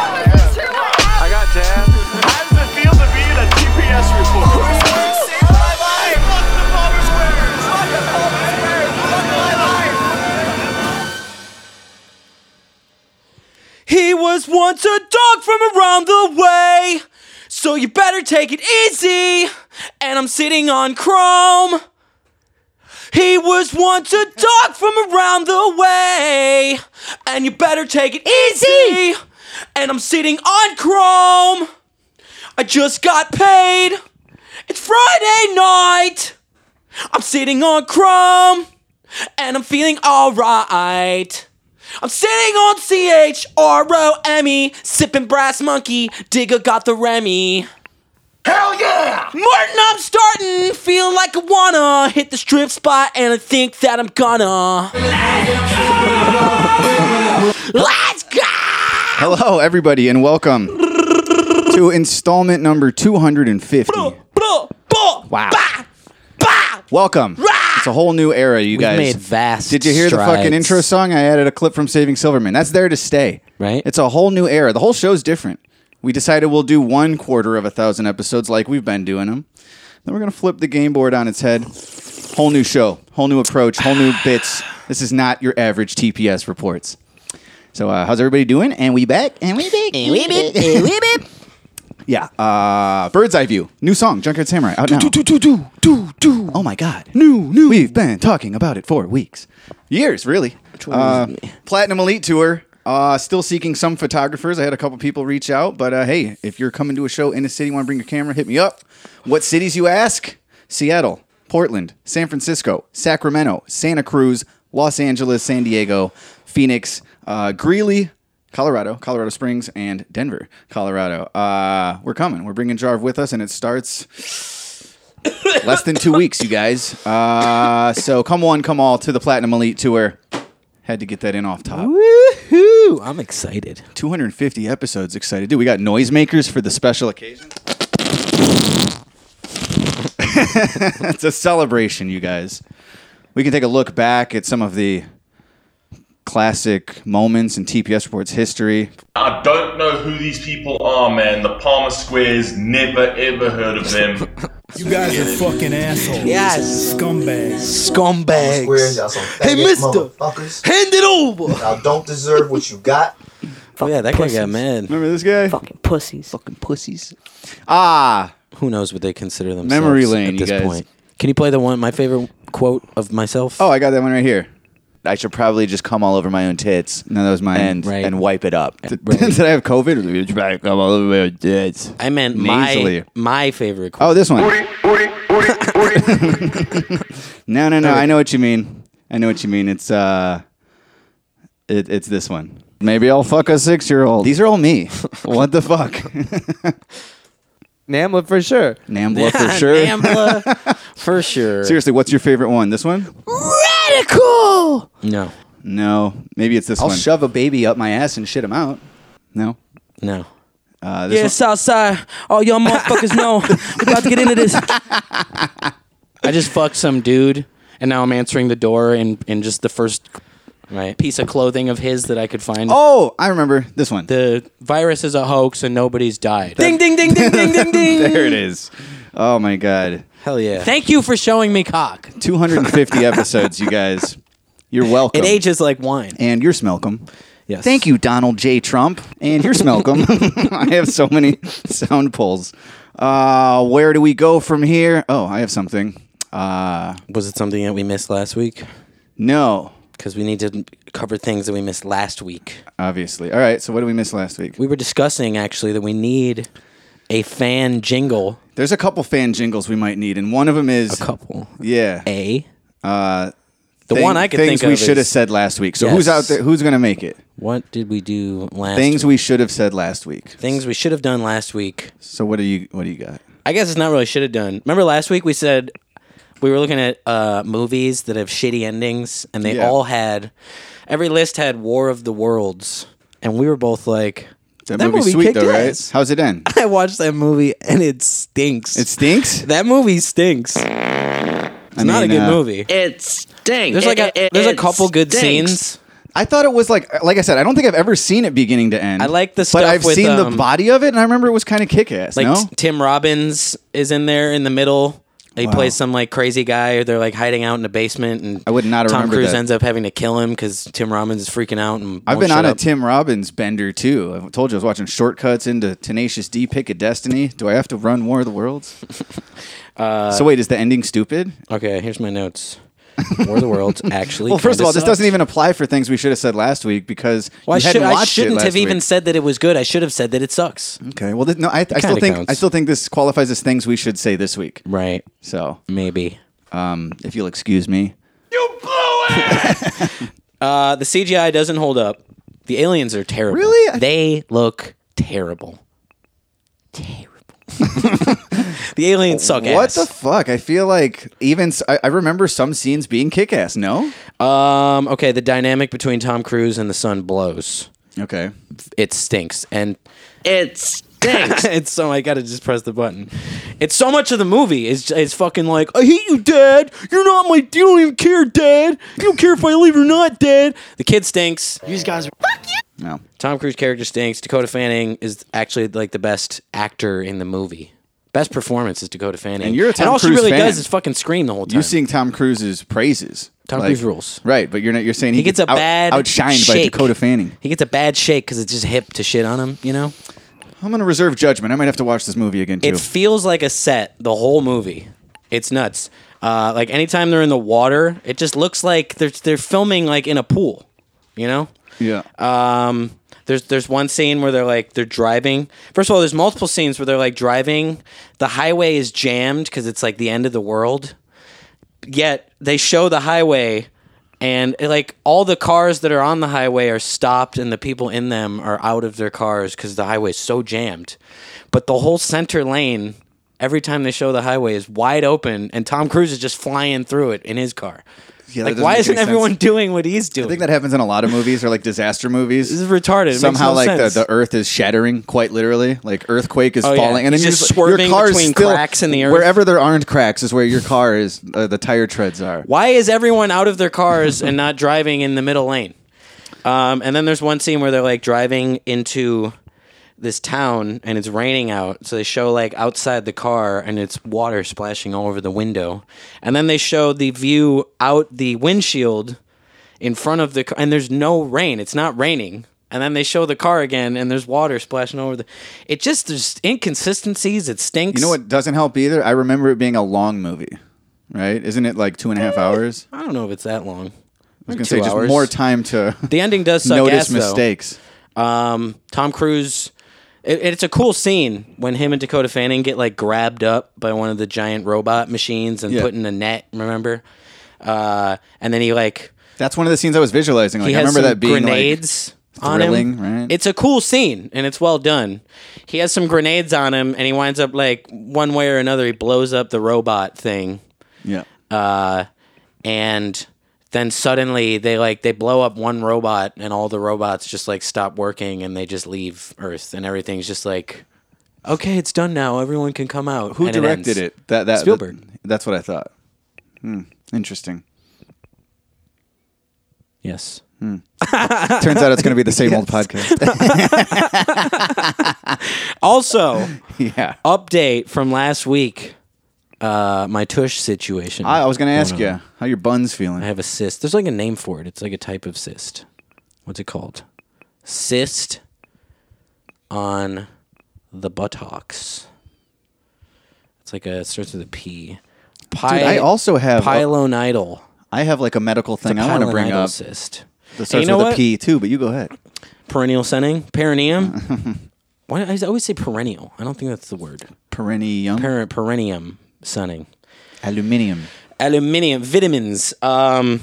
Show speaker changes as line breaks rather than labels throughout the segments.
I got jabbed.
How does it feel to be in a GPS report?
He was once a dog from around the way, so you better take it easy. And I'm sitting on Chrome. He was once a dog from around the way, and you better take it easy. And I'm sitting on Chrome. I just got paid. It's Friday night. I'm sitting on Chrome, and I'm feeling alright. I'm sitting on C H R O M E, sipping brass monkey. Digger got the Remy. Hell yeah! Martin, I'm starting, feel like I wanna hit the strip spot, and I think that I'm gonna. Let's go!
Hello, everybody, and welcome to installment number 250.
Wow. Bah, bah.
Welcome. It's a whole new era, you guys.
made vast
Did you hear the fucking
strides.
intro song? I added a clip from Saving Silverman. That's there to stay.
Right.
It's a whole new era. The whole show's different. We decided we'll do one quarter of a thousand episodes like we've been doing them. Then we're gonna flip the game board on its head. Whole new show, whole new approach, whole new bits. This is not your average TPS reports. So uh, how's everybody doing? And we back. And we back. And we back. And we back. Yeah. Uh, Bird's Eye View. New song, Junkyard Samurai. Out now. Oh my God. New, new. We've been talking about it for weeks. Years, really. Uh, Platinum Elite Tour. Uh, still seeking some photographers. I had a couple people reach out, but uh, hey, if you're coming to a show in a city, want to bring your camera, hit me up. What cities you ask? Seattle, Portland, San Francisco, Sacramento, Santa Cruz, Los Angeles, San Diego, Phoenix, uh, Greeley, Colorado, Colorado Springs, and Denver, Colorado. Uh, we're coming. We're bringing Jarve with us, and it starts less than two weeks, you guys. Uh, so come one, come all to the Platinum Elite Tour. Had to get that in off top.
Woohoo! I'm excited.
250 episodes. Excited, dude. We got noisemakers for the special occasion. it's a celebration, you guys. We can take a look back at some of the classic moments in TPS Report's history.
I don't know who these people are, man. The Palmer Squares, never ever heard of them.
You guys are fucking assholes.
Yes.
Scumbags.
Scumbags.
Squares, y'all some
Hey,
faggot
mister.
motherfuckers.
Hand it over.
Y'all don't deserve what you got.
Oh yeah, that guy got mad.
Remember this guy?
fucking pussies.
Fucking pussies.
Ah,
Who knows what they consider themselves
Memory lane,
at
you
this
guys.
point? Can you play the one my favorite quote of myself?
oh, I got that one right here. I should probably just come all over my own tits. No, that was mine.
and
Right.
and wipe it up.
Did,
Right.
did I have COVID?
Come all over my tits.
I meant
Nasally.
my my favorite quote.
Oh, this one. no, no, no. I know what you mean. I know what you mean. It's uh, it, it's this one. Maybe I'll fuck a six-year-old. These are all me. what the fuck?
Namla for sure.
Nambla for sure.
Nambla, for sure.
Seriously, what's your favorite one? This one?
Radical. No,
No, maybe it's this
I'll
one.
shove
a baby up my ass and shit him out. No.
no.
Uh, this
Yeah, Southside. All y'all motherfuckers know. We're about to get into this.
I just fucked some dude, and now I'm answering the door in, in just the first
Right.
piece of clothing of his that I could find.
One. Oh, I remember this one.
The virus is a hoax, and nobody's died.
Ding ding ding ding ding ding ding.
there it is. Oh my god.
Hell yeah.
Thank you for showing me cock.
250 episodes, you guys. You're welcome.
It ages like wine.
and you're Smelcom.
Yes.
Thank you, Donald J. Trump. And here's Malcolm. I have so many sound pulls. Uh, where do we go from here? Oh, I have something. Uh,
Was it something that we missed last week?
no,
Because we need to cover things that we missed last week.
obviously. All right, so what did we miss last week?
We were discussing actually that we need a fan jingle.
There's a couple fan jingles we might need, and one of them is.
A couple.
Yeah.
A.
Uh,
The
thing-
one I could
Things
think of
we should have
is-
said last week. So who's
Yes.
out there? Who's going to make it?
What did we do last?
Things
week?
we should have said last week.
things we should have done last week.
So what do you what do you got?
I guess it's not really should have done. Remember last week we said we were looking at uh, movies that have shitty endings, and they
Yeah.
all had
every list had War of the Worlds, and we were both like,
That,
That
movie's
movie
sweet
kicked
though,
ass.
right? How's it end?
I watched that movie and it stinks.
It stinks.
that movie stinks. It's
I
not a
mean,
good
uh,
movie.
It stinks.
There's like a, there's a couple good scenes.
I thought it was like, like I said, I don't think I've ever seen it beginning to end.
I like the
but
stuff
I've
with,
seen the
um,
body of it, and I remember it was kind of kick ass.
Like
no,
t- Tim Robbins is in there in the middle. He plays some like crazy guy, or they're like hiding out in the basement, and
I would not have
Tom
remembered
Cruise
that.
ends up having to kill him because Tim Robbins is freaking out. And
I've
won't
been
shut
on a
up.
Tim Robbins bender too. I told you I was watching shortcuts into Tenacious D, Pick of Destiny. Do I have to run War of the Worlds?
Uh,
so wait, is the ending stupid?
Okay, here's my notes. War of the Worlds actually.
Well, first of
kinda
all, this
sucks.
doesn't even apply for things we should have said last week because
Well, I,
you hadn't
should, I
watched it
shouldn't
last
have even
week.
said that it was good. I should have said that it sucks.
Okay, well, th- no, I, I still
kinda
think
counts.
I still think this qualifies as things we should say this week.
Right.
So,
Maybe.
um, if you'll excuse me,
Uh, the CGI doesn't hold up. The aliens are terrible.
Really? I-
They look terrible. Terrible. the aliens suck
what
ass.
the fuck? I feel like even s- I, I remember some scenes being kick ass. No,
um, okay, the dynamic between Tom Cruise and the sun blows.
okay.
It stinks. And
It stinks.
it's so I gotta just press the button. It's so much of the movie is is fucking like I hate you, Dad. You're not my. You don't even care, Dad. You don't care if I leave or not, Dad. The kid stinks.
No,
Tom Cruise character stinks. Dakota Fanning is actually like the best actor in the movie. Best performance is Dakota Fanning.
And you're a Tom
all she
Cruise
really
fan.
does is fucking scream the whole time.
you sing Tom Cruise's praises.
Tom Cruise rules.
right? But you're not. You're saying he,
he gets a
gets out,
bad
outshined by
shake.
Dakota Fanning.
He gets a bad shake because it's just hip to shit on him. You know,
I'm gonna reserve judgment. I might have to watch this movie again too.
it feels like a set the whole movie. It's nuts. Uh, like anytime they're in the water, it just looks like they're they're filming like in a pool. You know,
yeah.
Um, there's there's one scene where they're like they're driving. First of all, there's multiple scenes where they're like driving. The highway is jammed because it's like the end of the world. Yet they show the highway, and like all the cars that are on the highway are stopped, and the people in them are out of their cars because the highway is so jammed. But the whole center lane. Every time they show the highway is wide open, and Tom Cruise is just flying through it in his car.
Yeah, that
like,
doesn't
why
make
isn't
any sense.
everyone doing what he's doing?
I think that happens in a lot of movies or like disaster movies.
This is retarded. It makes
Somehow,
no
like
sense.
the, the earth is shattering, quite literally. Like earthquake is
Oh, yeah.
falling, and then
He's
you're
just
like- your
swerving
car's
between
still-
cracks in the earth.
Wherever there aren't cracks is where your car is. Uh, the tire treads are.
why is everyone out of their cars and not driving in the middle lane? Um, and then there's one scene where they're like driving into this town and it's raining out. So they show like outside the car and it's water splashing all over the window. And then they show the view out the windshield in front of the car and there's no rain. It's not raining. And then they show the car again and there's water splashing over the. It just, there's inconsistencies. It stinks.
You know what doesn't help either? I remember it being a long movie, right? Isn't it like two and a half hours? I
Eh, I don't know if it's that long.
was gonna say just
hours.
more time to
The ending does suck
notice
ass, though.
mistakes.
Um, Tom Cruise. It, it's a cool scene when him and Dakota Fanning get like grabbed up by one of the giant robot machines and
Yeah.
put in a net. Remember? Uh, and then he like
That's one of the scenes I was visualizing. Like
he
I
has
remember
some
that being
grenades on
thrilling,
him.
right?
It's a cool scene and it's well done. He has some grenades on him and he winds up like one way or another he blows up the robot thing
like yeah.
Uh, and then suddenly they like they blow up one robot and all the robots just like stop working and they just leave earth and everything's just like okay it's done now everyone can come out
Who directed it? That that
Spielberg.
that- that's what I thought. Hmm. Interesting.
yes
Hmm. Turns out it's going to be the same old podcast.
also
yeah.
update from last week uh my tush situation
I, I was going to ask you how your buns
I
feeling.
have a cyst there's like a name for it it's like a type of cyst what's it called cyst on the buttocks it's like a it starts with a p Pi-
Dude, I also have
Pylonidal.
I have like a medical thing I want to bring
Pylonidal
up.
cyst.
That starts
And you know
with a
what?
P too, but you go ahead.
Perennial sending. Perineum. Why do I always say perennial? I don't think that's the word.
Perennium
Per- perennium sunning.
aluminium.
Aluminium vitamins. Um,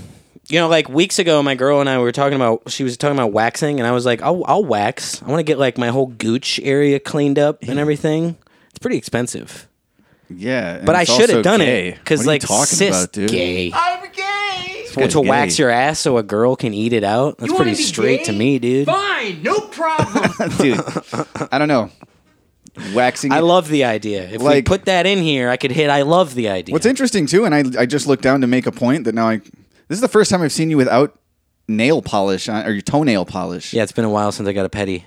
you know, like weeks ago, my girl and I were talking about. She was talking about waxing, and I was like, "I'll, I'll wax. I want to get like my whole gooch area cleaned up and everything. It's pretty expensive,
Yeah, and
but I
it's
should
also
have done
gay.
it because
What are you
like
talking
cyst
about, dude.
gay. Well, to wax your ass so a girl can eat it out. That's
You wanna
pretty
be
straight
gay?
to me, dude.
Fine, no problem.
dude. I don't know. Waxing.
I
it-
love the idea. If we
Like-
put that in here, I could hit. I love the idea.
What's interesting too, and I I just looked down to make a point that now I this is the first time I've seen you without nail polish on, or your toenail polish.
Yeah, it's been a while since I got a petty.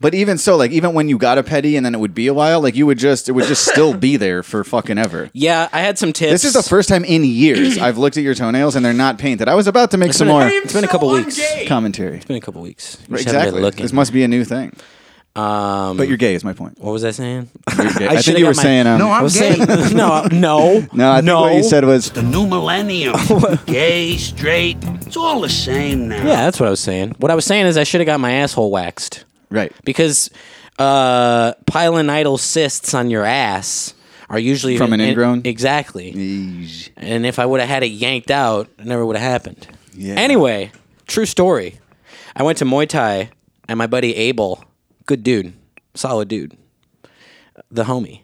But even so, like even when you got a petty and then it would be a while, like you would just it would just still be there for fucking ever.
Yeah, I had some tips.
This is the first time in years I've looked at your toenails and they're not painted. I was about to make some
been a-
more
It's been a couple weeks. It's
commentary.
been a couple weeks. You just haven't been
Exactly.
Looking.
This must be a new thing. Um, but you're gay is my point.
what was I saying?
You're gay. I,
should've
think you
got
were
my-
saying um,
I was saying no, no,
No, I think
no.
what you said was
the new millennium. Gay, straight, it's all the same now.
Yeah, that's what I was saying. What I was saying is I should have got my asshole waxed
right.
because uh, pilonidal cysts on your ass are usually
From an ingrown?
exactly. And if I would have had it yanked out, it never would have happened.
Yeah.
Anyway, true story. I went to Muay Thai, and my buddy Abel, good dude, solid dude, the homie.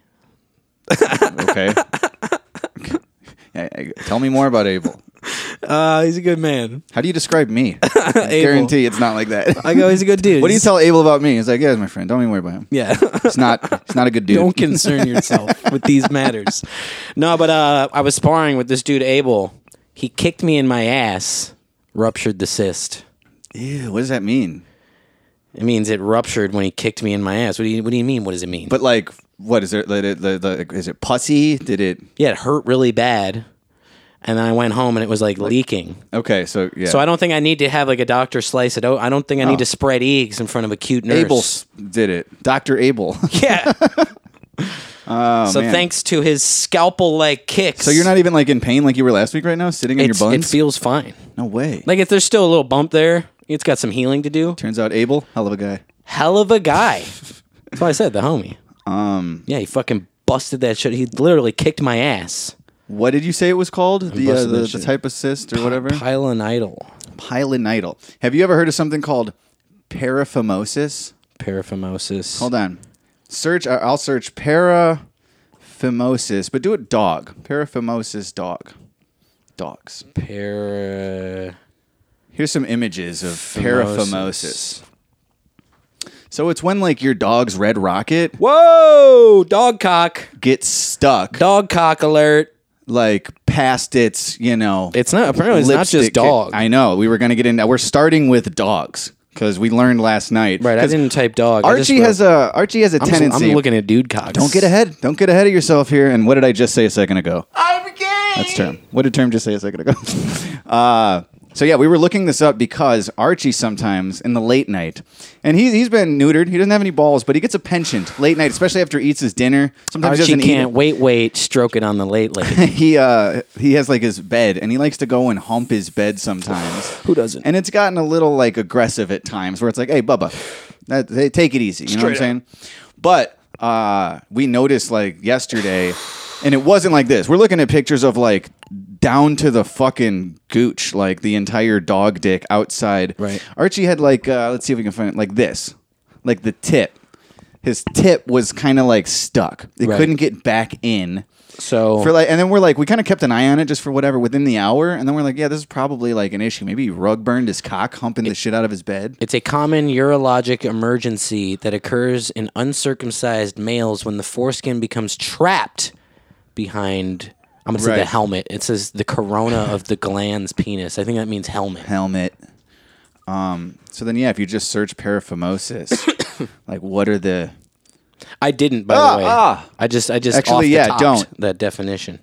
Okay. Yeah, yeah, Tell me more about Abel.
Uh, he's a good man.
How do you describe me? I guarantee it's not like that.
I go, he's a good dude.
what do you tell Abel about me? He's like, yeah, he's my friend. Don't even worry about him.
Yeah.
It's not. It's not a good dude.
Don't concern yourself with these matters. No, but uh, I was sparring with this dude Abel. He kicked me in my ass, ruptured the cyst.
Ew, what does that mean?
It means it ruptured when he kicked me in my ass. What do you What do you mean? What does it mean?
But like, what is it? The, the, the, is it pussy? Did it?
yeah, it hurt really bad, and then I went home and it was like leaking.
Okay, so yeah. Oh.
So I don't think I need to have like a doctor slice it. out. I don't think I need to spread eggs in front of a cute nurse.
Abel s- did it. Doctor Abel. Oh,
Yeah. so
man.
thanks to his scalpel like kicks.
so you're not even like in pain like you were last week right now, sitting on your
It's, it
buns.
feels fine.
no way.
Like if there's still a little bump there, it's got some healing to do.
Turns out Abel, hell of a guy.
Hell of a guy. That's why I said the homie. Um. Yeah, he fucking busted that shit. He literally kicked my ass.
What did you say it was called? The, uh,
busted
the,
that
the
shit.
type of cyst or whatever.
Pilonidal.
Pilonidal. Have you ever heard of something called paraphimosis?
Paraphimosis.
Hold on. Search. I- I'll search paraphimosis, but do it dog. Paraphimosis dog. Dogs.
Para.
Here's some images of paraphimosis. So it's when like your dog's red rocket
Whoa! Dog cock.
gets stuck
Dog cock alert.
like past its you know.
It's not apparently it's not just
lipstick-
dog.
I know. We were gonna get in. We're starting with dogs because we learned last night.
right. I
'Cause
didn't type dog. I just
Archie
wrote-
has a Archie has a
I'm,
tendency.
I'm looking at dude cocks.
Don't get ahead. Don't get ahead of yourself here. And what did I just say a second ago?
I'm gay.
That's term. What did term just say a second ago? uh, so yeah, we were looking this up because Archie sometimes in the late night, and he's he's been neutered. He doesn't have any balls, but he gets a penchant late night, especially after he eats his dinner. Sometimes he
Archie
doesn't
can't
eat.
wait, wait, stroke it on the late late.
it. He uh he has like his bed, and he likes to go and hump his bed sometimes. Who
doesn't?
And it's gotten a little like aggressive at times, where it's like, hey, Bubba, that, hey, take it easy. You know what I'm saying? But uh, we noticed like yesterday, and it wasn't like this. We're looking at pictures of like down to the fucking gooch, like the entire dog dick outside.
Right.
Archie had like, uh, let's see if we can find it, like this, like the tip. His tip was kind of like stuck. It
Right.
couldn't get back in.
So
For like, and then we're like, we kind of kept an eye on it just for whatever within the hour, and then we're like, yeah, this is probably like an issue. Maybe he rug burned his cock, humping the shit out of his bed.
It's a common urologic emergency that occurs in uncircumcised males when the foreskin becomes trapped behind. I'm gonna say the
Right.
helmet. It says the corona of the gland's penis. I think that means helmet.
Helmet. Um. So then, yeah, if you just search paraphimosis, like, what are the
I didn't, by
Ah,
the way.
ah.
I just, I just
Actually,
off the
yeah,
topped
don't.
that definition.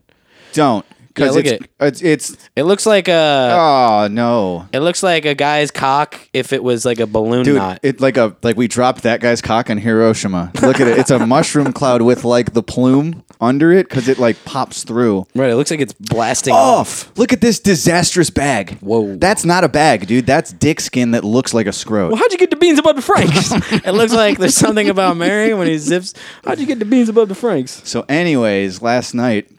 don't?
Yeah, look
it's,
at it.
it's it's
It looks like uh, a,
oh no,
it looks like a guy's cock if it was like a balloon
dude,
knot.
it like a like we dropped that guy's cock in Hiroshima. Look at it. It's a mushroom cloud with like the plume under it because it like pops through.
right, it looks like it's blasting off.
off. Look at this disastrous bag.
Whoa.
That's not a bag, dude. That's dick skin that looks like a scrote.
Well, how'd you get the beans above the Franks? it looks like there's something about Mary when he zips. How'd you get the beans above the Franks?
So, anyways, last night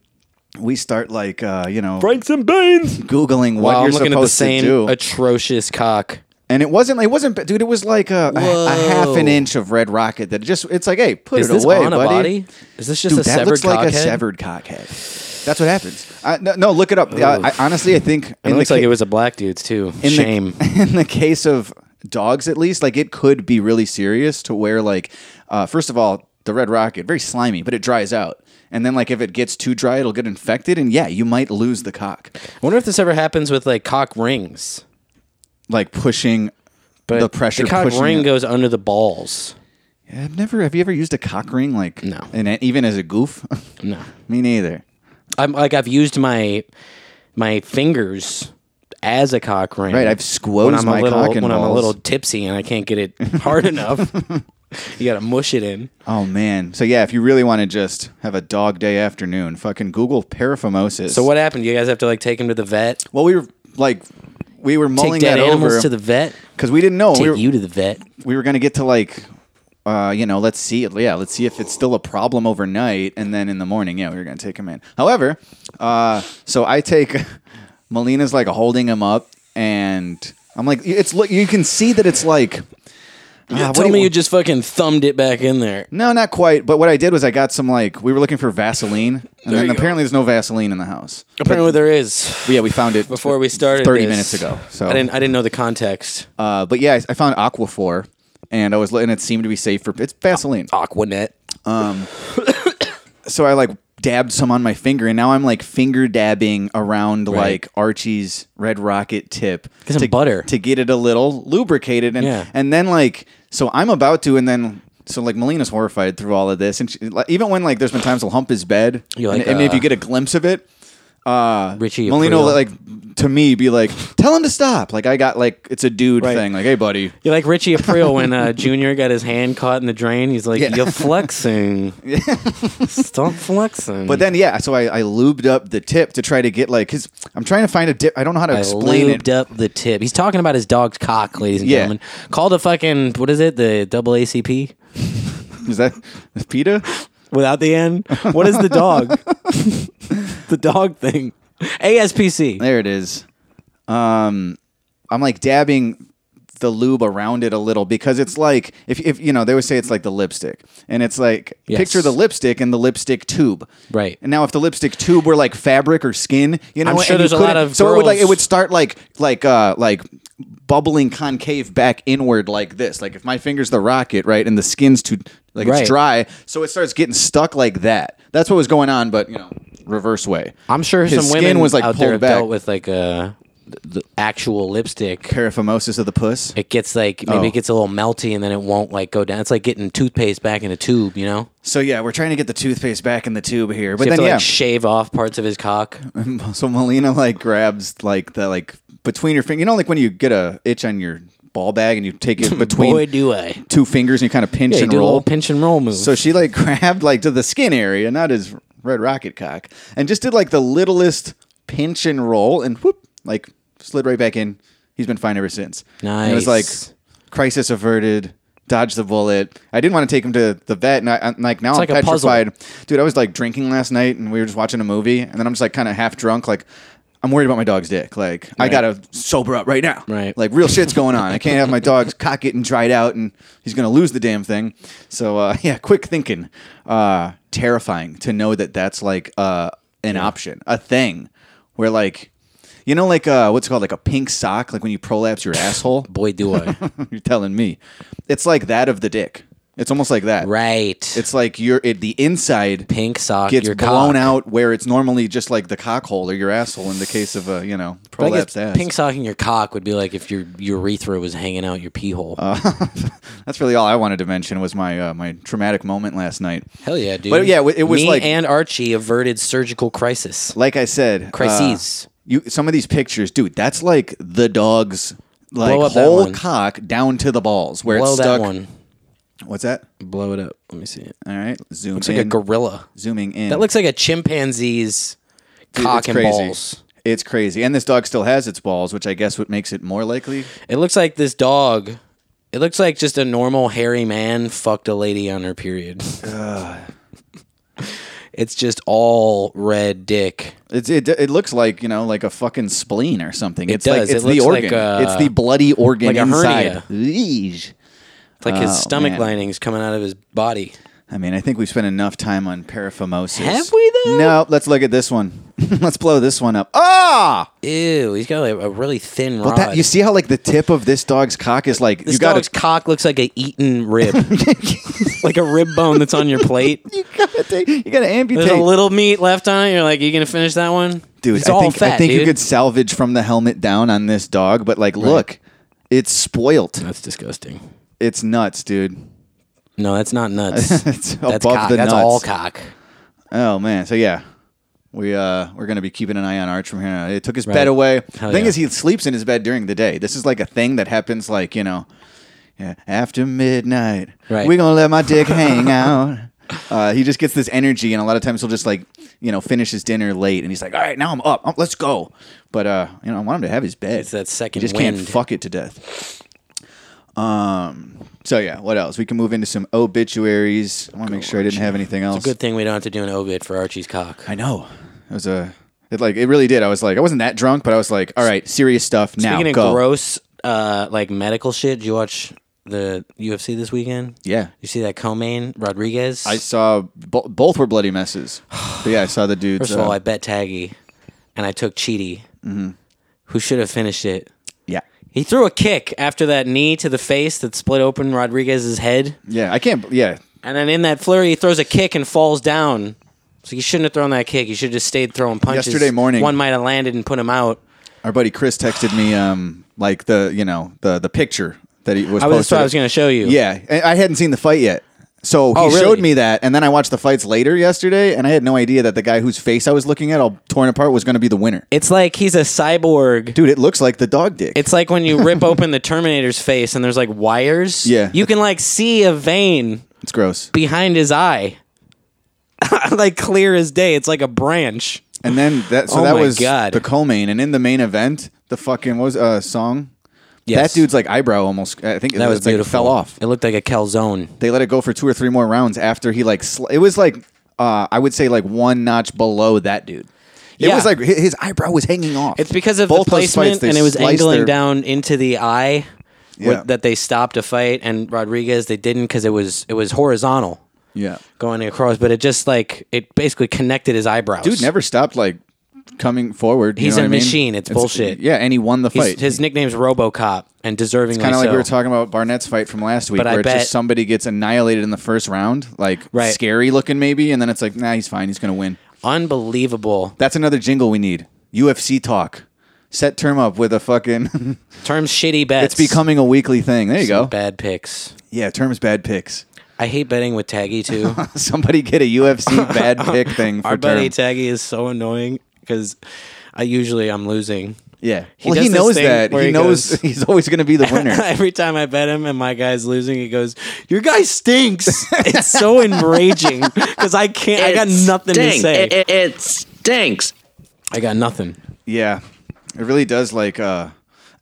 we start like uh, you know
Franks and beans.
googling what
Wow,
you're
I'm looking
supposed
at the same
to do.
atrocious cock.
And it wasn't. It wasn't, dude. It was like a, a half an inch of red rocket that just. It's like, hey, put
Is
it
this
away,
on a
buddy.
body? Is this just
Dude,
a
that
severed
looks like
cock
a
head?
severed cockhead. That's what happens. I, no, no, look it up. I, I, honestly, I think
It
in
looks
the
like
ca-
it was a black dude's too.
in the-
Shame.
in the case of dogs, at least, like it could be really serious to where, like, uh, first of all, the red rocket very slimy, but it dries out, and then like if it gets too dry, it'll get infected, and yeah, you might lose the cock.
I wonder if this ever happens with like cock rings.
Like pushing
But
the pressure.
the cock
pushing
ring
it.
goes under the balls.
I've never. Have you ever used a cock ring? Like
No.
and even as a goof.
No.
me neither.
I'm like I've used my my fingers as a cock ring.
Right, I've
when
squoze
I'm
my
a little
cock and
when I'm a
balls.
little tipsy and I can't get it hard enough. You gotta mush it in.
Oh man. So yeah, if you really want to just have a dog day afternoon, fucking Google paraphimosis.
So what happened? You guys have to like take him to the vet.
Well, we were like, we were mulling
Take dead
that
animals
over
to the vet.
because we didn't know
Take
we were,
you to the vet.
we were gonna get to like. Uh, you know, let's see it. Yeah, let's see if it's still a problem overnight, and then in the morning, yeah, we were gonna take him in. However, uh, so I take Melina's like holding him up, and I'm like, it's look, you can see that it's like. ah, what do
Tell me
you-
you just fucking thumbed it back in there.
No, not quite. But what I did was I got some like we were looking for Vaseline, and then apparently there's no Vaseline in the house.
Apparently there is.
But yeah, we found it
Before we started,
thirty
this,
minutes ago. So,
I didn't. I didn't know the context.
uh, but yeah, I, I found Aquaphor, and I was looking. It seemed to be safe for it's Vaseline. Um,
Aquanet.
So I like dabbed some on my finger, and now I'm like finger dabbing around like Archie's Red Rocket tip
Get some
to
butter.
to get it a little lubricated, and
Yeah.
and then like so I'm about to, and then. So like Melina's horrified through all of this, and she, like, even when like there's been times I'll hump his bed,
You're like,
and, and if
uh,
you get a glimpse of it,
Richie
Molina
April.
Uh, like to me be like, tell him to stop. Like I got like it's a dude
Right.
thing. Like hey buddy,
You're like Richie April when uh, Junior got his hand caught in the drain. He's like, "You're flexing. Stop flexing."
but then yeah, so I, I lubed up the tip to try to get like because I'm trying to find a dip. I don't know how to
I
explain
lubed
it.
up the tip. He's talking about his dog's cock, ladies and
Yeah.
gentlemen. Called a fucking what is it? The double ACP
Is that is PETA?
without the end. What is the dog? the dog thing. ASPC.
There it is. Um, I'm like dabbing the lube around it a little because it's like if if you know they always say it's like the lipstick and it's like
Yes.
picture the lipstick and the lipstick tube
Right.
and now if the lipstick tube were like fabric or skin you know
I'm sure
and you
there's a lot
couldn't-
of
so it would like it
girls-
would start like like uh like bubbling concave back inward like this like if my finger's the rocket right and the skin's too like
Right.
it's dry so it starts getting stuck like that that's what was going on but you know reverse way
I'm sure
His
some
skin
women
was, like,
out there
pulled
have
back.
dealt with like uh, th- the actual lipstick.
paraphimosis of the puss
It gets like maybe
Oh.
it gets a little melty and then it won't like go down. It's like getting toothpaste back in a tube, you know.
So yeah, we're trying to get the toothpaste back in the tube here, but
you
then
have to
yeah,
like shave off parts of his cock.
so Melina like grabs like the like between your finger. You know, like when you get a itch on your ball bag and you take it between
Boy, do I!
two fingers and you kind of pinch
Yeah, you
and
do a
roll.
little pinch and roll move.
So she like grabbed like to the skin area, not his red rocket cock, and just did like the littlest pinch and roll, and whoop, like slid right back in. He's been fine ever since. And it was like
Nice.
crisis averted. Dodge the bullet. I didn't want to take him to the vet, and I, I'm like now
like
I'm
a puzzle.
petrified, dude. I was like drinking last night, and we were just watching a movie, and then I'm just like kind of half drunk, like. I'm worried about my dog's dick. Like, I gotta sober up right now.
Right.
Like, real shit's going on. I can't have my dog's cock getting dried out and he's going to lose the damn thing. So, uh, yeah, quick thinking. Uh, terrifying to know that that's like uh, an option, a thing where, like, you know, like uh, what's it called like a pink sock, like when you prolapse your asshole?
Boy, do I!
You're telling me. It's like that of the dick. It's almost like that.
right.
It's like your it, the inside
pink sock.
gets
your
blown
cock.
out where it's normally just like the cock hole or your asshole in the case of a, you know,
But I guess
prolapsed ass.
Pink sock in your cock would be like if your urethra was hanging out your pee hole.
Uh, That's really all I wanted to mention was my uh, my traumatic moment last night.
Hell yeah, dude!
But yeah, it was
Me
like-
and Archie averted surgical crisis.
Like I said, uh,
Crises.
you some of these pictures, dude. That's like the dog's like
Blow up that
whole
one.
cock down to the balls where
Blow
it's
that
stuck.
one.
What's that?
Blow it up. Let me see it.
All right, zoom
Looks
in.
like a gorilla.
Zooming in.
That looks like a chimpanzee's
Dude,
cock
it's
and
crazy.
balls.
It's crazy, and this dog still has its balls, which I guess what makes it more likely.
It looks like this dog. It looks like just a normal hairy man fucked a lady on her period. It's just all red dick.
It's, it, it looks like you know like a fucking spleen or something. It it's
does.
like it's
It
the
looks
organ.
like a-
it's the bloody organ
like a
inside.
hernia.
Eesh.
It's like his
Oh,
stomach
man.
linings coming out of his body.
I mean, I think we've spent enough time on paraphimosis.
Have we, though?
No. Let's look at this one. let's blow this one up. Ah!
Ew, he's got like a really thin
Well,
rod.
that, you see how like the tip of this dog's cock is like
this
you got
dog's cock looks like a eaten rib, like a rib bone that's on your plate.
you gotta take, you gotta amputate.
There's a little meat left on it. You're like, you gonna finish that one,
dude,
It's
I
all
think
fat,
I think you
dude.
could salvage from the helmet down on this dog, but like, look, it's spoilt.
That's disgusting.
It's nuts, dude.
No, that's not nuts. that's
It's above
cock.
the
that's
nuts.
all cock.
Oh man, so yeah, we uh we're gonna be keeping an eye on Arch from here. on out. It took his bed
Right.
away.
Hell
the thing
yeah.
is, he sleeps in his bed during the day. This is like a thing that happens, like you know, yeah, after midnight.
Right.
We're gonna let my dick hang out. Uh, he just gets this energy, and a lot of times he'll just like you know finish his dinner late, and he's like, all right, now I'm up, Um, let's go. But uh, you know, I want him to have his bed.
It's that second
He just can't
wind.
fuck it to death. Um. So yeah, what else? We can move into some obituaries. I want to make sure I didn't have anything else.
Good thing we don't have to do an obit for Archie's cock.
I know. It was a. It like it really did. I was like, I wasn't that drunk, but I was like, all right, serious stuff now.
Speaking of
go.
gross, uh, like medical shit, did you watch the UFC this weekend?
Yeah,
You see that co-main Rodriguez?
I saw bo- both were bloody messes. But yeah, I saw the dudes.
First of all,
uh, mm-hmm.
I bet Taggy, and I took Cheaty, who should have finished it.
yeah,
He threw a kick after that knee to the face that split open Rodriguez's head,
yeah, I can't. Yeah,
and then in that flurry, he throws a kick and falls down. So he shouldn't have thrown that kick. He should have just stayed throwing punches.
Yesterday morning-
one might have landed and put him out.
our buddy Chris texted me, um, like the you know the the picture that he was.
I was, that's
posted.
what I was going to show you.
Yeah, and I hadn't seen the fight yet. So he
Oh, really?
showed me that, and then I watched the fights later yesterday, and I had no idea that the guy whose face I was looking at, all torn apart, was going to be the winner.
it's like he's a cyborg.
Dude, it looks like the dog dick.
It's like when you rip open the Terminator's face and there's like wires.
Yeah.
You can like see a vein
it's gross.
behind his eye. like clear as day. It's like a branch.
And then that so
Oh
that
my
was
God.
the co-main, and in the main event, the fucking what was uh song.
Yes.
That dude's like eyebrow almost. I think
That was
it's like
beautiful.
fell off.
It looked like a calzone.
They let it go for two or three more rounds after he like. Sl- it was like uh I would say like one notch below that dude. It
Yeah.
was like hi- his eyebrow was hanging off.
It's because of
Both
the
those
placement
fights, they
and it was
sliced
angling
their-
down into the eye with-
Yeah.
that they stopped a fight and Rodriguez they didn't because it was it was horizontal
Yeah,
going across, but it just like it basically connected his eyebrows.
dude never stopped like coming forward. you
He's
know
a
what I mean?
machine. It's bullshit.
Yeah, and he won the
He's-
fight.
his nickname's RoboCop and deservingly
Kind of like
so.
we were talking about Barnett's fight from last week,
But I
where it's
bet-
just somebody gets annihilated in the first round, like
Right.
scary looking maybe, and then it's like, nah, he's fine, he's gonna win.
Unbelievable.
That's another jingle we need. UFC talk. Set term up with a fucking.
Terms shitty bets.
it's becoming a weekly thing. There you go.
bad picks.
Yeah, terms bad picks.
I hate betting with Taggy too.
Somebody get a UFC bad pick thing for
Our buddy
term.
Taggy is so annoying because I usually I'm losing.
yeah.
He
well, he
does this
knows
thing
that. He,
where he
knows
goes-
he's always going to be the winner.
Every time I bet him and my guy's losing, he goes, "Your guy stinks." it's so enraging because I can't. I got
It
nothing to
stinks.
say.
It, it, it stinks.
I got nothing.
yeah. It really does like uh,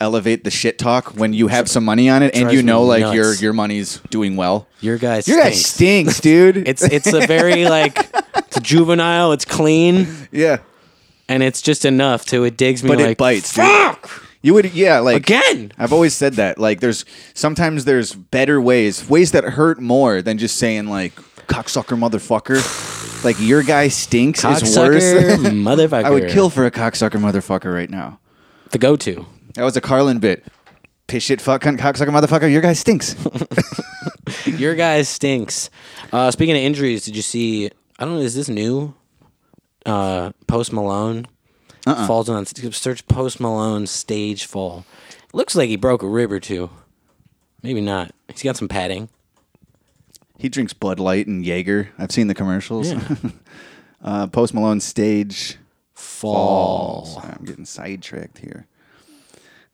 elevate the shit talk when you have some money on it and
drives
you know
me
like
nuts.
your your money's doing well.
Your guy stinks.
Your guy stinks, dude.
it's it's a very like it's juvenile. It's clean
yeah,
and it's just enough to it digs me
but
like
it bites. Fuck. You would yeah like
again.
I've always said that. Like, there's sometimes there's better ways, ways that hurt more than just saying like cocksucker, motherfucker. like your guy stinks is
Cocksucker,
worse.
motherfucker.
I would kill for a cocksucker, motherfucker right now.
the go-to.
That was a Carlin bit. Piss shit, fuck, cunt, cocksucker, motherfucker. Your guy stinks.
Your guy stinks. Uh, speaking of injuries, did you see? I don't know. Is this new? Uh, Post Malone
Uh-uh.
falls on. Search Post Malone stage fall. Looks like he broke a rib or two. Maybe not. He's got some padding.
he drinks Bud Light and Jaeger. I've seen the commercials. uh, Post Malone stage.
Fall.
Balls. I'm getting sidetracked here.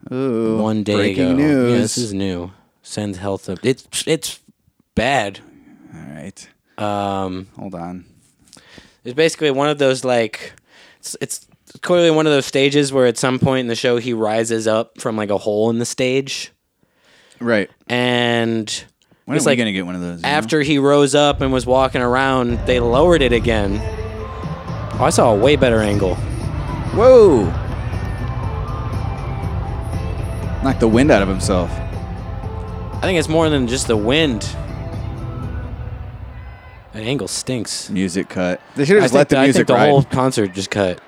One day
breaking
ago.
news.
Yeah, this is new. Sends health up. It's it's bad.
All right. Um, Hold on.
It's basically one of those like it's, it's clearly one of those stages where at some point in the show he rises up from like a hole in the stage
Right.
and
When are
it's
we
like
gonna get one of those? you know?
after he rose up and was walking around, they lowered it again. Oh, I saw a way better angle.
Whoa! Knocked the wind out of himself.
I think it's more than just the wind. An angle stinks.
Music cut. They should
I
have just
think,
let the
I
music
think the
ride.
whole concert just cut.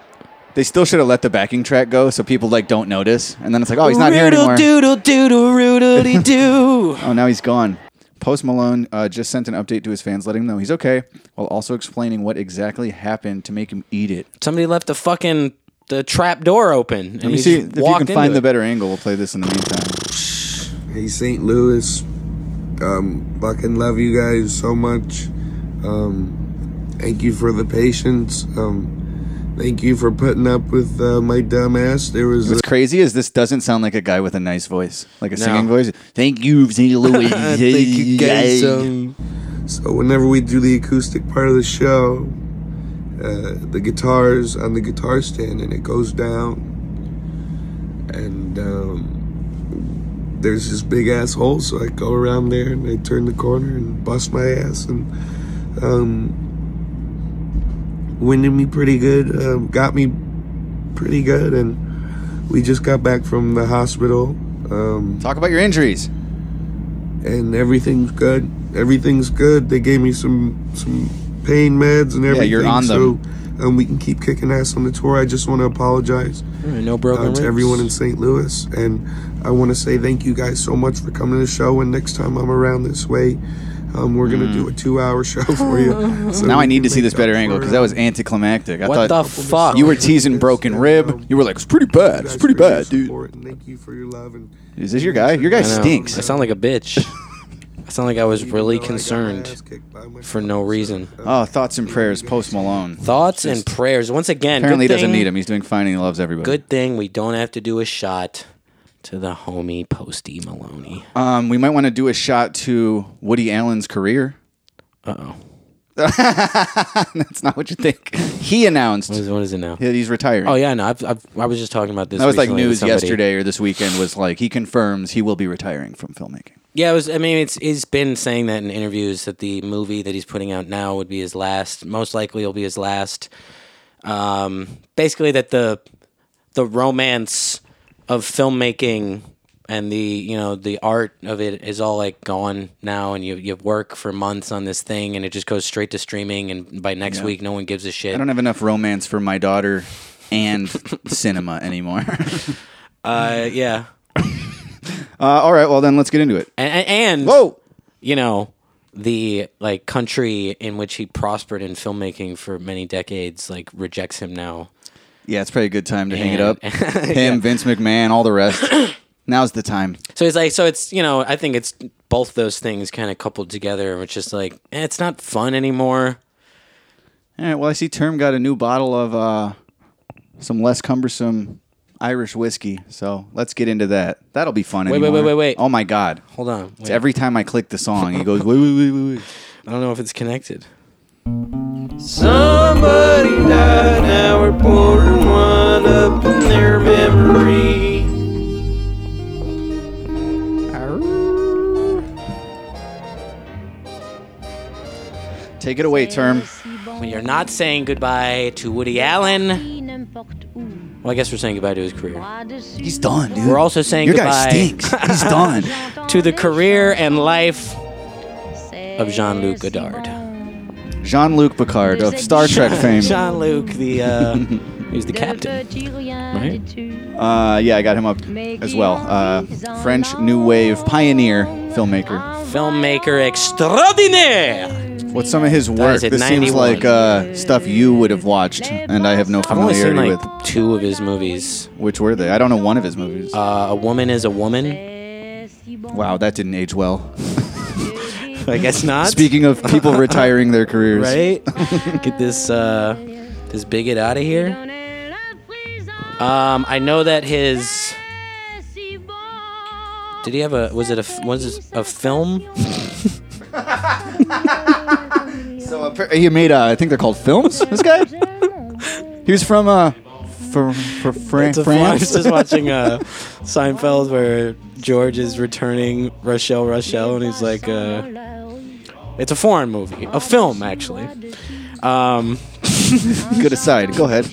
They still should have let the backing track go so people like don't notice, and then it's like, oh, he's not here
Roodle
anymore.
doodle doodle roodle doo.
Oh, now he's gone. Post Malone uh, just sent an update to his fans, letting them know he's okay, while also explaining what exactly happened to make him eat it.
Somebody left the fucking the trap door open. And
Let me
he's
see if you
walked
can find
into
the
it.
better angle. We'll play this in the meantime.
Hey, St. Louis. Um, fucking love you guys so much. Um, thank you for the patience. Um, thank you for putting up with uh, my dumb ass. There was
What's crazy is this doesn't sound like a guy with a nice voice, like a
No.
singing voice. Thank you, St. Louis. Thank you guys.
So whenever we do the acoustic part of the show, uh, the guitars on the guitar stand and it goes down, and um, there's this big asshole. So I go around there and I turn the corner and bust my ass and um, winded me pretty good, um, got me pretty good, and we just got back from the hospital. Um,
Talk about your injuries.
and everything's good. Everything's good. They gave me some some pain meds and everything.
Yeah, you're on
so, um, we can keep kicking ass on the tour. I just want to apologize
No broken
uh,
ribs.
to everyone in St. Louis, and I want to say thank you guys so much for coming to the show. And next time I'm around this way, um, we're gonna do a two-hour show for you. So
Mm. Now I
we
need
can
to see
make
this
up
better
for,
angle because
uh,
that was anticlimactic. I
What the
thought
fuck?
you were teasing broken rib. You were like, it's pretty bad. It's
guys
pretty
for your
bad, dude.
support, and thank you for your love. And
Is this your guy? Your guy
I know.
stinks.
I sound like a bitch. I sound like I was
even
really
though I got my ass
concerned.
kicked by my
for no
father, so,
reason.
um,
Oh, thoughts and prayers, Post Malone.
Thoughts and prayers. Once again,
Apparently, he
good
doesn't
thing-
need him. He's doing fine and he loves everybody.
Good thing we don't have to do a shot to the homie Posty Maloney.
Um, we might want to do a shot to Woody Allen's career.
Uh oh.
That's not what you think. He announced
What is, what is it now?
that he's retiring.
Oh yeah, no. I've, I've, I was just talking about this.
that was like
recently with
news
somebody.
yesterday or this weekend. Was like he confirms he will be retiring from filmmaking.
Yeah, it was. I mean, it's he's been saying that in interviews that the movie that he's putting out now would be his last. Most likely, it'll be his last. Um, basically, that the the romance of filmmaking and the you know the art of it is all like gone now, and you you work for months on this thing, and it just goes straight to streaming, and by next week, no one gives a shit.
I don't have enough romance for my daughter and cinema anymore.
Uh, yeah,
uh, all right, well then let's get into it.
and and, and
Whoa,
you know the like country in which he prospered in filmmaking for many decades like rejects him now
yeah, it's probably a good time to hang it
And-
up. Him, Vince McMahon, all the rest. Now's the time.
so it's like so it's you know i think it's both those things kind of coupled together which is like eh, it's not fun anymore
All right. Well, I see Term got a new bottle of uh, some less cumbersome Irish whiskey. So let's get into that. That'll be fun.
Wait, wait,
anymore.
wait, wait, wait.
Oh my God!
hold on
It's
wait,
every time I click the song, he goes wait, wait, wait, wait, wait.
i don't know if it's connected
Somebody died, now we're pouring one up in their memory.
Take it away, Term.
we are not saying goodbye to woody allen well i guess we're saying goodbye to his career
He's done, dude.
we're also saying
your
goodbye
guy stinks. He's done.
to the career and life of jean-luc godard
Jean-Luc Picard of Star Trek fame.
jean-luc the uh he's the captain
Uh, yeah, I got him up as well. Uh, French New Wave pioneer filmmaker.
filmmaker extraordinaire.
What's some of his work?
Dies at
This seems
91.
like uh, stuff you would have watched, and I have no
I've only seen
familiarity
like
with.
two of his movies.
Which were they? I don't know one of his movies.
Uh, a woman is a woman.
Wow, that didn't age well.
I guess not.
Speaking of people retiring their careers,
right. Get this uh, this bigot out of here. Um, I know that his. Did he have a? Was it a? f- Was it a film?
So appa- he made, uh, I think they're called films. This guy, he was from uh, for for Fran-
It's a fun- I was
France.
just watching uh, Seinfeld where George is returning Rochelle Rochelle, and he's like, uh, "It's a foreign movie, a film actually." Um,
Good aside. Go ahead.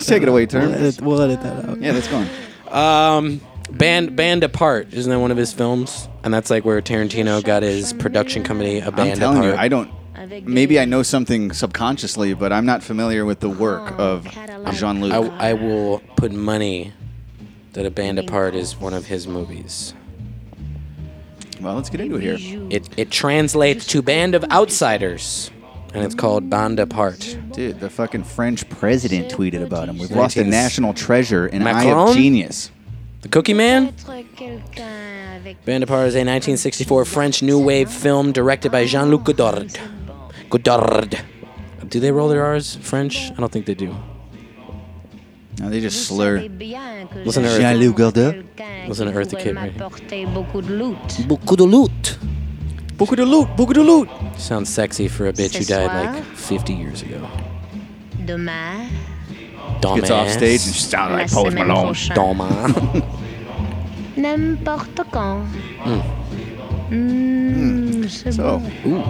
Take it away, Term.
We'll edit, we'll edit that out.
Yeah, that's gone.
Um, Band Band Apart isn't that one of his films? And that's like where Tarantino got his production company a band
I'm telling
apart.
you, I don't. Maybe I know something subconsciously, but I'm not familiar with the work of Jean Luc.
I, I will put money that a band apart is one of his movies.
Well, let's get into it here.
It it translates to Band of Outsiders, and it's called Band Apart.
Dude, the fucking French president tweeted about him. We've lost a national treasure in Eye
Macron?
of Genius.
The Cookie Man. Band Apart is a 1964 French New Wave film directed by Jean Luc Godard. Godard. Do they roll their R's French? I don't think they do.
No, they just slur.
Listen to Earth.
Jean-Luc Godard.
Listen to Earth the Kid right here.
Beaucoup de loot. Beaucoup de loot. Beaucoup de loot.
Sounds sexy for a bitch who
Ce
died
soir.
like 50 years ago.
Demain,
Dumbass.
Gets off stage and sounds
like Post Malone.
Dumbass.
n'importe quand.
Mm.
Mm, c'est
So,
bon.
ooh.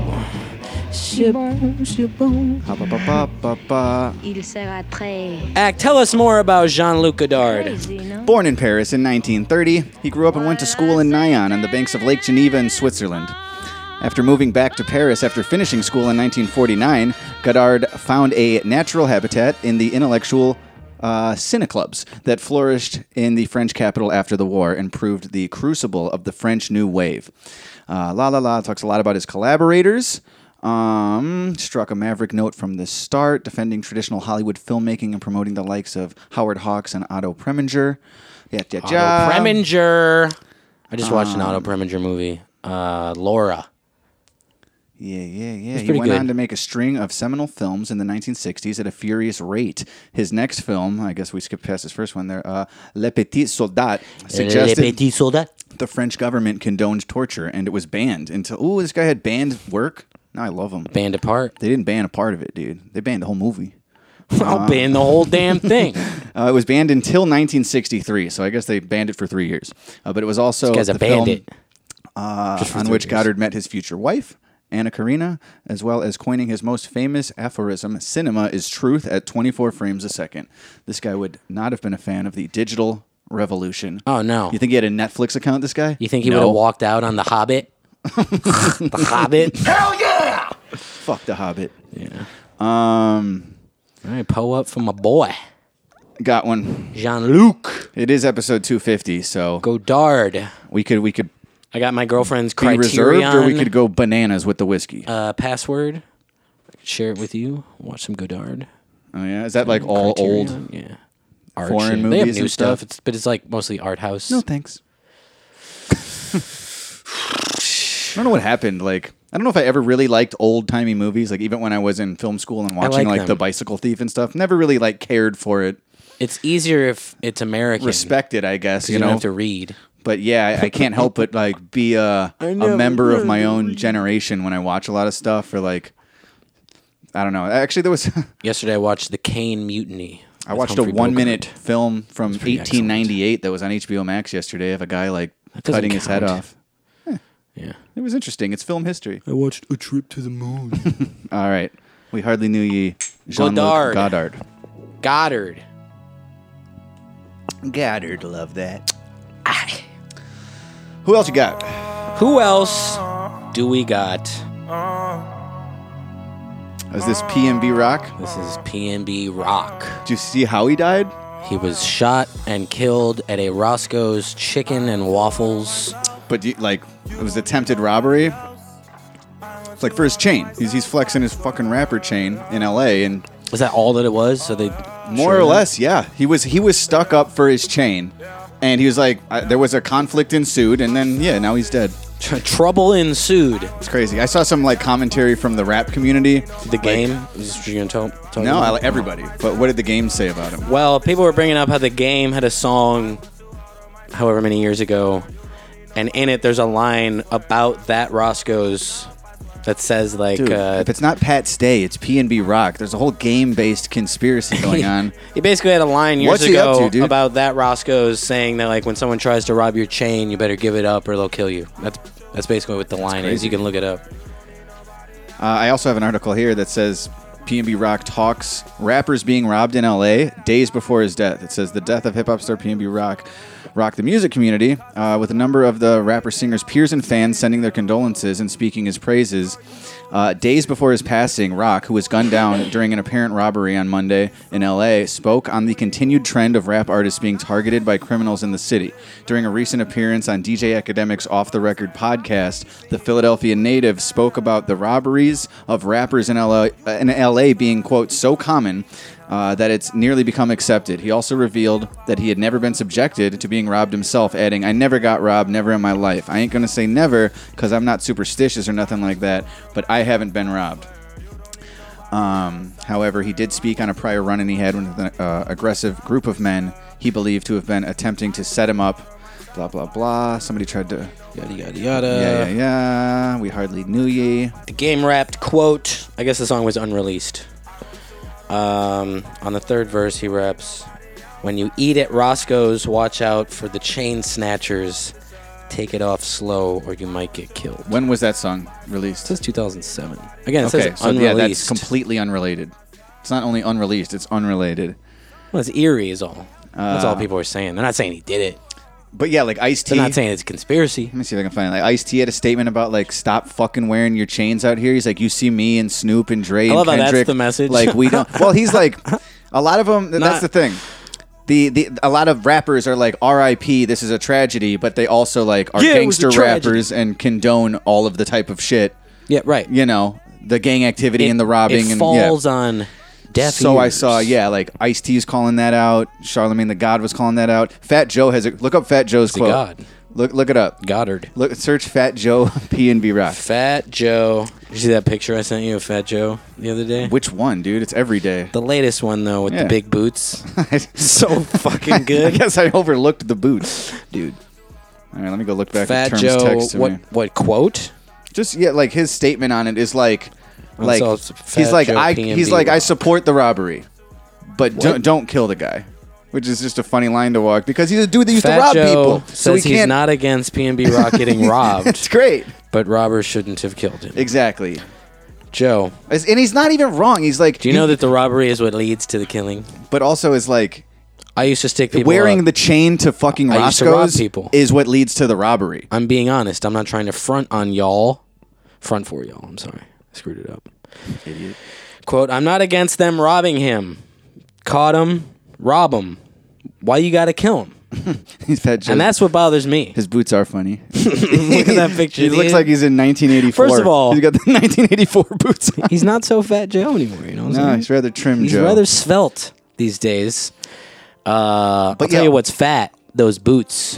C'est bon, c'est bon.
Ba, ba, ba, ba, ba.
Il sera très
Act, tell us more about Jean Luc Godard.
crazy, non?
Born in Paris in 1930, he grew up and went to school in Nyon on the banks of Lake Geneva in Switzerland. After moving back to Paris after finishing school in 1949, Godard found a natural habitat in the intellectual uh, cineclubs that flourished in the French capital after the war and proved the crucible of the French New Wave. Uh, La La La talks a lot about his collaborators. Um, struck a maverick note from the start, defending traditional Hollywood filmmaking and promoting the likes of Howard Hawks and Otto Preminger. Yeah, yeah,
Otto
yeah.
Preminger. I just watched an Otto
Um,
Preminger movie. Uh, Laura.
Yeah, yeah, yeah.
It's
He
pretty
went
good.
on to make a string of seminal films in the 1960s at a furious rate. His next film, I guess we skipped past his first one there, uh, Le Petit Soldat,
Eh,
suggested
Petit Soldat.
the French government condoned torture and it was banned until, ooh, this guy had banned work. Now I love him.
Band Apart.
They didn't ban a part of it, dude. They banned the whole movie.
I'll ban the whole damn thing.
Uh, it was banned until 1963, so I guess they banned it for three years. Uh, but it was also
This guy's a
the film,
bandit.
uh,
Just for
on
three
which
years.
Goddard met his future wife, Anna Karina, as well as coining his most famous aphorism, "Cinema is truth," at 24 frames a second. This guy would not have been a fan of the digital revolution.
Oh, no.
You think he had a Netflix account? This guy?
You think he
No.
would have walked out on The Hobbit? the Hobbit?
Fuck the Hobbit. Yeah. Um.
All right, Poe up for my boy.
Got one.
Jean Luc.
It is episode 250, so
Godard.
we could we could
I got my girlfriend's
be reserved,
Criterion
or we could go bananas with the whiskey.
uh, password. I could share it with you. Watch some Godard.
Oh yeah, is that like all
Criterion,
old?
Yeah. Art
foreign
shit.
movies
They have new
and
stuff,
stuff?
It's, but it's like mostly art house.
No thanks. I don't know what happened. Like I don't know if I ever really liked old timey movies. Like even when I was in film school and
like
watching like,
them.
The Bicycle Thief and stuff, never really like cared for it.
It's easier if it's American.
Respect it, I guess.
'cause
You,
you
know.
don't have to read.
But yeah, I, I can't help but like be a a member of my own generation when I watch a lot of stuff or like. I don't know. Actually, there was
Yesterday I watched The Kane Mutiny.
I
with
watched
Humphrey
a one
Bogart.
minute film from
pretty
1898 that was on HBO Max yesterday of a guy like
doesn't
cutting his head
count.
off. Eh,
Yeah.
It was interesting. It's film history.
I watched A Trip to the Moon.
All right. We hardly knew ye.
Godard.
Jean-Luc Goddard.
Goddard.
Goddard, love that. Who else you got?
Who else do we got?
Is this PMB Rock?
This is PNB Rock.
Do you see how he died?
He was shot and killed at a Roscoe's Chicken and Waffles.
But do you, like, it was attempted robbery. It's like for his chain. He's, he's flexing his fucking rapper chain in L.A. and
Is that all that it was? So they
More or less, yeah. He was he was stuck up for his chain, and he was like, I, there was a conflict ensued, and then yeah, now he's dead.
Tr- trouble ensued.
It's crazy. I saw some like commentary from the rap community.
The game. Is this what you're gonna tell? tell
No,
me?
I, like everybody. But what did the game say about him?
Well, people were bringing up how the game had a song, however many years ago, and in it there's a line about that Roscoe's that says like,
Dude,
uh,
if it's not Pat Stay, it's P and B Rock. There's a whole game-based conspiracy going on.
he basically had a line years
What's he up
ago
to, dude?
about that Roscoe's saying that like when someone tries to rob your chain, you better give it up or they'll kill you. That's that's basically what the line is.
crazy.
You can look it up.
Uh, I also have an article here that says PNB Rock talks rappers being robbed in LA days before his death. It says the death of hip hop star PNB Rock rocked the music community, uh, with a number of the rapper singer's peers and fans sending their condolences and speaking his praises. Uh, days before his passing, Rock, who was gunned down during an apparent robbery on Monday in LA, spoke on the continued trend of rap artists being targeted by criminals in the city. During a recent appearance on DJ Academic's Off the Record podcast, the Philadelphia native spoke about the robberies of rappers in LA, in LA being, quote, so common uh, that it's nearly become accepted. He also revealed that he had never been subjected to being robbed himself, adding, I never got robbed, never in my life. I ain't gonna say never because I'm not superstitious or nothing like that, but I haven't been robbed. Um, however, he did speak on a prior run in he had with an uh, aggressive group of men he believed to have been attempting to set him up. Blah, blah, blah. Somebody tried to.
Yada, yada, yada.
Yeah, yeah, yeah. We hardly knew ye.
The game wrapped quote. I guess the song was unreleased. Um, on the third verse, he raps, "When you eat at Roscoe's, watch out for the chain snatchers. Take it off slow, or you might get killed."
When was that song released?
Since 2007. Again, it says unreleased.
yeah, that's completely unrelated. It's not only unreleased; it's unrelated.
Well, it's eerie, is all. That's
Uh,
all people are saying. They're not saying he did it.
But yeah, like Ice T.
They're not saying it's a conspiracy.
Let me see if I can find it. Like Ice T had a statement about like stop fucking wearing your chains out here. He's like, you see me and Snoop and Dre
I
and
love how that's
Kendrick.
the message.
Like we don't. Well, he's like, a lot of them.
Not-
that's the thing. The, the a lot of rappers are like R.I.P. This is a tragedy, but they also like are
Yeah, it was a
gangster
tragedy.
rappers and condone all of the type of shit.
Yeah, right.
You know the gang activity
It-
and the robbing
it
and yeah.
falls on deaf
so I
ears.
saw, yeah, like Ice T's calling that out. Charlemagne the God was calling that out. Fat Joe has a look up Fat Joe's
He's a
quote.
god.
Look look it up.
Goddard.
Look search Fat Joe P and B Rock.
Fat Joe. Did you see that picture I sent you of Fat Joe the other day?
Which one, dude? It's every day.
The latest one though, with
Yeah.
the big boots.
so
fucking
I
good.
guess I overlooked the boots, dude. All right, let me go look back
Fat
at terms
Joe.
text to
what
me.
what quote?
Just yeah, like his statement on it is like,
And
like
so it's Fat
he's like
Joe
I
P and
he's
B
like I
Rock.
support the robbery, but don't don't kill the guy, which is just a funny line to walk because he's a dude that used
Fat
to rob
Joe
people,
says
so he
he's
can't.
not against PNB Rock getting robbed,
it's great.
but robbers shouldn't have killed him.
Exactly.
Joe,
As- And he's not even wrong. He's like,
do you know that the robbery is what leads to the killing?
But also is like
I used to stick people
wearing
up.
the chain to fucking
I used to rob
Roscoe's
people.
is what leads to the robbery.
I'm being honest. I'm not trying to front on y'all. Front for y'all. I'm sorry. I screwed it up.
Idiot.
Quote, I'm not against them robbing him. Caught him, rob him. Why you gotta kill him?
He's Fat Joe.
And that's what bothers me.
his boots are funny.
Look at that picture.
he looks
dude.
like he's in 1984.
First of all-
he's got the 1984 boots. On.
he's not so fat Joe anymore, you know what I'm
No,
saying?
he's rather trim,
He's
Joe.
rather svelte these days. Uh, I'll
yeah.
tell you what's fat. Those boots.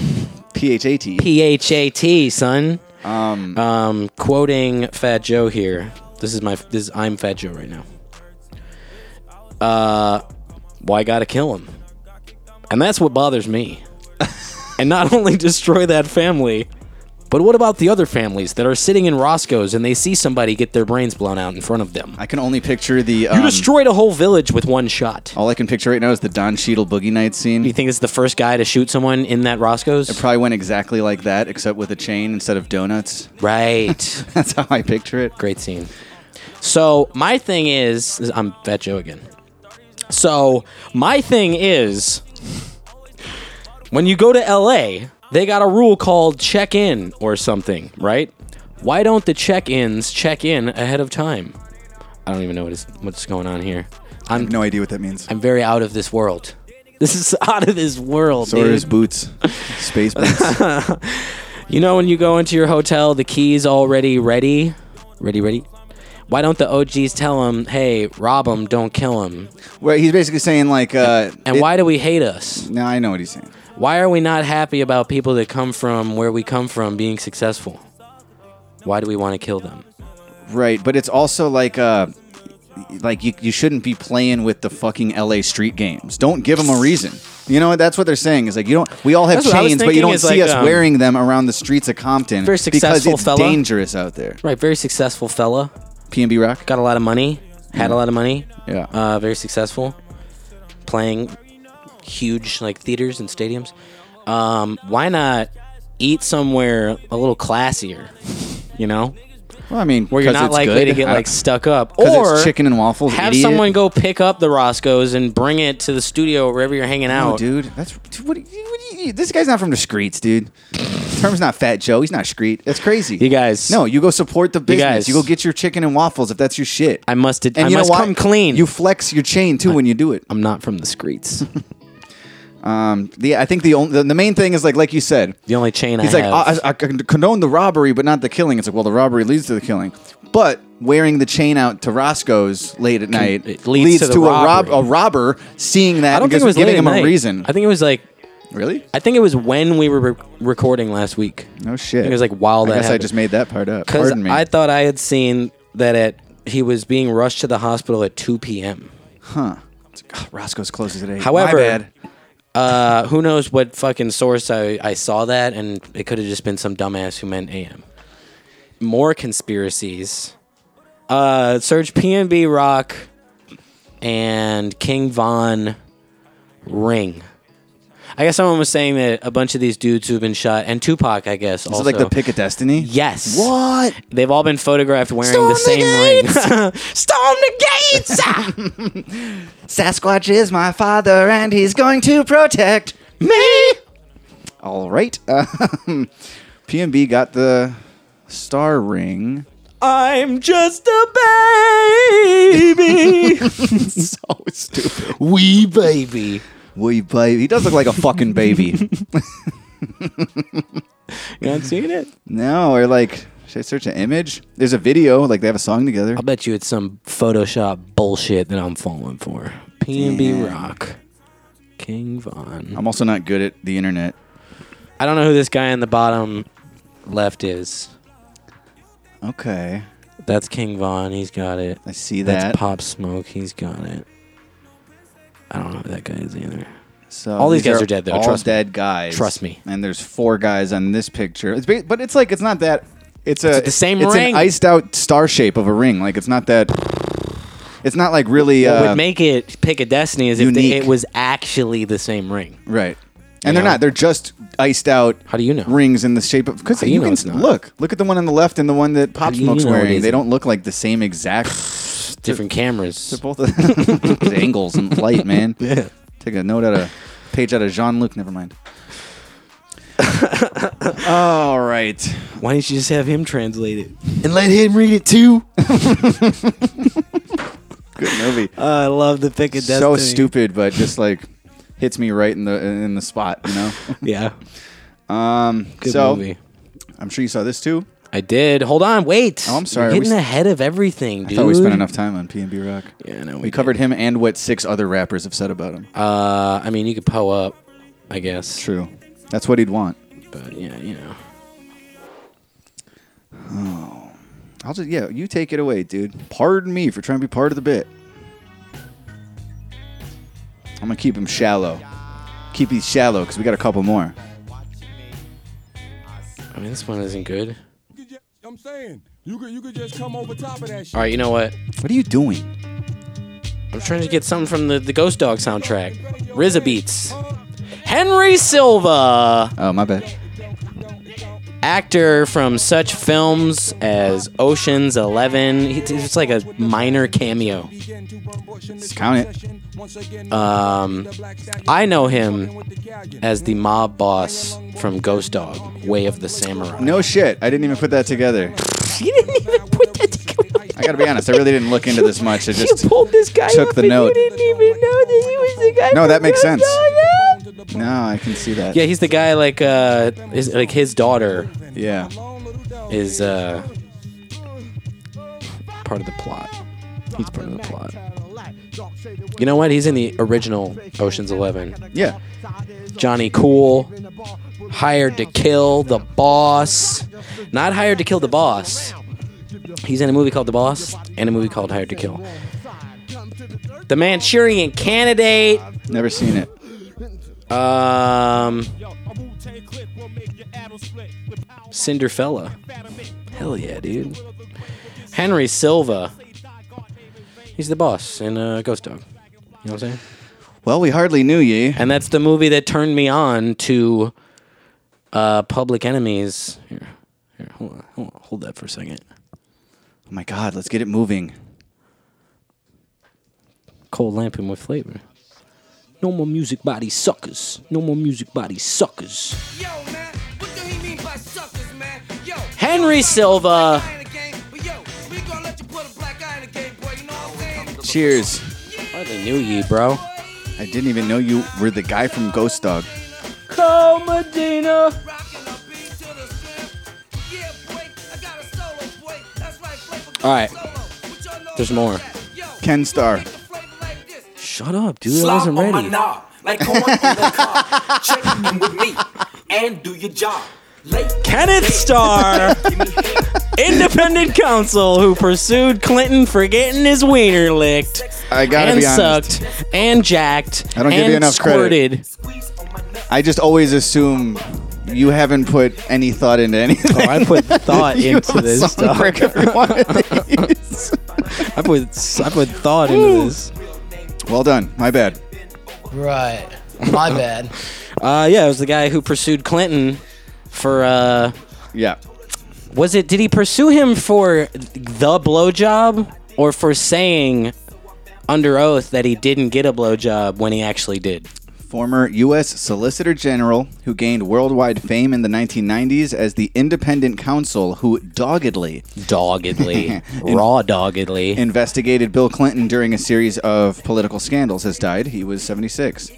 PHAT.
P H A T, son.
um,
Um, quoting Fat Joe here. This is my. This is, I'm Fat Joe right now. Uh, why gotta kill him? And that's what bothers me. and not only destroy that family, but what about the other families that are sitting in Roscoe's and they see somebody get their brains blown out in front of them?
I can only picture the.
You
Um,
destroyed a whole village with one shot.
all I can picture right now is the Don Cheadle boogie night scene.
You think it's the first guy to shoot someone in that Roscoe's?
Probably went exactly like that, except with a chain instead of donuts.
Right.
That's how I picture it.
Great scene. So my thing is, is- I'm Fat Joe again. So my thing is, when you go to LA, they got a rule called check in or something, right? Why don't the check ins check in ahead of time? I don't even know what is what's going on here. I'm
No idea what that means.
I'm very out of this world. This is out of this world.
So are
dude.
his boots, space boots.
You know when you go into your hotel, the key's already ready, ready, ready. Why don't the OGs tell them, "Hey, rob them, don't kill them"?
Where he's basically saying like, uh,
And why do we hate us?
No, I know what he's saying.
Why are we not happy about people that come from where we come from being successful? Why do we want to kill them?
Right, but it's also like uh like you, you shouldn't be playing with the fucking LA street games. Don't give them a reason. You know that's what they're saying is like you don't. We all have
That's what I was
chains, but you
thinking
don't
is,
see
like,
us
um,
wearing them around the streets of Compton
Very
because
successful
it's
fella.
dangerous out there.
Right, very successful fella,
PNB Rock.
got a lot of money, had a lot of money,
Yeah.
uh, very successful, playing huge like theaters and stadiums. Um, why not eat somewhere a little classier? You know,
Well, I mean,
where you're
'cause
not
it's
likely
good.
to get
I-
like stuck up,
'cause
or
it's chicken and waffles.
Have
idiot.
someone go pick up the Roscoe's and bring it to the studio wherever you're hanging
No,
out.
dude, that's dude, what, do you- what do you- This guy's not from the streets, dude. Term's not Fat Joe. He's not street. That's crazy. You
guys.
No, you go support the business. You,
guys.
go get your chicken and waffles if that's your shit.
I must. Ad-
and
I
you know
must
what?
come clean.
You flex your chain too when you do it.
I'm not from the streets.
um, the I think the only the, the main thing is like like you said.
The only chain
He's
I
like,
have.
I, I con- condone the robbery, but not the killing. It's like, well, the robbery leads to the killing, but wearing the chain out to Roscoe's late at night
it leads to the
to, a, rob-
robbery.
a robber seeing that.
I don't
and
think it was
giving
late
him
at
a
night.
reason.
I think it was like.
Really?
I think it was when we were re- recording last week.
No shit.
I think it was like while
I
that.
guess I
happened.
just made that part up.
Because
Pardon me.
I thought I had seen that at he was being rushed to the hospital at 2 p.m.
huh? It's like, "Oh, Roscoe's closes at eight.
However,
My bad.
Uh, who knows what fucking source I, I saw that, and it could have just been some dumbass who meant AM. More conspiracies. Uh, search PNB Rock and King Von Ring. I guess someone was saying that a bunch of these dudes who've been shot, and Tupac, I guess,
is
also
it like the pick of destiny?
Yes.
What?
They've all been photographed wearing the same ring. Storm the
gates! Sasquatch is my father, and he's going to protect me. All right. Um, PMB got the star ring.
I'm just a baby.
so stupid. Wee baby. Wee baby. He does look like a fucking baby.
you not seen it?
no, or like, should I search an image? There's a video. Like they have a song together.
I'll bet you it's some Photoshop bullshit that I'm falling for. PNB
Damn.
Rock. King Von.
I'm also not good at the internet.
I don't know who this guy in the bottom left is.
Okay.
That's King Von. He's got it.
I see that.
That's Pop Smoke. He's got it. I don't know who that guy is either.
So
all these, guys are, dead though.
All
Trust me.
dead guys.
Trust me.
And there's four guys on this picture. It's ba- but it's like it's not that. It's a
It's the same
It's
ring.
an iced out star shape of a ring. Like it's not that. It's not like really.
what
Uh,
would make it pick a destiny is if they,
unique.
it was actually the same ring.
right. And they're
know?
not. They're just iced out. How
do you know?
Rings in the shape of because
How
you,
do you know
can
it's not?
look. Look at the one on the left and the one that Pop
do you
Smoke's
know it
wearing. They
isn't?
don't look like the same exact
Different cameras.
They're both the angles and light, man. Yeah. Take a note out of page out of Jean Luc. Never mind. All right.
Why didn't you just have him translate it?
And let him read it too. Good movie.
Oh, I love the pick of destiny.
So stupid, but just like hits me right in the in the spot, you know.
Yeah.
Um.
Good
so
movie.
I'm sure you saw this too.
I did. Hold on. Wait.
Oh, I'm sorry.
You're
We
getting
s-
ahead of everything,
I
dude.
thought we spent enough time on P and B Rock.
Yeah, no,
We,
we.
covered him and what six other rappers have said about him.
Uh, I mean, you could Poe up, I guess.
True. That's what he'd want.
But yeah, you know.
Oh. I'll just yeah, you take it away, dude. Pardon me for trying to be part of the bit. I'm gonna keep him shallow. Keep these shallow because we got a couple more.
I mean, this one isn't good.
I'm saying you could you could just come over top of that shit.
All right, you know what?
What are you doing?
I'm trying to get something from the, the Ghost Dog soundtrack. RZA beats. Henry Silva,
Oh my bad.
actor from such films as Ocean's Eleven. He- It's like a minor cameo.
Let's count it.
Um, I know him as the mob boss from Ghost Dog, Way of the Samurai.
No shit. I didn't even put that together.
You didn't even put that together.
I gotta be honest. I really didn't look into this much. I just
you pulled this guy
took
up
the
and
note.
You didn't even know that he was the guy.
No,
from
that makes
Ghost
sense.
Dog.
no, I can see that.
Yeah, he's the guy like uh, his, like his daughter
Yeah.
is uh part of the plot. He's part of the plot. You know what? He's in the original Ocean's Eleven.
Yeah.
Johnny Cool, hired to kill the boss. Not hired to kill the boss. He's in a movie called The Boss and a movie called Hired to Kill. The Manchurian Candidate.
Never seen it.
Um, Cinderfella. Hell yeah, dude. Henry Silva. He's the boss in uh, Ghost Dog. You know what I'm saying?
Well, we hardly knew ye.
And that's the movie that turned me on to uh, Public Enemies. Here, here, hold on, hold on, hold that for a second.
Oh my God, let's get it moving.
Cold lamping with flavor. No more music body suckers. No more music body suckers. Henry Silva.
Cheers.
Hardly knew ye, bro.
I didn't even know you were the guy from Ghost Dog.
Call Medina.
All right. There's more.
Ken Star.
Shut up, dude. I wasn't
on my
ready.
knob, like corn on the cob. Check in with me and do your job. Late
Kenneth Starr, independent counsel who pursued Clinton for getting his wiener licked.
I gotta
and
be honest.
sucked and jacked.
I don't give
and
you enough
squirted.
credit. I just always assume you haven't put any thought into anything.
Oh, I put thought
You
into
have a
this
song
stuff.
break every one of these.
I put I put thought into this.
Well done. My bad.
Right. My bad.
Uh, yeah, it was the guy who pursued Clinton for. Uh,
yeah.
Was it? Did he pursue him for the blowjob or for saying under oath that he didn't get a blowjob when he actually did?
Former U.S. Solicitor General who gained worldwide fame in the 1990s as the independent counsel who doggedly,
doggedly, raw doggedly,
investigated Bill Clinton during a series of political scandals has died. He was 76.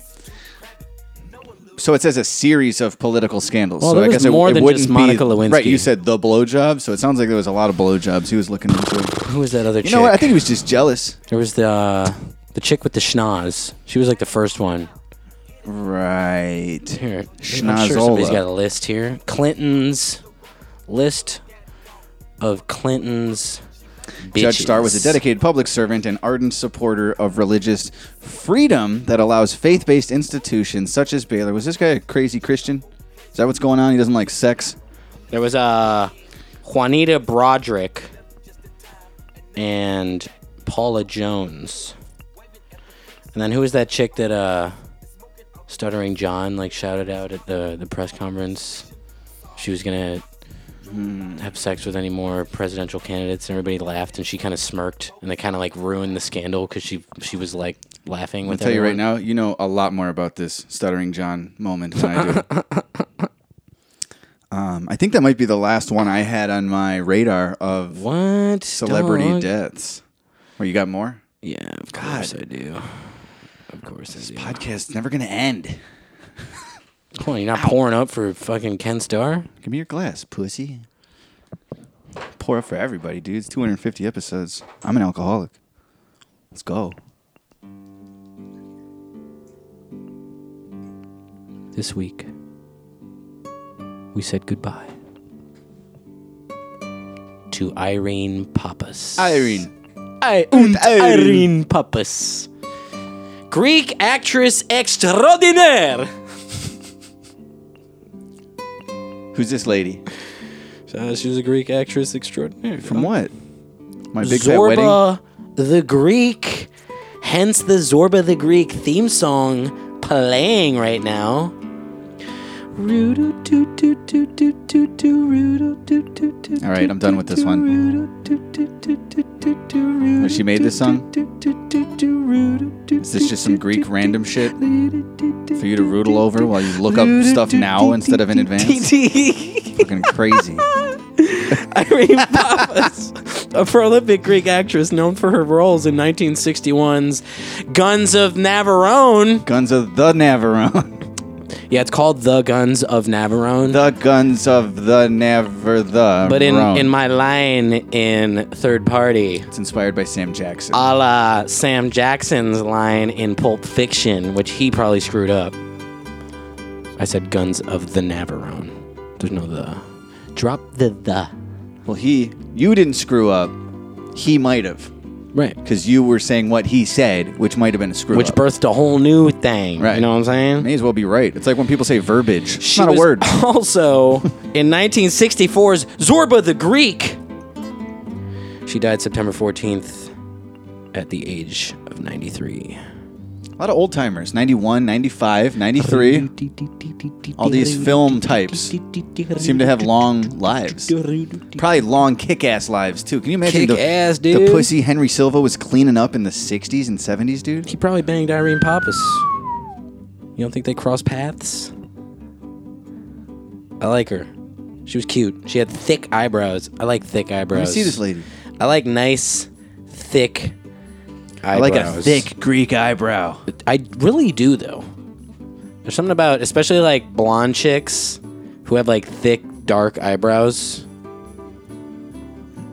So it says a series of political scandals.
Well,
so
there
I
was
guess it,
more
it
than
wouldn't
just
be-
Monica Lewinsky.
Right, you said the blowjob, so it sounds like there was a lot of blowjobs he was looking into.
Who was that other
You
chick?
know what? I think he was just jealous.
There was the uh, the chick with the schnoz. She was like the first one.
Right.
Here. I'm sure somebody's
Schnozola.
got a list here. Clinton's list of Clinton's bitches.
Judge Starr was a dedicated public servant and ardent supporter of religious freedom that allows faith based institutions such as Baylor. Was this guy a crazy Christian? Is that what's going on? He doesn't like sex?
There was uh, Juanita Broderick and Paula Jones. And then who was that chick that uh, Stuttering John like shouted out at the, the press conference? She was gonna
Hmm.
mm, have sex with any more presidential candidates, and everybody laughed, and she kind of smirked, and they kind of like ruined the scandal because she she was like laughing
I'm going
with.
to tell you right
everyone.
now, you know a lot more about this Stuttering John moment than I do. Um, I think that might be the last one I had on my radar of
what
celebrity
dog?
deaths. Well, you got more?
Yeah, of course I do. Of course, this
podcast's never gonna end.
Come on, you're not pouring up for fucking Ken Starr.
Give me your glass, pussy. Pour up for everybody, dude. It's 250 episodes. I'm an alcoholic. Let's go.
This week, we said goodbye to Irene Pappas.
Irene.
I
und
Irene. Pappas. Greek actress extraordinaire.
Who's this lady?
Uh, she was a Greek actress extraordinaire.
From what? My big fat wedding.
Zorba the Greek, hence the Zorba the Greek theme song playing right now.
All right, I'm done with this one. Has she made this song? Is this just some Greek random shit for you to roodle over while you look up stuff now instead of in advance? Fucking crazy.
Irene Pappas, a prolific Greek actress known for her roles in 1961's Guns of Navarone.
Guns of the Navarone.
Yeah, it's called The Guns of Navarone.
The Guns of the Never the.
But in,
Rone.
in my line in Third Party, it's
inspired by Sam Jackson.
A la Sam Jackson's line in Pulp Fiction, which he probably screwed up. I said Guns of the Navarone. There's no the. Drop the the.
Well, he, you didn't screw up. He might have.
Right.
Because you were saying what he said, which might have been a screw
Which
up.
birthed a whole new thing. Right. You know what I'm saying?
May as well be right. It's like when people say verbiage. It's
She
not
was
a word.
Also, in 1964's Zorba the Greek, she died September 14th at the age of 93.
A lot of old timers 91, 95, 93. All these film types seem to have long lives. Probably long kick ass lives, too. Can you imagine the,
Kick-ass,
the
dude.
pussy Henry Silva was cleaning up in the 60s and 70s, dude?
He probably banged Irene Pappas. You don't think they cross paths? I like her. She was cute. She had thick eyebrows. I like thick eyebrows.
see this lady.
I like nice, thick eyebrows.
I like a thick Greek eyebrow.
I really do, though. There's something about, especially like blonde chicks who have like thick, dark eyebrows.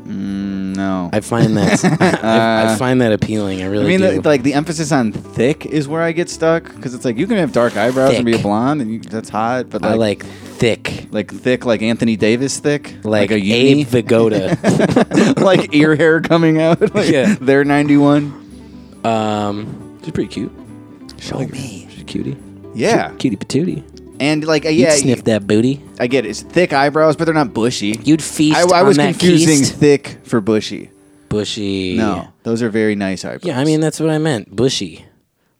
Mm, no.
I find that I, I
Uh,
find that appealing. I really
I mean,
do.
the- like the emphasis on thick is where I get stuck because it's like you can have dark eyebrows and be a
Thick.
blonde, and you, that's hot. But like,
I like thick,
like thick, like Anthony Davis thick,
like,
a uni,
Abe Vigoda.
like ear hair coming out. Like,
Yeah.
they're ninety one.
um, she's pretty cute. Show me. She's a cutie.
Yeah.
Cu- cutie patootie.
And like, uh, yeah,
You'd sniff that booty.
I get it. It's thick eyebrows, but they're not bushy.
You'd feast
I, I
on
was
that
confusing
feast.
thick for bushy.
Bushy.
No, those are very nice eyebrows.
Yeah, I mean that's what I meant. Bushy,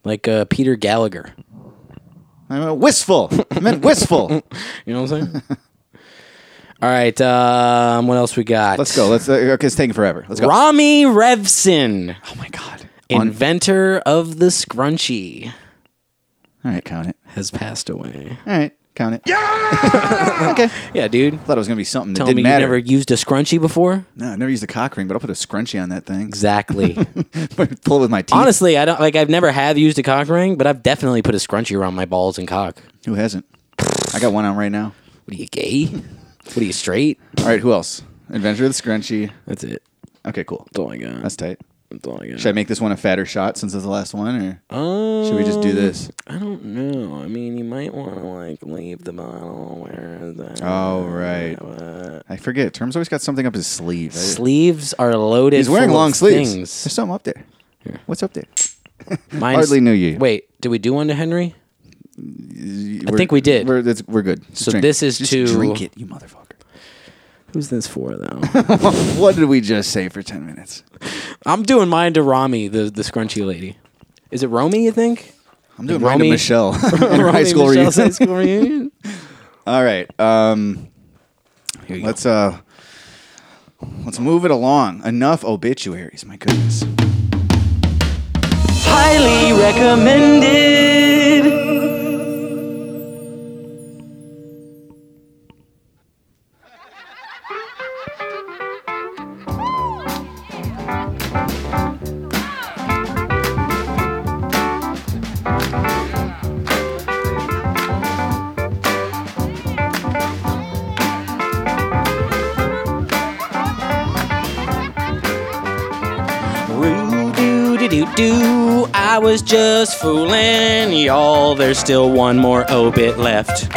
like uh, Peter Gallagher.
I meant wistful. I meant wistful.
You know what I'm saying? All right. Um, what else we got?
Let's go. Let's. Uh, okay, it's taking forever. Let's go.
Rami Revson. Oh my god. Inventor of the scrunchie
All right, count it.
has passed away.
All right, count it. Yeah. okay.
Yeah, dude.
Thought it was gonna be something that
Tell
didn't
me
matter.
you never used a scrunchie before?
No, I never used a cock ring, but I'll put a scrunchie on that thing.
Exactly.
Pull it with my teeth.
Honestly, I don't like I've never have used a cock ring, but I've definitely put a scrunchie around my balls and cock.
Who hasn't? I got one on right now.
What are you gay? what are you straight?
All right, who else? Adventure of the Scrunchie.
That's it.
Okay, cool.
That's all I got.
That's tight.
That's all I got.
Should I make this one a fatter shot since it's the last one, or
Um,
should we just do this?
I don't know. I mean, you might want to like leave the bottle where the
Oh right. I forget. Terms always got something up his sleeve. I-
sleeves are loaded.
He's wearing
full of
long sleeves.
Things.
There's something up there. What's up there?
Mine's-
Hardly knew you.
Wait, did we do one to Henry?
I
think we did.
We're, that's, we're good. Just
So
drink.
this is
Just
to
drink it, you motherfucker.
Who's this for though?
what did we just say for ten minutes?
I'm doing mine to Rami, the the scrunchy lady. Is it Romy? You think?
I'm doing mine to Michelle. in her high
Romy
school
Michelle's
reunion.
high school reunion.
All right. Um, let's uh, let's move it along. Enough obituaries. My goodness.
Highly recommended.
Doo doo doo. I was just fooling y'all. There's still one more obit left.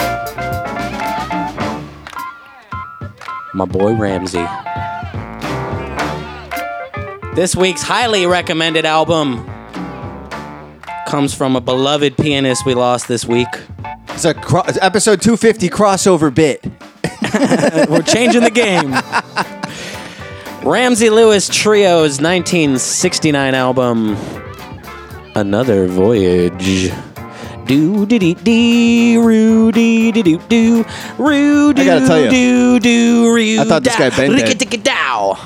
My boy Ramsey. This week's highly recommended album comes from a beloved pianist we lost this week.
It's a cro- it's episode 250 crossover bit.
We're changing the game. Ramsey Lewis Trio's 1969 album, Another Voyage. Do dee dee dee, roo dee dee doo doo, roo doo
I gotta tell you.
doo doo, roo
I thought this
da,
guy bent
ricka
it.
dicka dow.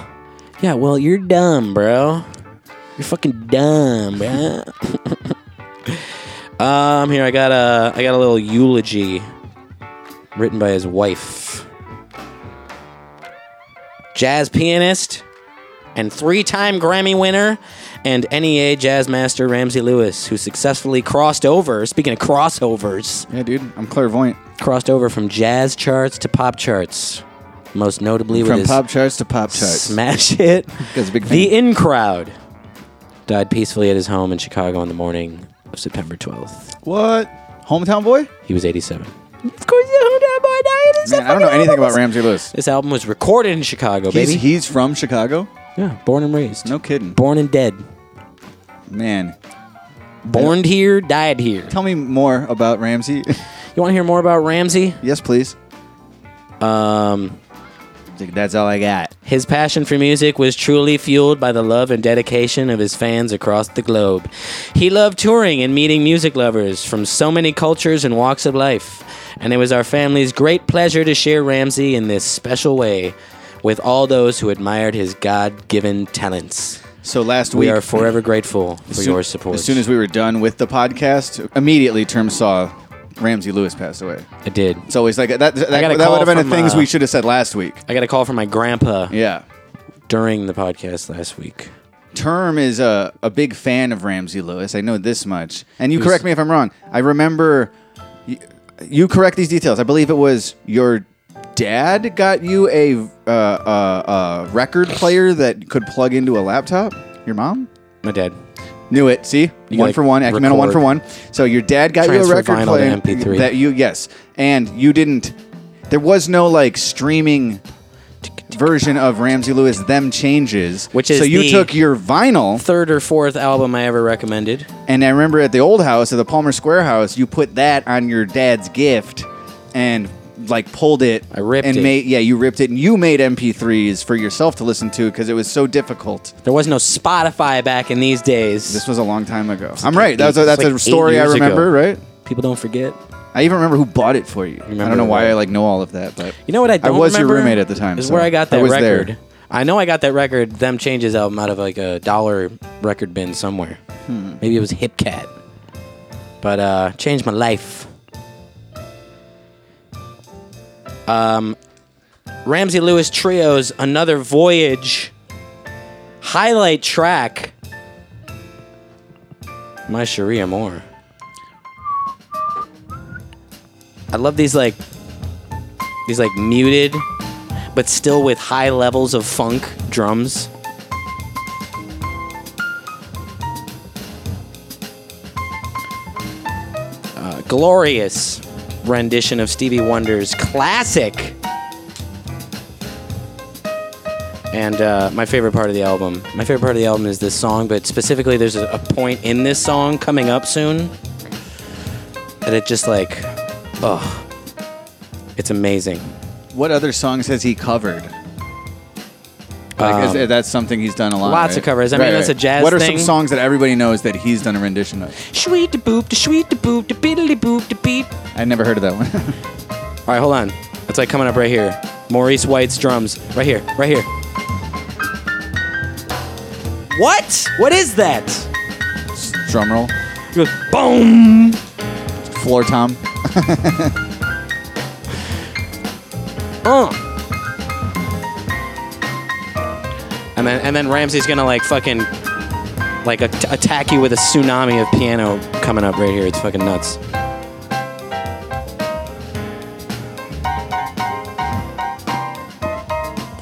Yeah, well, you're dumb, bro. You're fucking dumb, bro. um, here I got a I got a little eulogy written by his wife. Jazz pianist and three-time Grammy winner and NEA jazz master Ramsey Lewis, who successfully crossed over, speaking of crossovers,
Yeah, dude, I'm clairvoyant.
crossed over from jazz charts to pop charts, most notably with
From
his
pop charts to pop charts.
smash hit.
Because big fan.
The In Crowd died peacefully at his home in Chicago on the morning of September 12th.
what? Hometown boy?
He was 87.
Of course, you know boy died. It's
Man, I don't know anything about Ramsey Lewis.
This album was recorded in Chicago,
He's,
baby.
he's from Chicago?
yeah, born and raised.
No kidding.
Born and dead.
Man,
Born here, died here.
tell me more about Ramsey.
You want to hear more about Ramsey?
yes, please.
Um,
That's all I got.
His passion for music was truly fueled by the love and dedication of his fans across the globe. He loved touring and meeting music lovers from so many cultures and walks of life, and it was our family's great pleasure to share Ramsey in this special way with all those who admired his God given talents.
So last
we
week-
are forever grateful for
As soon-
your support.
As soon as we were done with the podcast, immediately Term saw Ramsey Lewis passed away.
It did.
It's always like that. That, that,
I got a
would
call
have been
from,
the things
uh,
we should have said last week.
I got a call from my grandpa.
Yeah.
During the podcast last week.
Term is a, a big fan of Ramsey Lewis. I know this much. And
He
you
was-
correct me if I'm wrong. I remember you, you correct these details. I believe it was your dad got you a uh, uh, uh, record player that could plug into a laptop. Your mom?
My dad.
Knew it. See,
You
one
like
for one, Acumena one
record.
for one. So your dad got you
Transfer
a record
vinyl to
player
MP3.
that you yes, and you didn't. There was no like streaming version of Ramsey Lewis. Them changes,
Which is
so you
the
took your vinyl
third or fourth album I ever recommended.
And I remember at the old house, at the Palmer Square house, you put that on your dad's gift and like pulled it. I ripped and
it.
Made, yeah, you ripped it and you made MP3s for yourself to listen to because it was so difficult.
There was no Spotify back in these days.
This was a long time ago. I'm right. That's a, that's a story I remember, right?
People don't forget.
I even remember who bought it for you. I don't know why I like know all of that, but
You know what I don't
was
remember
your roommate at the time.
Is
so
where I got that
was there.
record. I know I got that record, Them Changes album, out of like a dollar record bin somewhere.
Hmm.
Maybe it was Hip Cat. But uh changed my life. Um Ramsey Lewis Trio's Another Voyage highlight track. My Sharia Moore. I love these like these like muted but still with high levels of funk drums. Uh, glorious rendition of Stevie Wonder's classic. And uh, my favorite part of the album, my favorite part of the album is this song, but specifically, there's a, a point in this song coming up soon that it just like, ugh, it's amazing.
What other songs has he covered? Like, is-
Um,
that's something he's done a lot.
lots of
right?
covers. I mean, that's a jazz
What are
thing.
some songs that everybody knows that he's done a rendition of?
Sweet de boop, de sweet de boop, de biddly boop, de beep.
I never heard of that one.
All right, hold on. It's like coming up right here. Maurice White's drums. Right here, right here. What? What is that?
Drum roll.
It goes, boom.
Floor tom.
Uh. And then and then Ramsey's gonna like fucking like at- attack you with a tsunami of piano coming up right here. It's fucking nuts.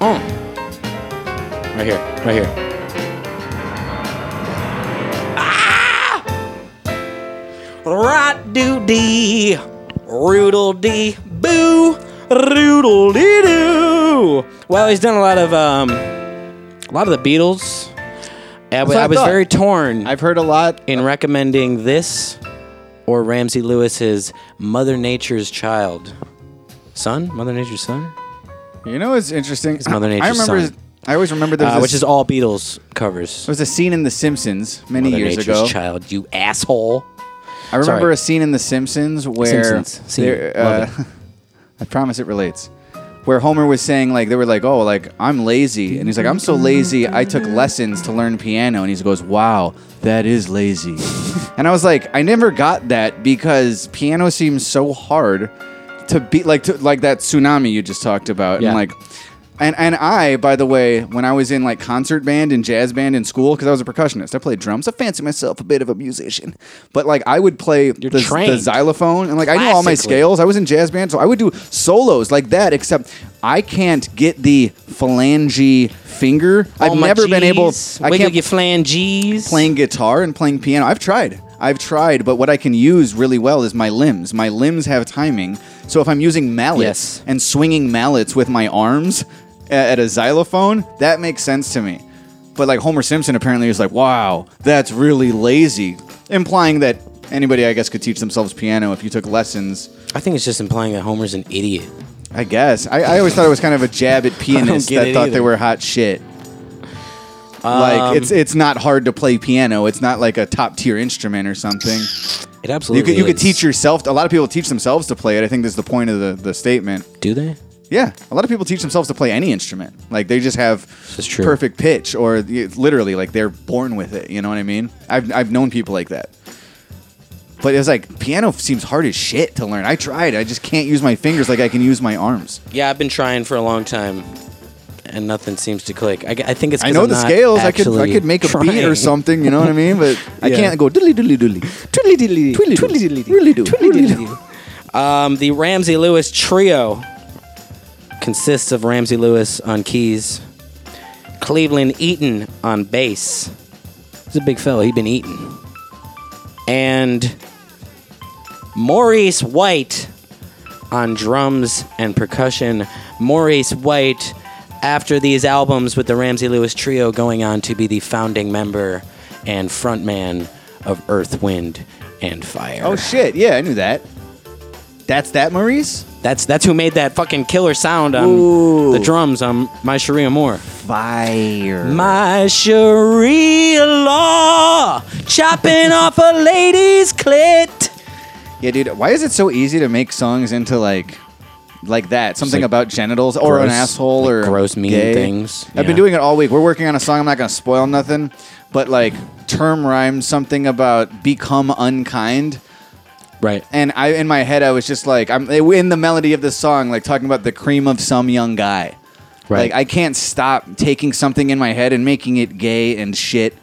Oh. Right here, right here. Right do dee, roodle dee, boo, roodle dee doo. Well, he's done a lot of um, a lot of the Beatles. I,
what I
I was
thought.
very torn.
I've heard a lot
in recommending this or Ramsey Lewis's Mother Nature's Child. Son, Mother Nature's Son,
You know what's interesting? It's
Mother
I
Nature's
remember.
Son.
I always remember there was
uh,
this,
which is all Beatles covers.
there was a scene in The Simpsons many
Mother
years
Nature's
ago.
Child, you asshole.
I remember
Sorry.
a scene in The Simpsons where
Simpsons. Scene.
there-
Love
uh, I promise it relates. Where Homer was saying like they were like, "Oh, like I'm lazy." And he's like, "I'm so lazy. I took lessons to learn piano." And he goes, "Wow, that is lazy." and I was like, "I never got that because piano seems so hard to beat like to, like that tsunami you just talked about."
Yeah.
And like and and I, by the way, when I was in like concert band and jazz band in school, because I was a percussionist, I played drums. I fancy myself a bit of a musician, but like I would play the, the
trained.
xylophone and like I knew all my
Classically.
scales. I was in jazz band, so I would do solos like that. Except I can't get the phalange finger. I've
All Oh, my
never been able.
Gs,
I
wiggle
can't
your flanges.
playing guitar and playing piano. I've tried. I've tried, but what I can use really well is my limbs. My limbs have timing. So if I'm using mallets and swinging mallets with my arms a- at a xylophone, that makes sense to me. But like Homer Simpson apparently was like, wow, that's really lazy, implying that anybody, I guess, could teach themselves piano if you took lessons.
I think it's just implying that Homer's an idiot.
I guess. I, I always thought it was kind of a jab at pianists
get
that
it
thought they
either.
were hot shit.
Um,
like it's it's not hard to play piano. It's not like a top tier instrument or something.
It absolutely
you could you could
is.
teach yourself. A lot of people teach themselves to play it. I think this is the point of the, the statement.
Do they?
Yeah, a lot of people teach themselves to play any instrument. Like they just have perfect pitch, or y- literally like they're born with it. You know what I mean? I've I've known people like that. But it's like piano seems hard as shit to learn. I tried. I just can't use my fingers like I can use my arms.
Yeah, I've been trying for a long time, and nothing seems to click. I, g- I think it's. 'cause
I know
I'm
the
not
scales. I could I
actually
could make a beat
trying.
or something. You know what I mean? But I
Yeah.
can't go diddly diddly diddly.
Twiddly diddly, twiddly diddly,
really do,
twiddly diddly. Um, the Ramsey Lewis trio consists of Ramsey Lewis on keys, Cleveland Eaton on bass. He's a big fella. He'd been eating, and Maurice White on drums and percussion. Maurice White, after these albums with the Ramsey Lewis Trio, going on to be the founding member and frontman of Earth, Wind, and Fire.
Oh shit! Yeah, I knew that. That's that, Maurice.
That's that's who made that fucking killer sound on the drums on um, My Sharia Moore.
Fire.
My Sharia law, chopping off a lady's clit.
Yeah, dude. Why is it so easy to make songs into like, like that? Something about genitals or an
gross-
asshole
like
or
gross, mean
gay.
things.
I've
Yeah.
been doing it all week. We're working on a song. I'm not gonna spoil nothing, but like term rhymes something about become unkind.
Right.
And I in my head I was just like I'm in the melody of this song like talking about the cream of some young guy.
Right.
Like I can't stop taking something in my head and making it gay and shit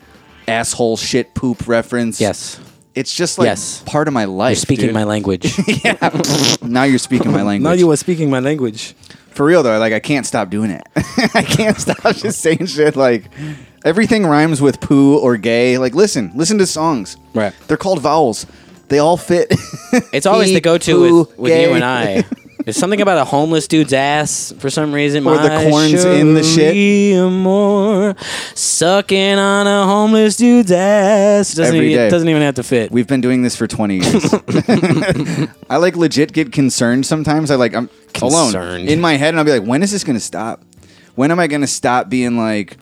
asshole shit poop reference.
Yes.
It's just like
Yes.
part of my life.
You're speaking
dude.
my language.
yeah. now you're speaking my language.
now you are speaking my language.
For real though, like I can't stop doing it. I can't stop just saying shit like everything rhymes with poo or gay. Like listen, listen to songs.
Right.
They're called vowels. They all fit.
It's always
Pee,
the
poo,
go-to with, with
gay.
you and I. There's something about a homeless dude's ass for some reason.
Or the
My
corns in the shit.
Sharia Moore, sucking on a homeless dude's ass. Doesn't
Every
even,
day.
Doesn't even have to fit.
We've been doing this for 20 years. I like legit get concerned sometimes. I like I'm alone
Concerned.
in my head and I'll be like when is this going to stop? When am I going to stop being like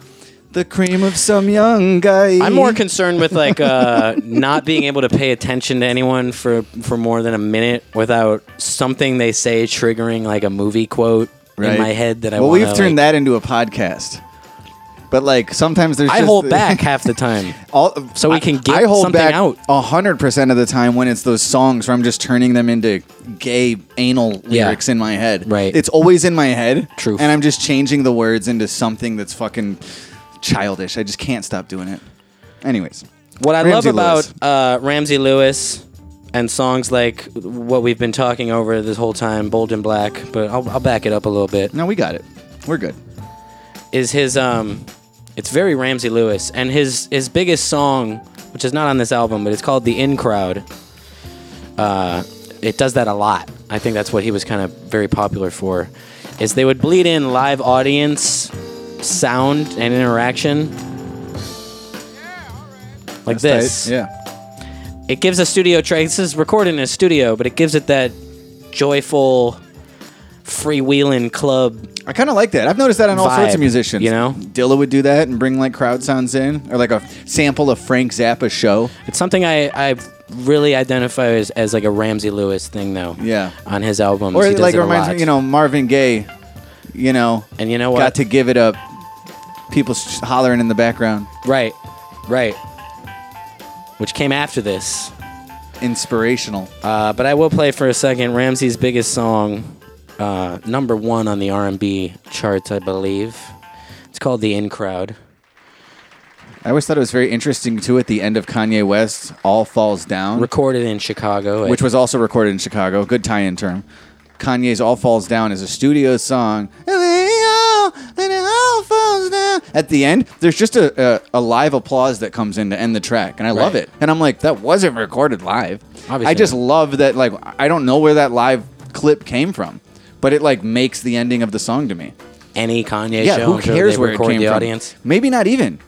the cream of some young guy?
I'm more concerned with like uh, not being able to pay attention to anyone for for more than a minute without something they say triggering like a movie quote in my head that I.
Well,
wanna,
we've turned
like-
that into a podcast. But like sometimes there's
I
just
hold back half the time.
All,
So we can get
I hold
something
back
out.
hundred percent of the time when it's those songs where I'm just turning them into gay anal
Yeah.
lyrics in my head.
Right.
It's always in my head.
True.
And I'm just changing the words into something that's fucking childish. I just can't stop doing it. Anyways.
What I
Ramsey
love
Lewis.
about uh, Ramsey Lewis and songs like what we've been talking over this whole time, Bold and Black, but I'll, I'll back it up a little bit.
No, we got it. We're good.
Is his um, it's very Ramsey Lewis, and his his biggest song, which is not on this album, but it's called "The In Crowd." Uh, it does that a lot. I think that's what he was kind of very popular for, is they would bleed in live audience sound and interaction. Like this
That's tight. Yeah.
it gives a studio track. This is recorded in a studio, but it gives it that joyful, freewheeling club.
I kind of like that. I've noticed that on all sorts of
Vibe,
musicians.
you know?
Dilla would do that and bring like crowd sounds in, or like a sample of Frank Zappa show.
It's something I, I really identify as, as like a Ramsey Lewis thing, though.
Yeah.
On his albums,
Or
he does
like
it a
reminds
lot.
me, you know, Marvin Gaye, you know,
and you know what?
got to give it up. People s- hollering in the background,
right, right. Which came after this.
inspirational.
Uh, but I will play for a second Ramsey's biggest song, uh, number one on the R&B charts, I believe. It's called "The In Crowd."
I always thought it was very interesting too. At the end of Kanye West, "All Falls Down,"
Recorded in Chicago, eh? at-
which was also recorded in Chicago. Good tie-in term. Kanye's "All Falls Down" is a studio song. At the end, there's just a, a, a live applause that comes in to end the track, and I love
Right.
it. And I'm like, that wasn't recorded live.
Obviously
I just
not.
love that. Like, I don't know where that live clip came from, but it like makes the ending of the song to me.
any Kanye
yeah,
show.
who
I'm sure
cares
they
where it
record
came
the
from?
audience.
Maybe not even.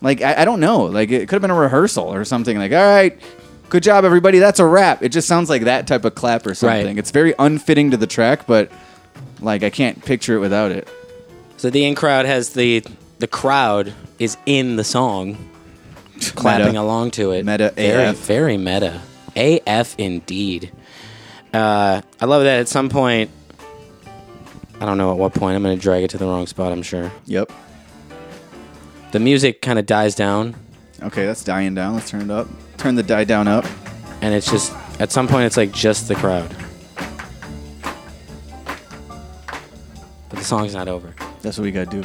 Like, I, I don't know. Like, it could have been a rehearsal or something. Like, all right, good job, everybody. That's a wrap. It just sounds like that type of clap or something. It's very unfitting to the track, but Like I can't picture it without it.
So the in crowd has the the crowd is in the song, clapping along to it. Meta very,
AF.
very meta. AF indeed. Uh, I love that. At some point, I don't know at what point. I'm going to drag it to the wrong spot. I'm sure.
Yep.
The music kind of dies down.
Okay, that's dying down. Let's turn it up. Turn the die down up.
And it's just at some point it's like just the crowd. But the song's not over.
That's what we gotta do.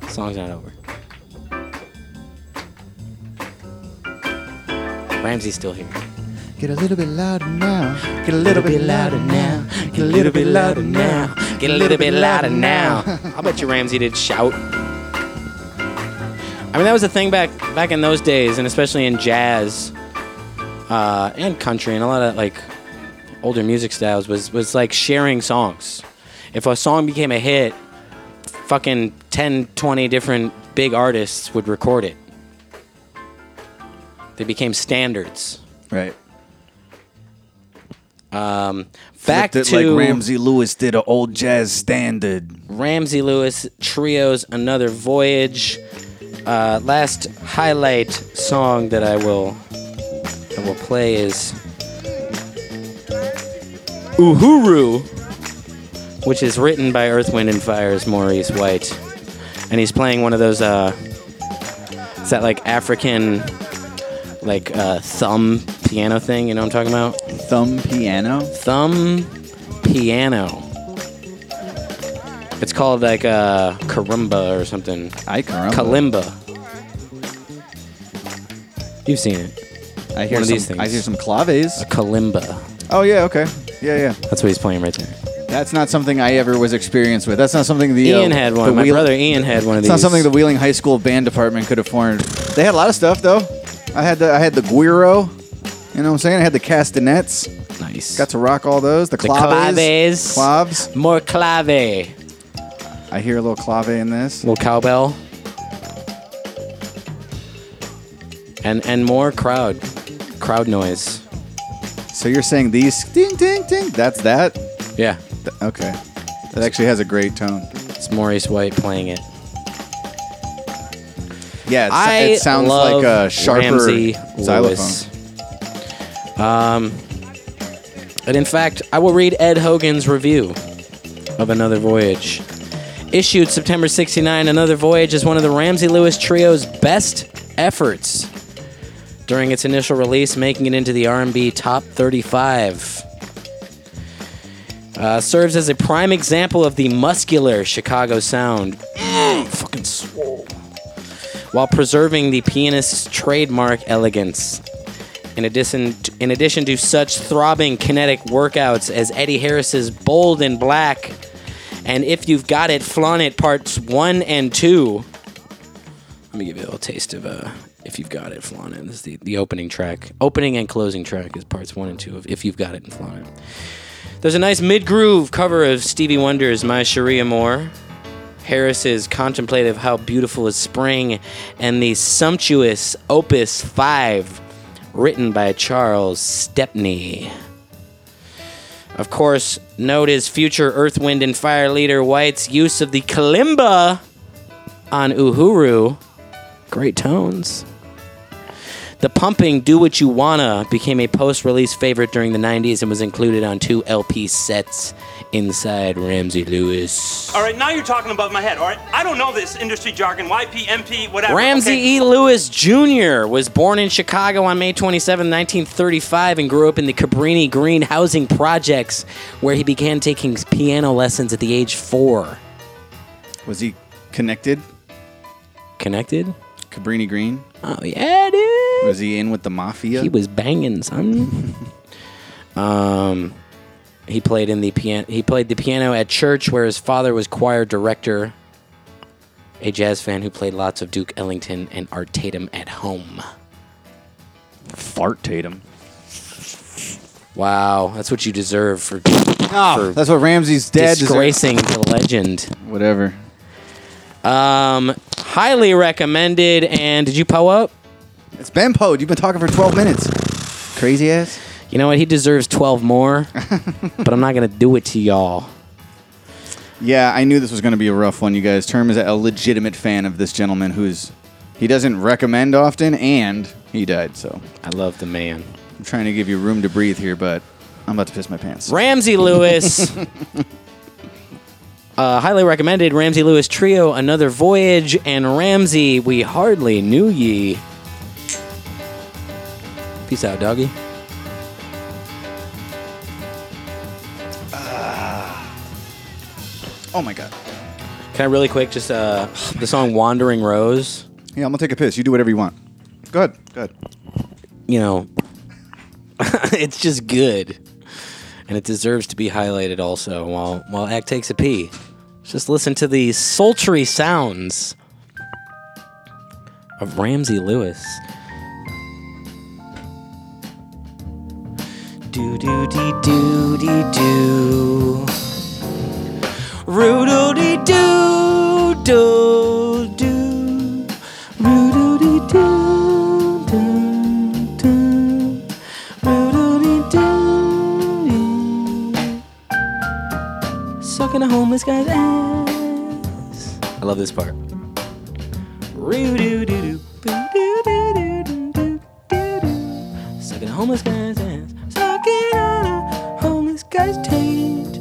The song's not over. Ramsey's still here.
Get a little bit louder now. Get a
little bit louder now. Get a little bit louder now. Get a little bit louder now. I bet you Ramsey did shout. I mean, that was a thing back back in those days, and especially in jazz uh, and country and a lot of like older music styles was was like sharing songs. If a song became a hit, fucking 10, 20 different big artists would record it. They became standards.
Right.
Um, back
Flipped
to
it like Ramsey Lewis did an old jazz standard.
Ramsey Lewis Trios Another Voyage. Uh, last highlight song that I will I will play is Uhuru, which is written by Earth, Wind, and Fire's Maurice White. And he's playing one of those, uh, it's that like African, like uh, thumb piano thing, you know what I'm talking about?
Thumb piano?
Thumb piano. It's called like uh, Karimba or something.
I Karimba.
Kalimba. You've seen it.
I hear
One of these
some-
things.
I hear some claves.
A kalimba.
Oh yeah, okay. Yeah, yeah.
That's what he's playing right there.
That's not something I ever was experienced with. That's not something the uh,
Ian had one.
the
My
Wheel-
brother Ian had one of
It's
these.
not something the Wheeling High School band department could have formed. They had a lot of stuff though. I had the I had the guiro. You know what I'm saying? I had the castanets.
Nice.
Got to rock all those. The,
The
claves.
claves. More clave.
I hear a little clave in this.
Little cowbell. And and more crowd, crowd noise.
So you're saying these ding ding ding? That's that?
Yeah.
Th- okay. That actually has a great tone.
It's Maurice White playing it.
Yeah, it's,
I
it sounds
love
like a sharper
Ramsey Lewis.
xylophone.
Um, and in fact, I will read Ed Hogan's review of Another Voyage. Issued September 69, Another Voyage is one of the Ramsey Lewis Trio's best efforts during its initial release, making it into the R&B Top 35. Uh, serves as a prime example of the muscular Chicago sound. Mm, fucking swole while preserving the pianist's trademark elegance. In addition, in addition to such throbbing kinetic workouts as Eddie Harris's Bold and Black and If You've Got It, Flaunt It Parts 1 and 2. Let me give you a little taste of uh, If You've Got It, Flaunt It. This is the, the opening track. Opening and closing track is parts 1 and 2 of If You've Got It and Flaunt It. There's a nice mid groove cover of Stevie Wonder's My Sharia Moore. Harris's contemplative How Beautiful is Spring and the sumptuous Opus 5, written by Charles Stepney. Of course, note his future Earth, Wind, and Fire leader White's use of the kalimba on Uhuru. Great tones. The pumping Do What You Wanna became a post release favorite during the 90s and was included on two LP sets inside Ramsey Lewis.
All right, now you're talking above my head. All right, I don't know this industry jargon. YP, MP, whatever.
Ramsey
okay?
E. Lewis Jr. was born in Chicago on May 27, 1935, and grew up in the Cabrini Green housing projects, where he began taking piano lessons at the age four.
Was he connected?
Connected?
Cabrini Green?
Oh yeah, dude.
Was he in with the mafia?
He was banging son. um, he played in the pian- He played the piano at church, where his father was choir director, a jazz fan who played lots of Duke Ellington and Art Tatum at home.
Fart Tatum.
Wow, that's what you deserve for. for
Ah, That's what Ramsey's dad
disgracing the legend.
Whatever.
Um, highly recommended. And did you po up?
It's Ben poed. You've been talking for 12 minutes. Crazy ass.
You know what? He deserves 12 more, but I'm not going to do it to y'all.
Yeah, I knew this was going to be a rough one, you guys. Term is a legitimate fan of this gentleman who's he doesn't recommend often, and he died. So
I love the man.
I'm trying to give you room to breathe here, but I'm about to piss my pants.
Ramsey Lewis. Uh, highly recommended Ramsey Lewis Trio, Another Voyage, and Ramsey, We Hardly Knew Ye. Peace out, doggy.
Ah. oh my god.
Can I really quick just uh, the song Wandering Rose?
Yeah, I'm gonna take a piss. You do whatever you want. Go ahead. Go ahead.
You know, it's just good. And it deserves to be highlighted also while while Act takes a pee. Just listen to the sultry sounds of Ramsey Lewis. Do do dee do dee do. Roodle dee doo doo doo. Roodle dee doo doo doo. Roodle dee doo. Sucking a homeless guy's ass. I love this part. Roo doo doo doo. Boo doo doo doo doo doo doo doo. Sucking a homeless guy's ass. Sucking on a homeless guy's taint.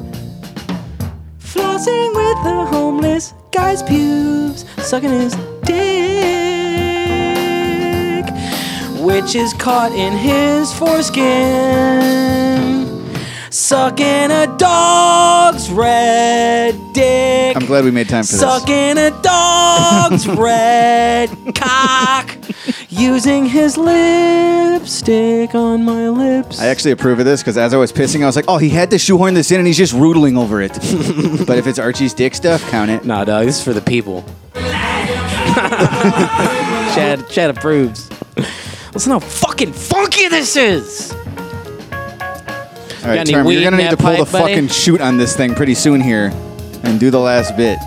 Flossing with a homeless guy's pubes, sucking his dick, which is caught in his foreskin. Sucking a dog's red dick.
I'm glad we made time for this.
Sucking a dog's red cock. Using his lipstick on my lips.
I actually approve of this because as I was pissing, I was like, "Oh, he had to shoehorn this in, and he's just roodling over it." but if it's Archie's dick stuff, count it.
Nah, dog, this is for the people. Chad, Chad approves. Listen how fucking funky this is.
All right,
Got any
Term,
weed
you're gonna
in
need to
that
pull
pipe,
the
buddy?
fucking shoot on this thing pretty soon here, and do the last bit.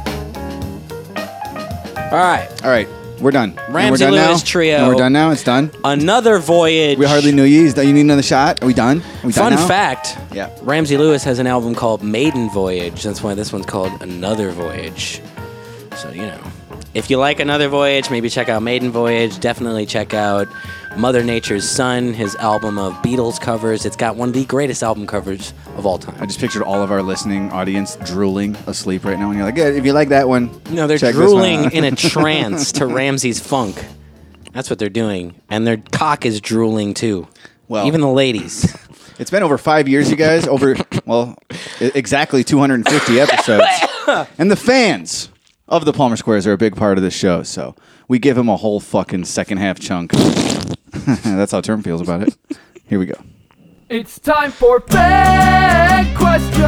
All right.
All right, we're done. And
Ramsey
we're done
Lewis
now.
Trio.
And we're done now. It's done.
Another voyage.
We hardly knew you. Is that you need another shot? Are we done? Are we
Fun
done now?
fact.
Yeah.
Ramsey Lewis has an album called Maiden Voyage. That's why this one's called Another Voyage. So, you know. If you like Another Voyage, maybe check out Maiden Voyage. Definitely check out Mother Nature's Son, his album of Beatles covers. It's got one of the greatest album covers of all time.
I just pictured all of our listening audience drooling asleep right now, and you're like, "Yeah, if you like that one."
No, they're
check this one
drooling
out."
in a trance to Ramsey's funk. That's what they're doing. And their cock is drooling too.
Well-
even the ladies.
It's been over five years, you guys. Over, well, e- exactly 250 episodes. and the fans of the Palmer Squares are a big part of this show, so we give them a whole fucking second half chunk. That's how Term feels about it. Here we go.
It's time for bad question.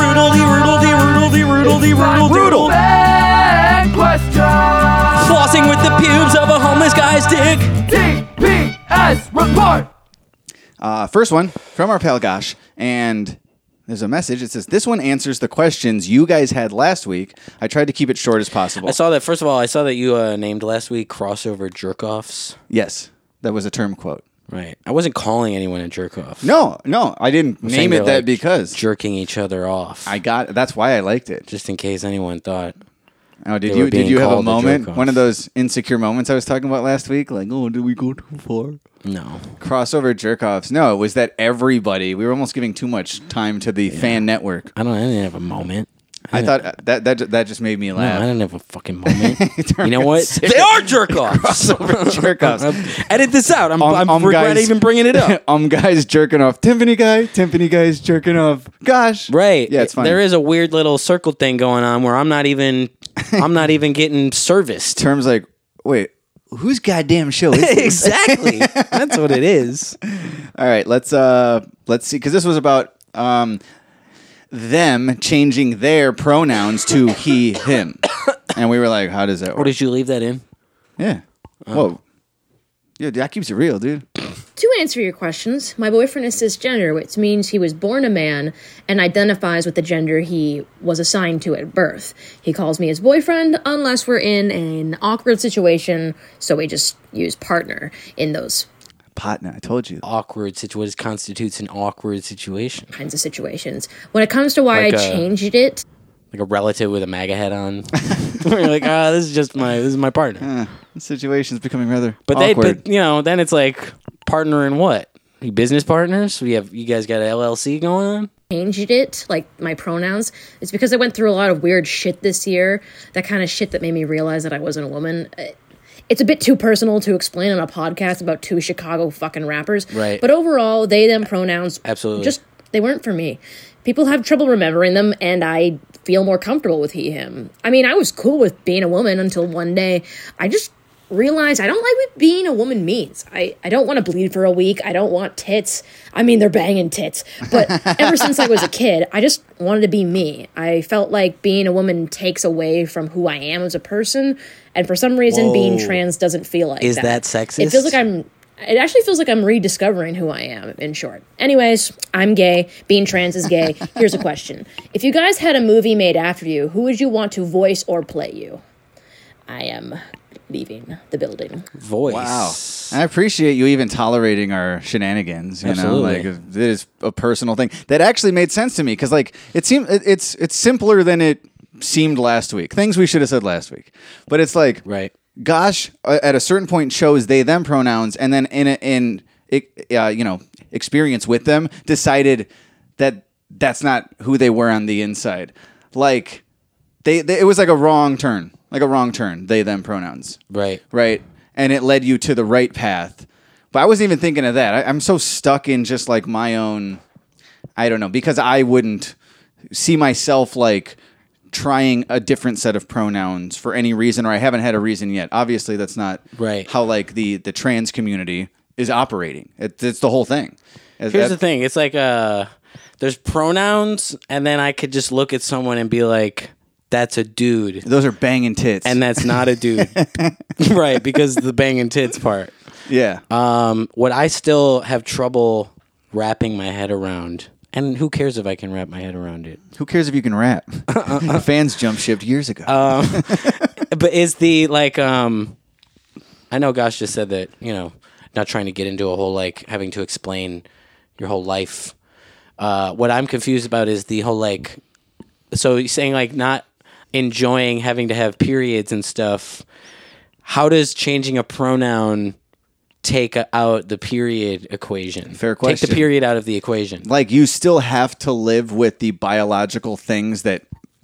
Roodle dee roodle dee roodle dee roodle dee
roodle doodle.
Bad question.
Flossing with the pubes of a homeless guy's dick.
DPS report.
Uh, first one from our pal Gosh, and there's a message. It says, "This one answers the questions you guys had last week. I tried to keep it short as possible."
I saw that. First of all, I saw that you uh, named last week crossover jerkoffs.
Yes, that was a term quote.
Right. I wasn't calling anyone a jerkoff.
No, no, I didn't
I'm saying
name it
they're,
that
like,
because
jerking each other off.
I got. That's why I liked it.
Just in case anyone thought.
Oh, did
they
you
were
did
being
you have a
called a
moment?
jerk-off.
One of those insecure moments I was talking about last week? Like, oh, did we go too far?
No.
Crossover jerk offs. No, it was that everybody. We were almost giving too much time to the fan network.
I don't. I didn't have a moment.
I thought uh, that that ju- that just made me
No, I
laugh.
didn't have a fucking moment. you know what?
serious.
They are jerkoffs.
Crossover jerk-offs.
Edit this out. I'm, I'm
um,
regretting
guys-
even bringing it up.
um, guys jerking off. Timpani guy. Timpani guy's jerking off. Gosh.
Right.
Yeah, it's fine.
There is a weird little circle thing going on where I'm not even. I'm not even getting serviced.
Terms like, wait, whose goddamn show is this?
exactly. That's what it is.
All right, let's uh let's see cuz this was about um them changing their pronouns to he him. And we were like, how does that
Or
work?
did you leave that in? Uh-huh.
Yeah. Whoa. Yeah, that keeps it real, dude.
To answer your questions, my boyfriend is cisgender, which means he was born a man and identifies with the gender he was assigned to at birth. He calls me his boyfriend unless we're in an awkward situation, so we just use partner in those
Potna, I told you.
Awkward situation constitutes an awkward situation.
kinds of situations. When it comes to why
Like,
I
uh,
changed it,
like a relative with a MAGA hat on. We're like, ah, this is just my this is my partner.
the situation's becoming rather
But they,
awkward.
but you know, then it's like partner in what? You business partners? We have you guys got an LLC going on?
changed it, like my pronouns, it's because I went through a lot of weird shit this year. That kind of shit that made me realize that I wasn't a woman. Uh, It's a bit too personal to explain on a podcast about two Chicago fucking rappers.
Right.
But overall, they, them pronouns,
Absolutely.
just, they weren't for me. People have trouble remembering them, and I feel more comfortable with he, him. I mean, I was cool with being a woman until one day I just realized I don't like what being a woman means. I, I don't want to bleed for a week. I don't want tits. I mean, they're banging tits. But ever since I was a kid, I just wanted to be me. I felt like being a woman takes away from who I am as a person. And for some reason, being
Whoa.
trans doesn't feel like
Is
that
that sexist?
It feels like I'm. It actually feels like I'm rediscovering who I am, in short. Anyways, I'm gay. Being trans is gay. Here's a question If you guys had a movie made after you, who would you want to voice or play you? I am leaving the building.
voice.
Wow. I appreciate you even tolerating our shenanigans. You
Absolutely.
know, like it is a personal thing that actually made sense to me because, like, it seemed it, it's it's simpler than it seemed last week. Things we should have said last week, but it's like,
right?
Gosh, uh, at a certain point, chose they them pronouns, and then in a, in it, uh, you know experience with them, decided that that's not who they were on the inside. Like they, they it was like a wrong turn like a wrong turn they them pronouns
right
right and it led you to the right path but i wasn't even thinking of that I, i'm so stuck in just like my own i don't know because i wouldn't see myself like trying a different set of pronouns for any reason or i haven't had a reason yet obviously that's not
Right.
how like the the trans community is operating it, it's the whole thing As-
Here's
that-
the thing. It's like uh there's pronouns and then I could just look at someone and be like that's a dude.
Those are banging tits.
And that's not a dude. right, because the banging tits part.
Yeah.
Um what I still have trouble wrapping my head around. And who cares if I can wrap my head around it?
who cares if you can rap fans jump shipped years ago
Um, but is the like um, I know Gosh just said that you know not trying to get into a whole like having to explain your whole life. Uh, what I'm confused about is the whole like so you're saying like not enjoying having to have periods and stuff. How does changing a pronoun take out the period equation? Fair
question.
Take the period out of the equation.
Like you still have to live with the biological things that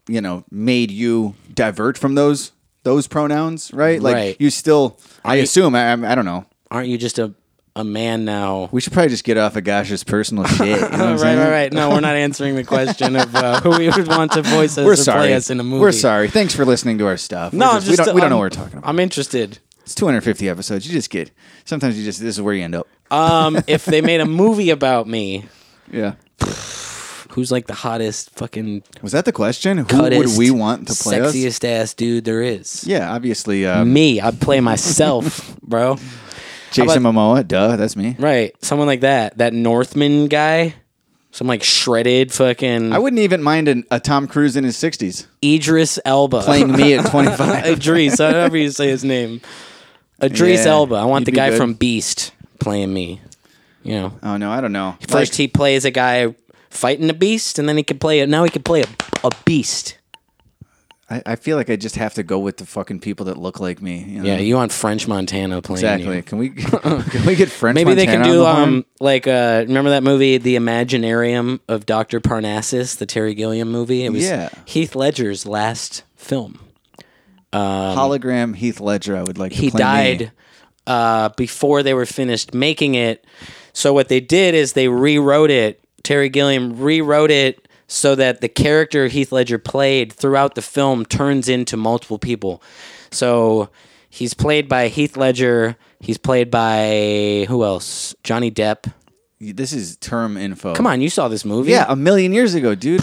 you know made you divert from those those pronouns, right? Like
Right.
you still. I assume. I, I I don't know.
Aren't you just a a man now?
We should probably just get off of Gosh's personal shit. You know what I'm
right,
saying?
right, right. No, we're not answering the question of uh, who we would want to voice us
We're
or
sorry.
play us in a movie.
We're sorry. Thanks for listening to our stuff.
No,
We're
I'm
just-
just,
we don't, we don't know
I'm-
what we're talking about.
I'm interested.
It's 250 episodes. You just get. Sometimes you just. This is where you end up.
Um, if they made a movie about me,
Yeah.
who's like the hottest fucking
Was that the question? Who would
cuttest,
we want to play us?
sexiest ass dude there is?
Yeah, obviously. Uh,
me. I'd play myself, bro.
Jason
about-
Momoa. Duh, that's me.
Right, someone like that, that Northman guy, some like shredded fucking.
I wouldn't even mind an, a Tom Cruise in his 60s.
Idris Elba
Playing me at 25.
Idris, however you say his name. Idris
Yeah,
Elba. I want
you'd
the
be
guy
good.
from Beast playing me. You know.
Oh no, I don't know.
First he plays a guy fighting a beast, and then he can play it. Now he can play a, a beast.
I, I feel like I just have to go with the fucking people that look like me. You know?
Yeah, you want French Montana playing
exactly.
you.
Can we can we get French?
Maybe they can
Montana
do
on the horn?
um like uh remember that movie The Imaginarium of Dr. Parnassus, the Terry Gilliam movie? It was
Yeah.
Heath Ledger's last film. Um,
hologram Heath Ledger. I would like.
he
to play me.
died uh, before they were finished making it. So what they did is they rewrote it. Terry Gilliam rewrote it so that the character Heath Ledger played throughout the film turns into multiple people. So he's played by Heath Ledger. He's played by who else? Johnny Depp.
This is term info.
Come on, you saw this movie?
Yeah, a million years ago, dude.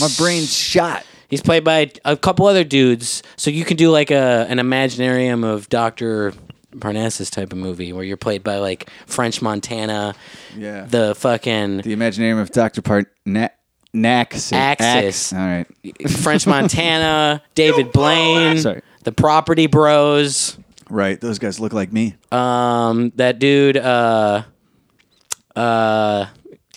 My brain's shot.
He's played by a couple other dudes, so you can do like a an imaginarium of Doctor Parnassus type of movie where you're played by like French Montana,
Yeah.
the fucking
The Imaginarium of Doctor Part Na- Naxis.
Axis.
Ax- All right.
French Montana, David Blaine,
Sorry.
the Property Bros,
Right. Those guys look like me.
um, that dude, uh, uh,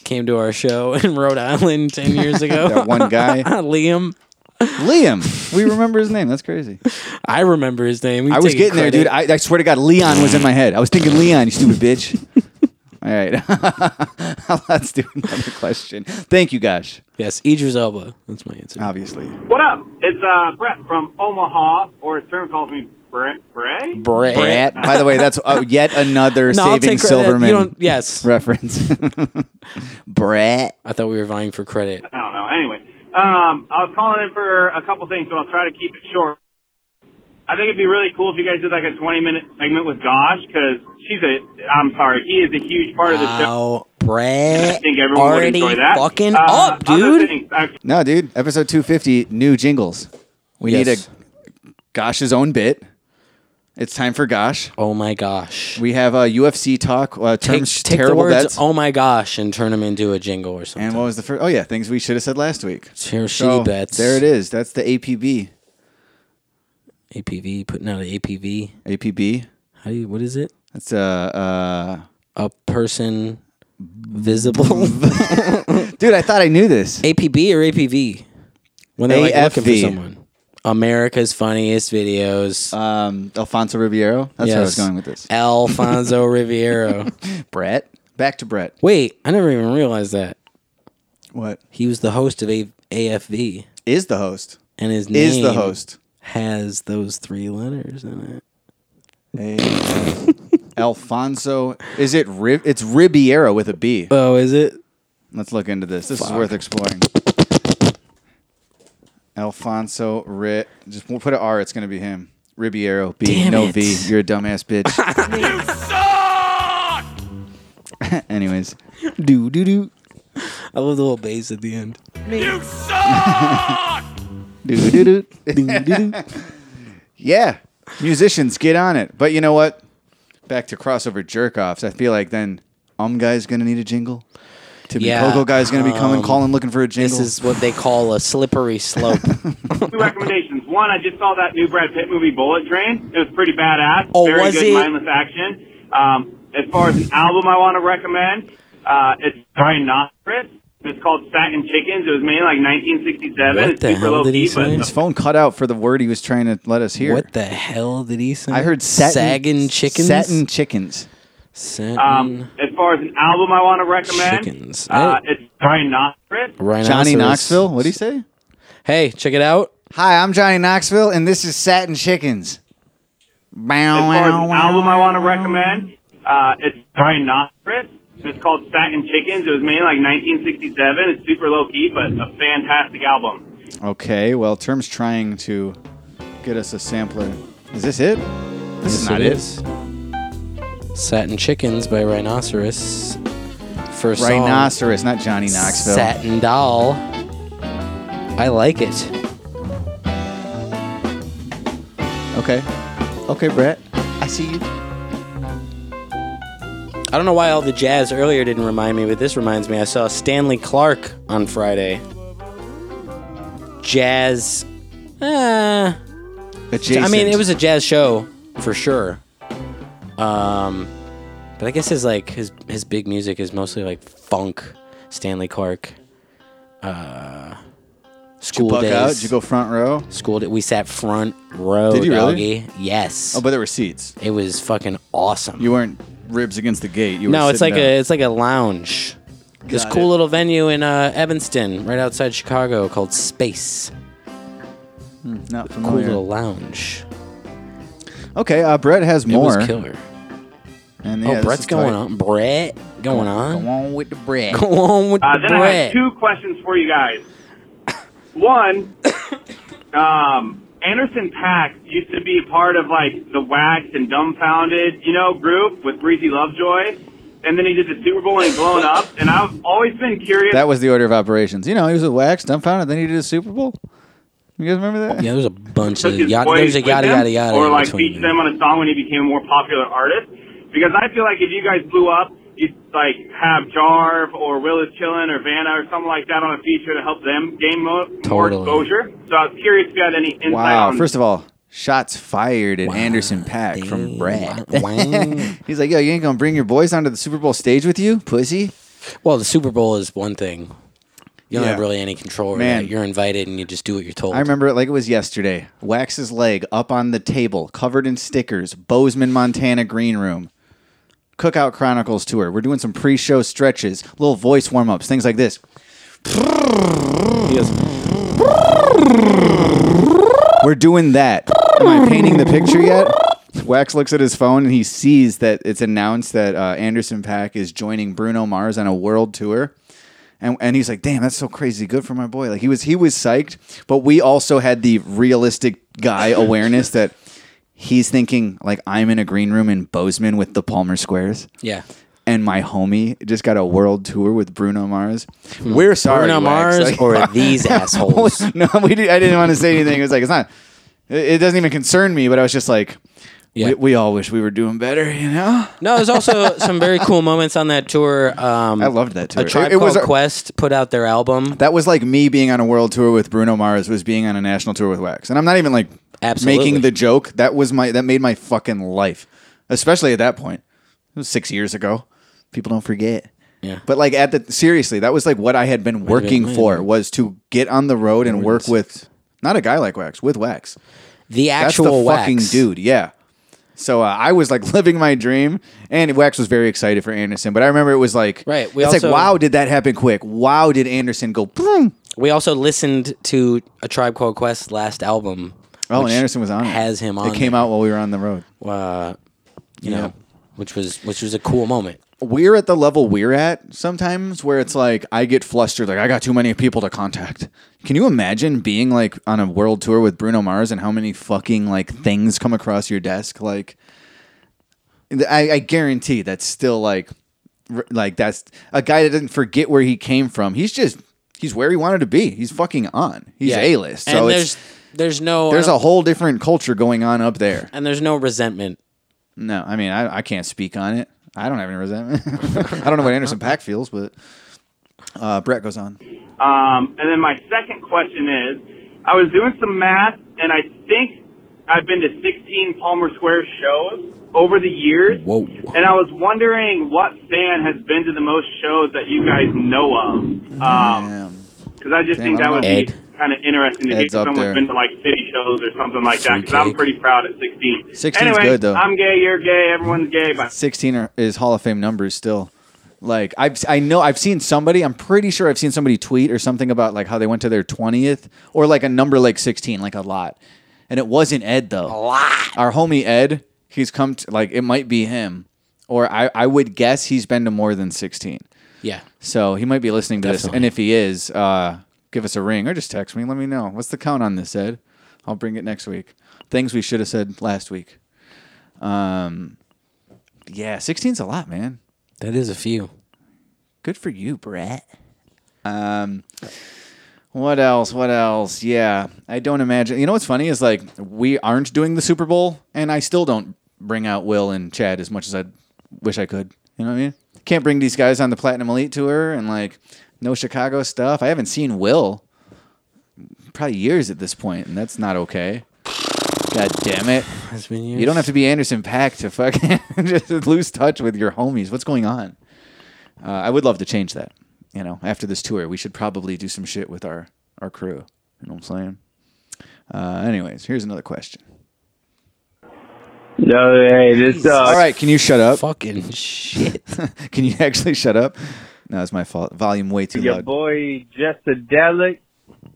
came to our show in Rhode Island ten years ago.
That one guy.
Liam.
Liam. We remember his name. That's crazy.
I remember his name. We
I was
taking
getting there, dude.
credit.
I, I swear to God, Leon was in my head. I was thinking Leon, you stupid bitch. All right. Let's do another question. Thank you, Gosh.
Yes, Idris Elba. That's my answer.
Obviously.
What up? It's uh, Brett from Omaha, or his friend calls me Brett. Bray?
Brett.
By the way, that's uh, yet another
No, I'll
Saving
take credit. You
Silverman
don't- yes.
reference. Brett.
I thought we were vying for credit.
I don't know. Anyway, um, I was calling in for a couple things, but I'll try to keep it short. I think it'd be really cool if you guys did like a 20 minute segment with Gosh, because she's a, I'm sorry, he is a huge part of the show.
Wow, Brett.
I think everyone would
already
enjoy that.
fucking
Uh,
up,
other
dude.
things, I-
No, dude. Episode 250, new jingles. We
Yes.
need a Gosh's own bit. It's time for Gosh.
Oh my gosh.
We have a UFC talk, uh,
Take,
terms,
take the
terrible
words,
bets.
oh my gosh, and turn them into a jingle or something.
And what was the first? Oh, yeah, things we should have said last week.
Shitty
So,
bets.
There it is. That's the APB.
APV, putting out an APV.
APB.
How do you, what is it?
That's uh, a,
uh, a person visible.
Dude, I thought I knew this.
APB or APV? When they're like looking for
AFV.
someone. America's funniest videos.
Um, Alfonso Riviero. That's where I was going with this.
Alfonso Riviero.
Brett. Back to Brett.
Wait, I never even realized that.
What?
He was the host of a- AFV.
Is the host.
And his name
Is the host.
has those three letters in it.
A- Alfonso. Is it? Ri- it's Ribiera with a B.
Oh, is it?
Let's look into this. This is
Fuck.
worth exploring. Alfonso Ri. Just put an R. It's gonna be him. Ribiero. B.
Damn
no
it.
V. You're a dumbass bitch. Anyways.
Do do do. I love the little bass at the end.
You
do do do. Yeah, musicians get on it. But you know what? Back to crossover jerk offs. I feel like then um guy's gonna need a jingle. To be
Yeah,
Coco guy's gonna be coming
um,
calling looking for a jingle.
This is what they call a slippery slope.
Two recommendations. One, I just saw that new Brad Pitt movie, Bullet Train. It was pretty badass.
Oh,
Very
was
good
it?
mindless action. Um, as far as an album I want to recommend, uh, it's Brian Nostris. It's called Satin Chickens. It was made in like 1967. it's super low key, but
His phone cut out for the word he was trying to let us hear.
What the hell did he say?
I heard satin,
sagging chickens.
Satin chickens.
Satin.
Um, as far as an album I want to recommend,
Chickens.
Uh,
Hey.
it's Brian Nostris.
Johnny Knoxville. What do you say?
Hey, check it out.
Hi, I'm Johnny Knoxville, and this is Satin Chickens.
As
Bow,
far as
wow,
an
wow.
album I want to recommend, uh, it's Brian Nostris. It's called Satin Chickens. It was made in like 1967. It's super low key, but a fantastic album.
Okay, well, Term's trying to get us a sampler. Is this it? This
Yes,
is not
it
it.
is. Satin Chickens by Rhinoceros. First song.
Rhinoceros, not Johnny Knoxville.
Satin Doll. I like it.
Okay. Okay, Brett. I see you.
I don't know why all the jazz earlier didn't remind me, but this reminds me. I saw Stanley Clark on Friday. Jazz. Uh, I mean,
Adjacent.
it was a jazz show for sure. Um, but I guess his like his his big music is mostly like funk, Stanley Clark. Uh, school
buck
days.
out? Did you go front row?
School. Day, we sat front row.
Did you really?
doggy. Yes.
Oh, but there were seats.
It was fucking awesome.
You weren't ribs against the gate. You were
no, it's like
sitting
a
down.
it's like a lounge. this
Got
cool
it.
little venue in uh, Evanston, right outside Chicago, called Space.
Hmm, not
Cool
familiar.
little lounge.
Okay, uh, Brett has
It was
more.
killer.
And
Oh,
yeah, this
Brett's
is
going
tight.
on. Brett going on.
Go on with the Brett.
Go on with
Uh,
the
then I have
Brett.
two questions for you guys. One, um, Anderson Pack used to be part of like the Waxed and Dumbfounded, you know, group with Breezy Lovejoy. And then he did the Super Bowl and he blown up. And I've always been curious.
That was the order of operations. You know, he was with Wax, dumbfounded, then he did a Super Bowl. You guys remember that?
Yeah, there was a bunch of
took his
yada,
voice
there was a
with
yada
them,
yada yada.
or
in
like
between.
feature them on a song when he became a more popular artist. Because I feel like if you guys blew up, you'd like have Jarve or Willis Chillin or Vanna or something like that on a feature to help them gain mo- more
Totally.
exposure. So I was curious if you had any insight
Wow.
on
First of all, shots fired at Anderson Pack from Brett. He's like, yo, you ain't going to bring your boys onto the Super Bowl stage with you, pussy?
Well, the Super Bowl is one thing. You don't
Yeah.
have really any control over
Man.
that. You're invited and you just do what you're told.
I remember it like it was yesterday. Wax's leg up on the table, covered in stickers. Bozeman, Montana green room. Cookout Chronicles tour. We're doing some pre-show stretches, little voice warm-ups, things like this. We're doing that. Am I painting the picture yet? Wax looks at his phone and he sees that it's announced that uh, Anderson Pack is joining Bruno Mars on a world tour. And, and he's like, damn, that's so crazy good for my boy. Like he was he was psyched, but we also had the realistic guy awareness that he's thinking like I'm in a green room in Bozeman with the Palmer Squares.
Yeah.
And my homie just got a world tour with Bruno Mars. We're sorry,
Hmm. Bruno
Wax.
Mars
Like-
or these assholes?
no, we did, I didn't want to say anything. It was like it's not. It it doesn't even concern me. But I was just like, we, we all wish we were doing better, you know.
No, there's also some very cool moments on that tour. Um, I
loved that tour.
A Tribe
It- it was
Called
a-
Quest put out their album.
That was like me being on a world tour with Bruno Mars was being on a national tour with Wax, and I'm not even like
Absolutely.
making the joke. That was my that made my fucking life, especially at that point. It was six years ago. People don't forget.
Yeah.
But like at the seriously, that was like what I had been
Might have been-
working
might have
for
been.
was to get on the road and work with not a guy like Wax with Wax,
the
That's
actual
the
Wax.
fucking dude. Yeah. So uh, I was like living my dream, and Wax was very excited for Anderson. But I remember it was like, right?
we
it's
also-
like, wow, did that happen quick? Wow, did Anderson go? Boom.
We also listened to a Tribe Called Quest's last album.
Oh,
which
and Anderson was on it.
Has him on.
It came out while we were on the road.
Uh, you know, which was which was a cool moment.
We're at the level we're at sometimes where it's like I get flustered, like I got too many people to contact. Can you imagine being like on a world tour with Bruno Mars and how many fucking like things come across your desk? Like, I, I guarantee that's still like, r- like that's a guy that doesn't forget where he came from. He's just he's where he wanted to be. He's fucking on. He's
Yeah.
a list. So
and
it's,
there's there's no
there's a whole different culture going on up there.
and there's no resentment.
No, I mean I, I can't speak on it. I don't have any resentment. I don't know what Anderson Pack feels, but uh, Brett goes on.
Um, and then my second question is, I was doing some math, and I think I've been to 16 Palmer Square shows over the years.
Whoa.
And I was wondering what fan has been to the most shows that you guys know of.
Um,
Because I just
Damn,
think
I
that
don't know.
would be
Ed.
kind of interesting to
Ed's
hear
up
someone's
there.
been to like city shows or something like that. Because I'm
Fruitcake.
pretty proud at 16.
16 is
anyway,
good, though.
I'm gay. You're gay. Everyone's gay. But
Sixteen are, is Hall of Fame numbers still. Like I've I know I've seen somebody. I'm pretty sure I've seen somebody tweet or something about like how they went to their twentieth or like a number like sixteen, like a lot. And it wasn't Ed though. A lot. Our homie Ed, he's come to like it might be him, or I I would guess he's been to more than sixteen.
Yeah.
So he might be listening to this,
Definitely.
and if he is, uh, give us a ring or just text me. Let me know what's the count on this, Ed. I'll bring it next week. Things we should have said last week. Um, yeah, 16's a lot, man.
That is a few.
Good for you, Brett. Um, what else? What else? Yeah, I don't imagine. You know what's funny is like we aren't doing the Super Bowl, and I still don't bring out Will and Chad as much as I wish I could. You know what I mean? Can't bring these guys on the Platinum Elite tour and like no Chicago stuff. I haven't seen Will probably years at this point, and that's not okay. God damn it!
It's been years.
You don't have to be Anderson Pack to fucking just lose touch with your homies. What's going on? Uh, I would love to change that. You know, after this tour, we should probably do some shit with our our crew. You know what I'm saying? Uh, anyways, here's another question.
No, hey, this uh,
All right, can you shut up?
Fucking shit.
can you actually shut up? No, it's my fault. Volume way too
Your
loud.
boy Jessadelic. I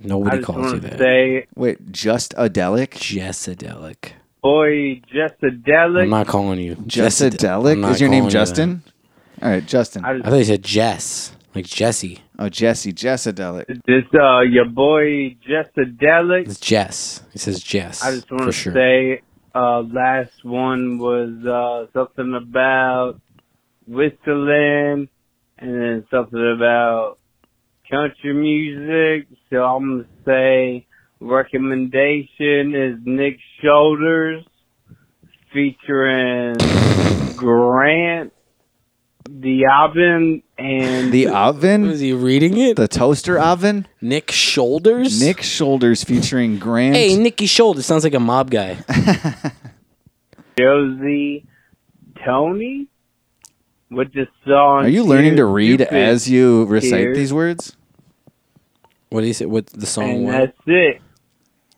Nobody
just calls you wanted to that. say-
Wait, just a delic?
Jessadelic.
Boy Jessadelic.
I'm not calling you I'm
Jessadelic?
not
Is your name
calling you
Justin? All right, Justin.
I
that. I thought you said Jess, like Jesse.
Oh, Jesse, Jessadelic.
This uh, your boy Jessadelic.
It's Jess. He says Jess.
I just want
for
to
sure.
say, uh, last one was uh, something about whistling, and then something about country music. So I'm gonna say recommendation is Nick Shoulders featuring Grant the oven and
The oven? Was
he reading it?
The toaster oven?
Nick Shoulders?
Nick Shoulders featuring Grant.
Hey, Nicky Shoulders sounds like a mob guy.
Josie Tony with the song.
Are you learning to
Tears
read
Stupid
as you recite
Tears.
these words?
What do you say? What the song?
and
was?
that's it.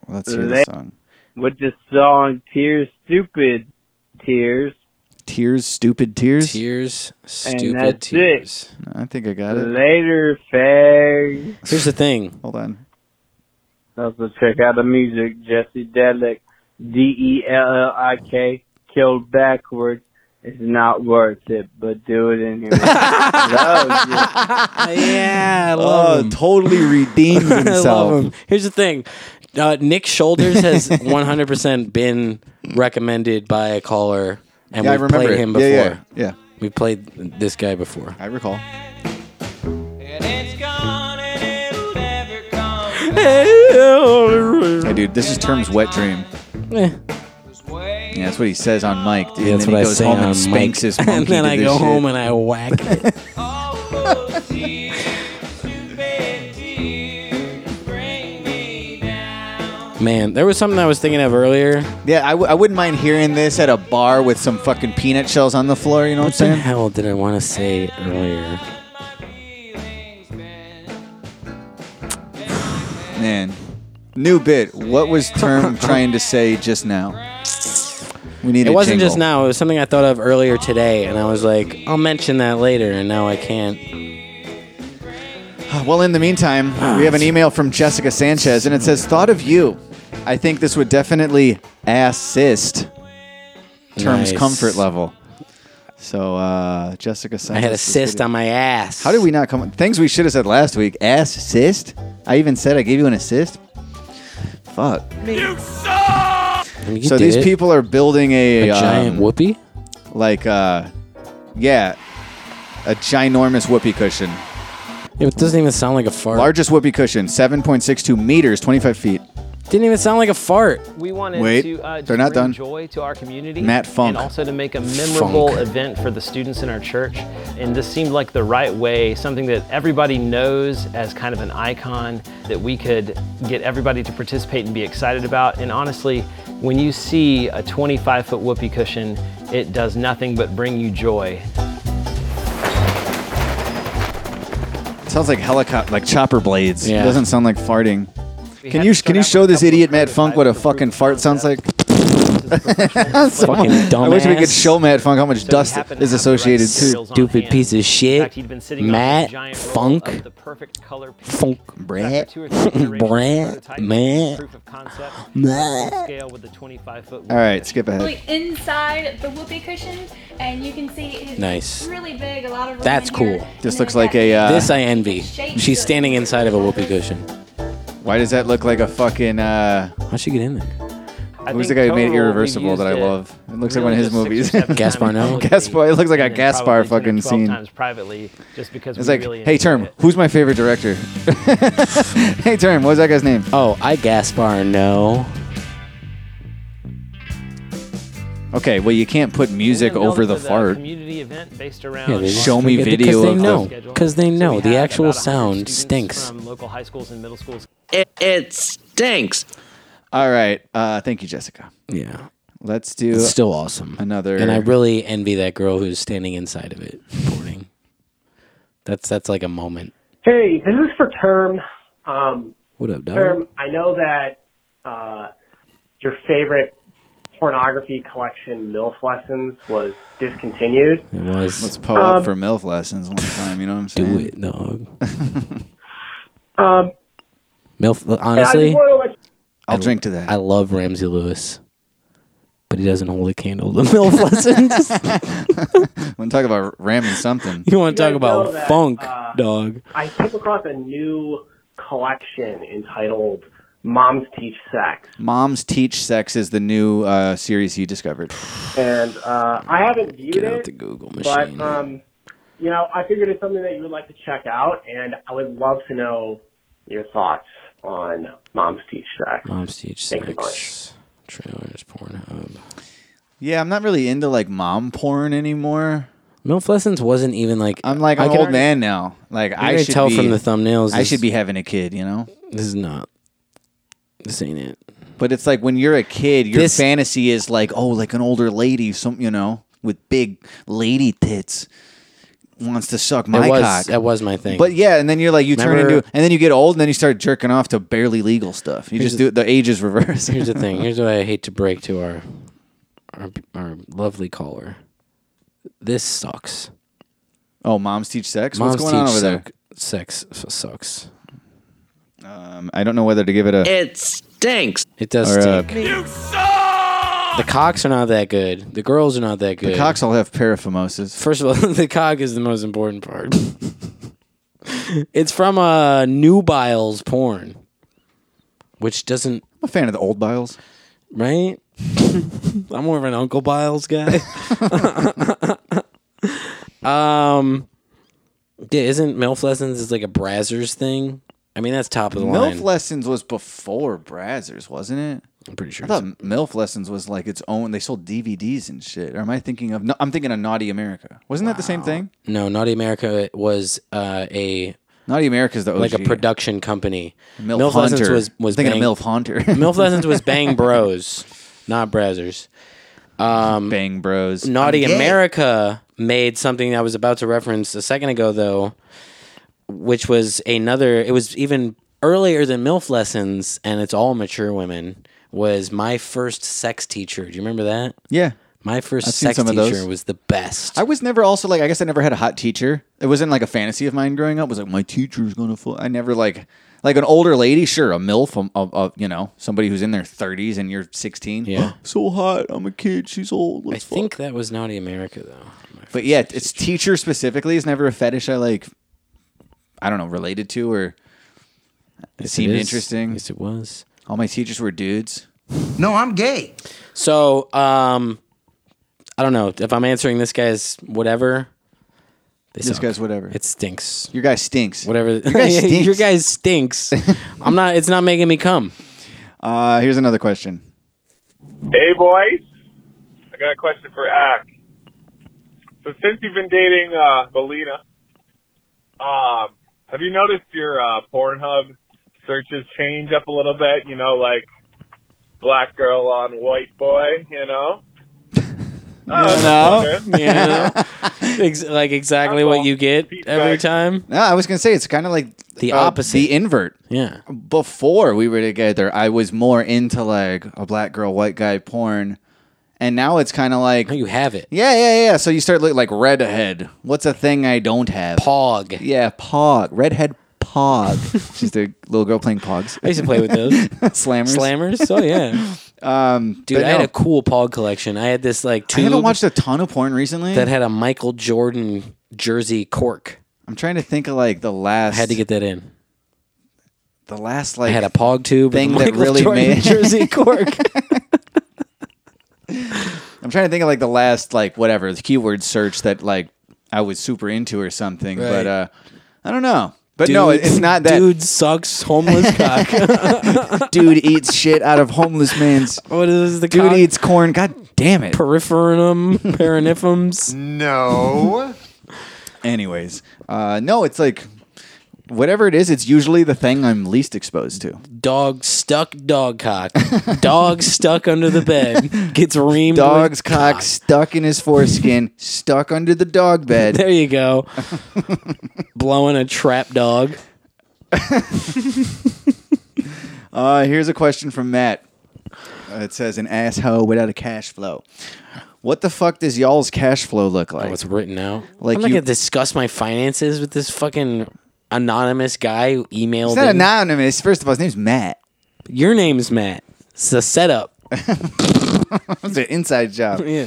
Let's
hear the
Let-
song.
With the song "Tears Stupid Tears,"
Tears, stupid tears.
Tears,
and that's
I think I
it.
got it.
Later, fag.
Here's the thing.
Hold on.
Also check out the music. Jesse Delic, D E L L I K, killed backwards. It's not worth it, but do it anyway. Love you.
yeah, I
love him. Oh, Totally redeemed
I love
himself.
him. Here's the thing. Uh, Nick Shoulders has 100% been recommended by a caller, and
Yeah, I
we've
remember
played
it.
him
Yeah,
before.
yeah, yeah.
We played this guy before.
I recall.
Hey,
dude, this is Term's wet dream.
Eh.
Yeah, that's what he says on Mike. Dude.
Yeah,
and
that's
then
what I
he goes
say
home
on
and spanks
mic.
his
And
monkey.
then
to
I
this
go
shit.
home and I whack it. Man, there was something I was thinking of earlier.
Yeah, I, w- I wouldn't mind hearing this at a bar with some fucking peanut shells on the floor. You know what,
What the
I'm saying?
hell did I want to say earlier?
Man, new bit. What was Term trying to say just now? We need.
It
a
wasn't
jingle.
just now. It was something I thought of earlier today, and I was like, I'll mention that later, and now I can't.
Well, in the meantime, we have an email from Jessica Sanchez, and it says, "Thought of you. I think this would definitely assist Term's
Nice.
comfort level." So, uh, Jessica
I
Sanchez.
had a
is
cyst
getting-
on my ass.
How did we not come? Things we should have said last week. Ass assist. I even said I gave you an assist. Fuck.
You
so
did
these
it.
people are building a, um,
A giant whoopee.
Like, uh, yeah, a ginormous whoopee cushion.
Yeah, it doesn't even sound like a fart.
Largest whoopee cushion, seven point six two meters, twenty five feet.
Didn't even sound like a fart.
We wanted
Wait,
to uh,
they're not
bring
done.
joy to our community
Matt Funk.
and also to make a memorable
Funk.
event for the students in our church. And this seemed like the right way, something that everybody knows as kind of an icon that we could get everybody to participate and be excited about. And honestly, when you see a 25 foot whoopee cushion, it does nothing but bring you joy.
Sounds like helicopter, like chopper blades.
Yeah.
It doesn't sound like farting.
We
Can
had
you
to
can you show Oh, this idiot Matt Funk what a fucking fart sounds like?
Fucking
I wish we could
dumbass.
show Matt Funk how much dust
happen to
is
have the right
associated to
materials on
Stupid
hand.
piece of shit.
In fact, he'd been sitting on a
Matt
giant roll
Funk.
of the perfect color
Funk. Brad. Brad. Man. Matt.
scale with the 25 foot.
All right, skip ahead.
Really inside the whoopee cushion, and you can see it's
Nice.
really big. A lot of room
That's
in here.
cool.
This looks like a. Uh,
this I envy.
Shake
She's
the-
standing inside of a whoopee cushion.
Why does that look like a fucking? Uh,
How'd she get in there?
Who's the guy who made Irreversible that I love? It looks like one of his movies.
Gaspar Noé?
Gaspar. It looks like a
and then probably
Gaspar
10 to
fucking
12
scene.
times privately, just because
It's
we
like,
really
hey,
enjoyed
Term,
it.
who's my favorite director? hey, Term, what was that guy's name?
Oh, I Gaspar no.
Okay, well, you can't put music
Built
over the
with a
fart.
community event based around
Yeah, they just-
Show me
because
video
they
of the-
know. Because they know the actual
about 100
sound
students
stinks.
from local high schools and middle schools.
It, it stinks.
All right. Uh, thank you, Jessica.
Yeah.
Let's do.
It's still awesome.
Another.
And I really envy that girl who's standing inside of it recording. That's that's like a moment.
Hey, this is for Term. Um,
What up, dog?
Term, I know that uh, your favorite pornography collection, MILF Lessons, was discontinued.
It was.
Let's pull up
Um,
for MILF lessons one time. You know what I'm saying? Do
it, dog.
Um,
MILF,
and I just
honestly,
wanna let
I'll drink to that.
I love Ramsey Lewis, but he doesn't hold a candle to MILF lessons.
want to talk about ramming something?
you want to talk
guys know
about
that,
funk,
uh,
dog?
I came across a new collection entitled Moms Teach Sex.
Moms Teach Sex is the new uh, series he discovered.
And uh, I haven't viewed
Get
it,
out the Google machine.
but um, you know, I figured it's something that you would like to check out, and I would love to know your thoughts on Moms Teach Sex.
Moms Teach
Thank you
Sex. Trailers, Pornhub.
Yeah, I'm not really into like mom porn anymore.
MILF lessons wasn't even like
I'm like
I
an
can
old
already-
man now. Like
You
I
already
should
tell
be-
from the thumbnails.
I
this-
should be having a kid. You know,
this is not. This ain't it.
But it's like when you're a kid, your
This-
fantasy is like, oh, like an older lady, some you know, with big lady tits. wants to suck my
it was,
cock.
That was my thing.
But yeah, and then you're like you turn
Remember-
into, and then you get old, and then you start jerking off to barely legal stuff. You
Here's
just
the-
do it, the ages reverse.
here's the thing. Here's what I hate to break to our our, our lovely caller. This sucks.
Oh, moms teach sex. What's going on over there?
Sex s- sucks.
Um, I don't know whether to give it a.
It stinks.
It does
Or, uh,
stink. The cocks are not that good. The girls are not that good.
The cocks all have paraphimosis.
First of all, the cock is the most important part. it's from uh, new Biles porn, which doesn't.
I'm a fan of the old Biles.
Right? I'm more of an Uncle Biles guy. um, yeah, isn't MILF Lessons is like a Brazzers thing? I mean, that's top of the
MILF
line.
Lessons was before Brazzers, wasn't it?
I'm pretty sure.
I thought MILF Lessons was like its own. They sold DVDs and shit. Or am I thinking of? No, I'm thinking of Naughty America. Wasn't that the same thing?
no, Naughty America was uh, a
Naughty America's the OG.
like a production company.
MILF Hunter.
was was
I'm thinking of
bang,
MILF Hunter.
MILF Lessons was Bang Bros, not Brazzers. Um,
Bang Bros.
Naughty
I'm gay.
America made something I was about to reference a second ago, though, which was another. It was even earlier than MILF Lessons, and it's all mature women. Was my first sex teacher? Do you remember that?
Yeah.
My 1st
I've seen
sex
some of
teacher
those.
was the best.
I was never also like I guess I never had a hot teacher. It wasn't like a fantasy of mine growing up. It was like my teacher's gonna. Fl-. I never like like an older lady. Sure, a milf, um, of of you know somebody who's in their thirties and you're sixteen.
Yeah.
so hot. I'm a kid. She's old.
I think that was Naughty America, though.
But yeah, it's teacher specifically is never a fetish I like. I don't know, related to or it
Yes, it
seemed
is.
interesting.
Yes, it was.
All my teachers were dudes.
No, I'm gay. So, um, I don't know if I'm answering this guy's whatever. They
This guy's whatever.
It stinks.
Your guy stinks.
Whatever. Your
guy stinks.
Your guy stinks. I'm not. It's not making me come.
Uh, here's another question.
Hey, boys. I got a question for Ack. So since you've been dating uh, Belina, um, have you noticed your uh, Pornhub searches change up a little bit? You know, like black girl on white boy. You
Uh,
know. Oh,
No.
that's okay.
Ex- like exactly what you get every time.
No, I was gonna say it's kind of like
The
uh,
opposite.
the invert.
Yeah.
Before we were together, I was more into like a black girl, white guy porn, and now it's kind of like
you have it.
Yeah, yeah, yeah. So you start looking like redhead. What's a thing I don't have?
Pog.
Yeah, pog. Redhead pog. She's a little girl playing pogs.
I used to play with those.
slammers.
Slammers. Oh yeah.
Um,
Dude,
but
I had
no.
a cool Pog collection. I had this like
I
tube
haven't watched a ton of porn recently.
that had a Michael Jordan jersey cork.
I'm trying to think of like the last.
had to get that in.
The last like
I had a Pog tube with
thing
a
that
Michael
really
Jordan
made
jersey cork.
I'm trying to think of like the last like whatever the keyword search that like I was super into or something,
Right.
but uh I don't know. But no, it- it's not that
Dude sucks homeless cock.
dude eats shit out of homeless man's.
What is the
dude
cock?
eats corn? God damn it!
Peripherum, paranifums.
No. Anyways, uh no, it's like whatever it is. It's usually the thing I'm least exposed to.
Dog stuck dog cock. Dog stuck under the bed. Gets reamed. with-
Dog's cock stuck in his foreskin, stuck under the dog bed.
There you go. Blowing a trap dog.
Uh, here's a question from Matt. Uh, it says an asshole without a cash flow. What the fuck does y'all's cash flow look like?
Oh, it's written out.
Like
I'm not
you,
gonna discuss my finances with this fucking anonymous guy who emailed.
it's not
in.
anonymous. First of all, his name's Matt.
Your name's Matt. It's a setup.
It's an inside job.
Yeah.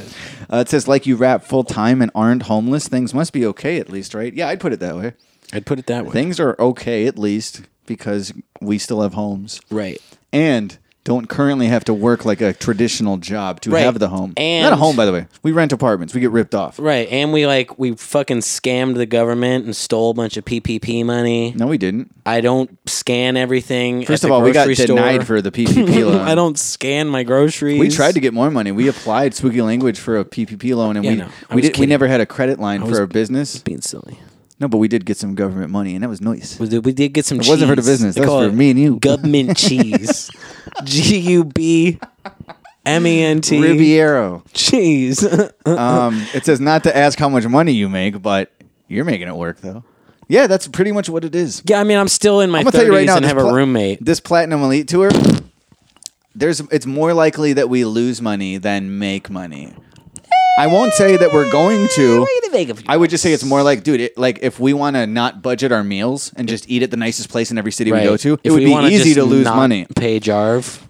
Uh, it says like you rap full time and aren't homeless. Things must be okay at least, right? Yeah, I'd put it that way.
I'd put it that way.
Things are okay at least because we still have homes,
right?
And don't currently have to work like a traditional job to
Right.
have the home.
And-
not a home, by the way. We rent apartments. We get ripped off.
Right, and we like we fucking scammed the government and stole a bunch of PPP money.
No, we didn't.
I don't scan everything.
First
at
of
the
all, we got
grocery store.
denied for the PPP loan.
I don't scan my groceries.
We tried to get more money. We applied Spooky Language for a PPP loan, and
Yeah,
we
no, I
we
was
did, we
kidding.
never had a credit line for
was
our business.
Being silly.
No, but we did get some government money, and that was nice.
We did, we did get some.
It wasn't for the
cheese.
business.
They
That
call
was for
it
me and you.
Government cheese. G U B M E N T.
Riviero.
Cheese.
um, it says not to ask how much money you make, but You're making it work though. Yeah, that's pretty much what it is.
Yeah, I mean, I'm still in my
I'm gonna tell you right
30s
now,
and
this
have a
pla-
roommate.
This platinum elite tour, there's it's more likely that we lose money than make money. I won't say that we're going to. I would just say it's more like, dude, it, like if we want to not budget our meals and just eat at the nicest place in every city we
Right.
go to, it
If
would
we
be
wanna
easy
just
to lose
not
money.
Pay Jarv.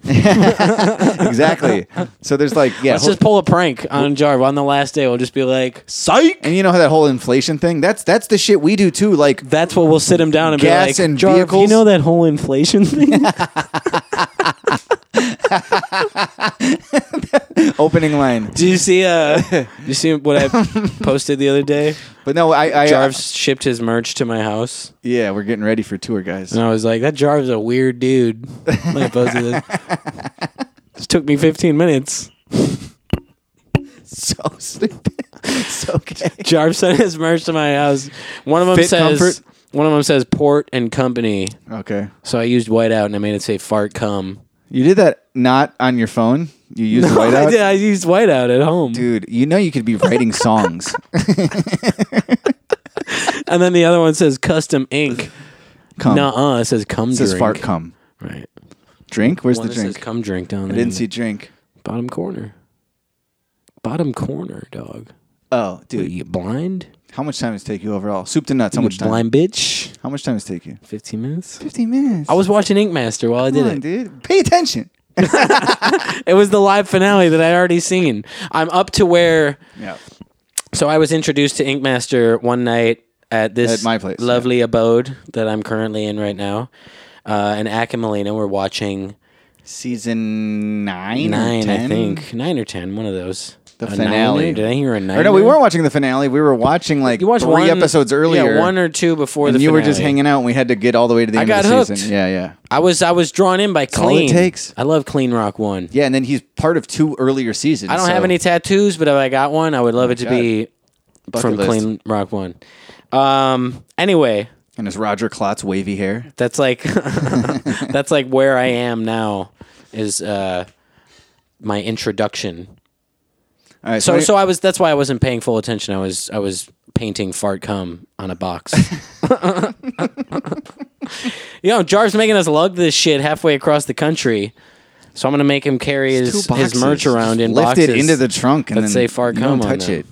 exactly. So there's like, yeah,
Let's
whole-
just pull a prank on Jarv on the last day. We'll just be like, psych.
And you know how that whole inflation thing? That's that's the shit we do too. Like
that's what we'll sit him down and
gas
be like,
and
Jarv,
vehicles.
you know that whole inflation thing?
opening line.
Do you see? Uh, do you see what I posted the other day?
But no, I, I
Jarv shipped his merch to my house.
Yeah, we're getting ready for tour, guys.
And I was like, that Jarv's a weird dude. When I posted this. this took me 15 minutes.
so stupid. So okay.
Jarv sent his merch to my house. One of them
Fit
says.
Comfort?
One of them says Port and Company.
Okay.
So I used whiteout and I made it say fart cum.
You did that not on your phone. You used
No, I
whiteout.
did. I used whiteout at home,
dude. You know you could be writing songs.
And then the other one says custom ink.
Cum.
Nuh-uh, it says cum
It says
drink.
fart cum.
Right.
Drink. Where's
One
the
that says
drink?
cum drink down
I
there.
didn't see drink.
Bottom corner. Bottom corner, dog.
Oh, dude,
you blind?
How much time does it take you overall? Soup to nuts. How
You
much time?
blind bitch.
How much time does it take you?
Fifteen minutes.
Fifteen minutes.
I was watching Ink Master while I did
Come on,
it.
dude. Pay attention.
It was the live finale that I'd already seen. I'm up to where.
Yeah.
So I was introduced to Ink Master one night at this
At my place,
lovely abode that I'm currently in right now. Uh, and Ack and Melina were watching
Season nine, or
nine, I
10?
think nine or ten, one of those.
The
A niner?
finale.
Did I hear a nine?
Or no, we weren't watching the finale. We were watching like
You watched
three
one-
episodes
yeah,
earlier.
one or two before
and
the
you were just
finale.
hanging out, and we had to get all the way to the
I
end
got
of the
hooked.
season. Yeah, yeah.
I was I was drawn in by
all it
clean.
takes.
I love Clean Rock One.
Yeah, and then he's part of two earlier seasons.
I don't
so- Oh
have any tattoos, but if I got one, I would love it to
God.
be
Bucket
from
list.
Clean Rock One. Um. Anyway,
And it's Roger Klotz wavy hair.
that's like that's like where I am now. Is uh my introduction.
All right,
so
so,
so I was that's why I wasn't paying full attention. I was I was painting fart cum on a box. you know, Jar's making us lug this shit halfway across the country. So I'm gonna make him carry
It's
his,
two
his
boxes.
merch around in
Just lift it
boxes
into the trunk and
that
then
say fart
you
cum
don't
on
touch
them.
it.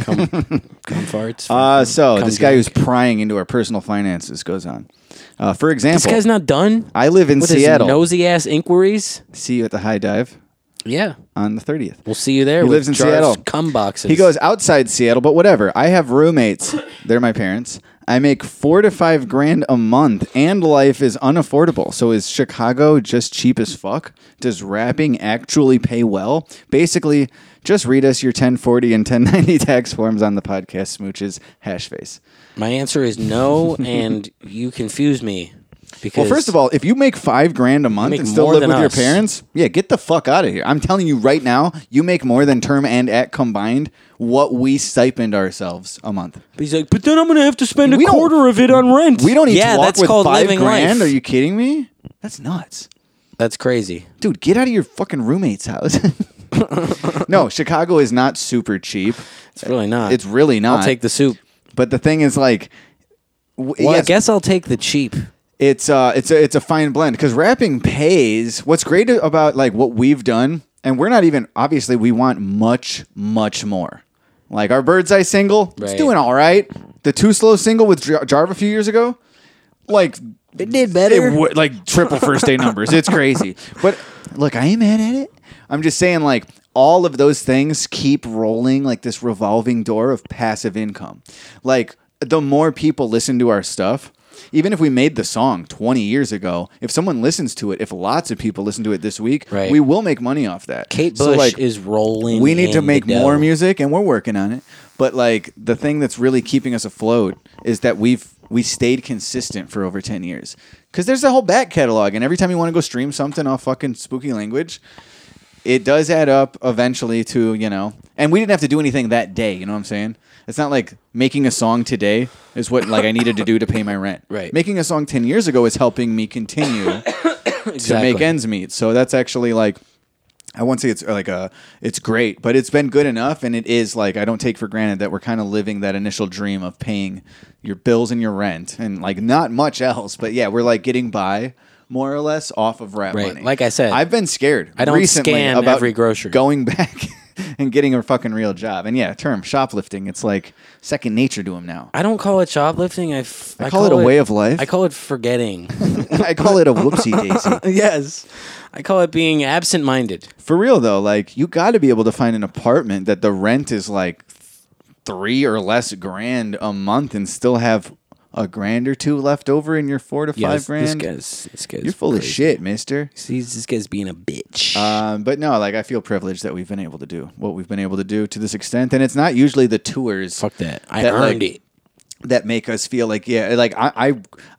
Cum, cum farts.
uh, so
Cum
this guy
drink.
who's prying into our personal finances goes on. Uh, for example,
this guy's not done
I live in
with
Seattle.
His nosy ass inquiries.
See you at the high dive
Yeah,
on the thirtieth.
we'll see you there.
He
with
lives in
Jar's
Seattle.
Cum boxes.
He goes outside Seattle, but whatever. I have roommates. They're my parents. I make four to five grand a month, and life is unaffordable. So is Chicago just cheap as fuck? Does rapping actually pay well? Basically, just read us your 1040 and 1090 tax forms on the podcast, Smooches Hashface.
My answer is no, and you confuse me. Because
Well, first of all, if you make five grand a month
make
and still
more
live
than
with your
us.
parents, yeah, get the fuck out of here. I'm telling you right now, you make more than term and at combined what we stipend ourselves a month.
he's like, but then I'm gonna have to spend a
We don't-
quarter of it on rent.
We don't need
yeah,
to walk
that's
with
called
five
living
grand.
life.
Are you kidding me? That's nuts,
That's crazy.
dude. Get out of your fucking roommate's house. no, Chicago is not super cheap.
It's really not.
It's really not.
I'll take the soup.
But the thing is, like, w-
Well, I
yes,
guess I'll take the cheap.
it's uh, it's a it's a fine blend because rapping pays. What's great about like what we've done, and we're not even obviously we want much much more. Like our Bird's Eye single, it's
Right.
doing all right. The Too Slow single with Jar- Jarve a few years ago, like
It did
It would like triple first day numbers. It's crazy. But look, I ain't mad at it. I'm just saying, like, all of those things keep rolling like this revolving door of passive income. Like, the more people listen to our stuff, even if we made the song 20 years ago, if someone listens to it, if lots of people listen to it this week,
Right.
we will make money off that.
Kate Bush
So, like,
is rolling.
we need to
in
make
the
more
dough.
music and we're working on it but like the thing that's really keeping us afloat is that we've we stayed consistent for over 10 years because there's a whole back catalog and every time you want to go stream something off fucking spooky language it does add up eventually to you know and we didn't have to do anything that day you know what i'm saying it's not like making a song today is what like i needed to do to pay my rent
Right.
making a song 10 years ago is helping me continue to
Exactly.
make ends meet. So that's actually like I won't say it's uh, like a it's great, but it's been good enough, and it is like I don't take for granted that we're kind of living that initial dream of paying your bills and your rent and like not much else, but yeah, we're like getting by more or less off of rap
Right.
money.
Like I said,
I've been scared.
I don't
recently
scan
about
every grocery.
going back and getting a fucking real job. And yeah, term shoplifting, it's like second nature to him now.
I don't call it shoplifting. I, f-
I call it a way of life.
I call it forgetting.
I call it a whoopsie daisy.
yes. I call it being absent minded.
For real though, like you got to be able to find an apartment that the rent is like three or less grand a month and still have a grand or two left over in your four to
Yeah,
five
this- this
grand.
guy's- this guy's
You're full
crazy.
of shit, Mister.
He's this guy's being a bitch.
Um, but no, like I feel privileged that we've been able to do what we've been able to do to this extent, and it's not usually the tours. Fuck
that, I
like,
earned it.
That make us feel like yeah, like I, I,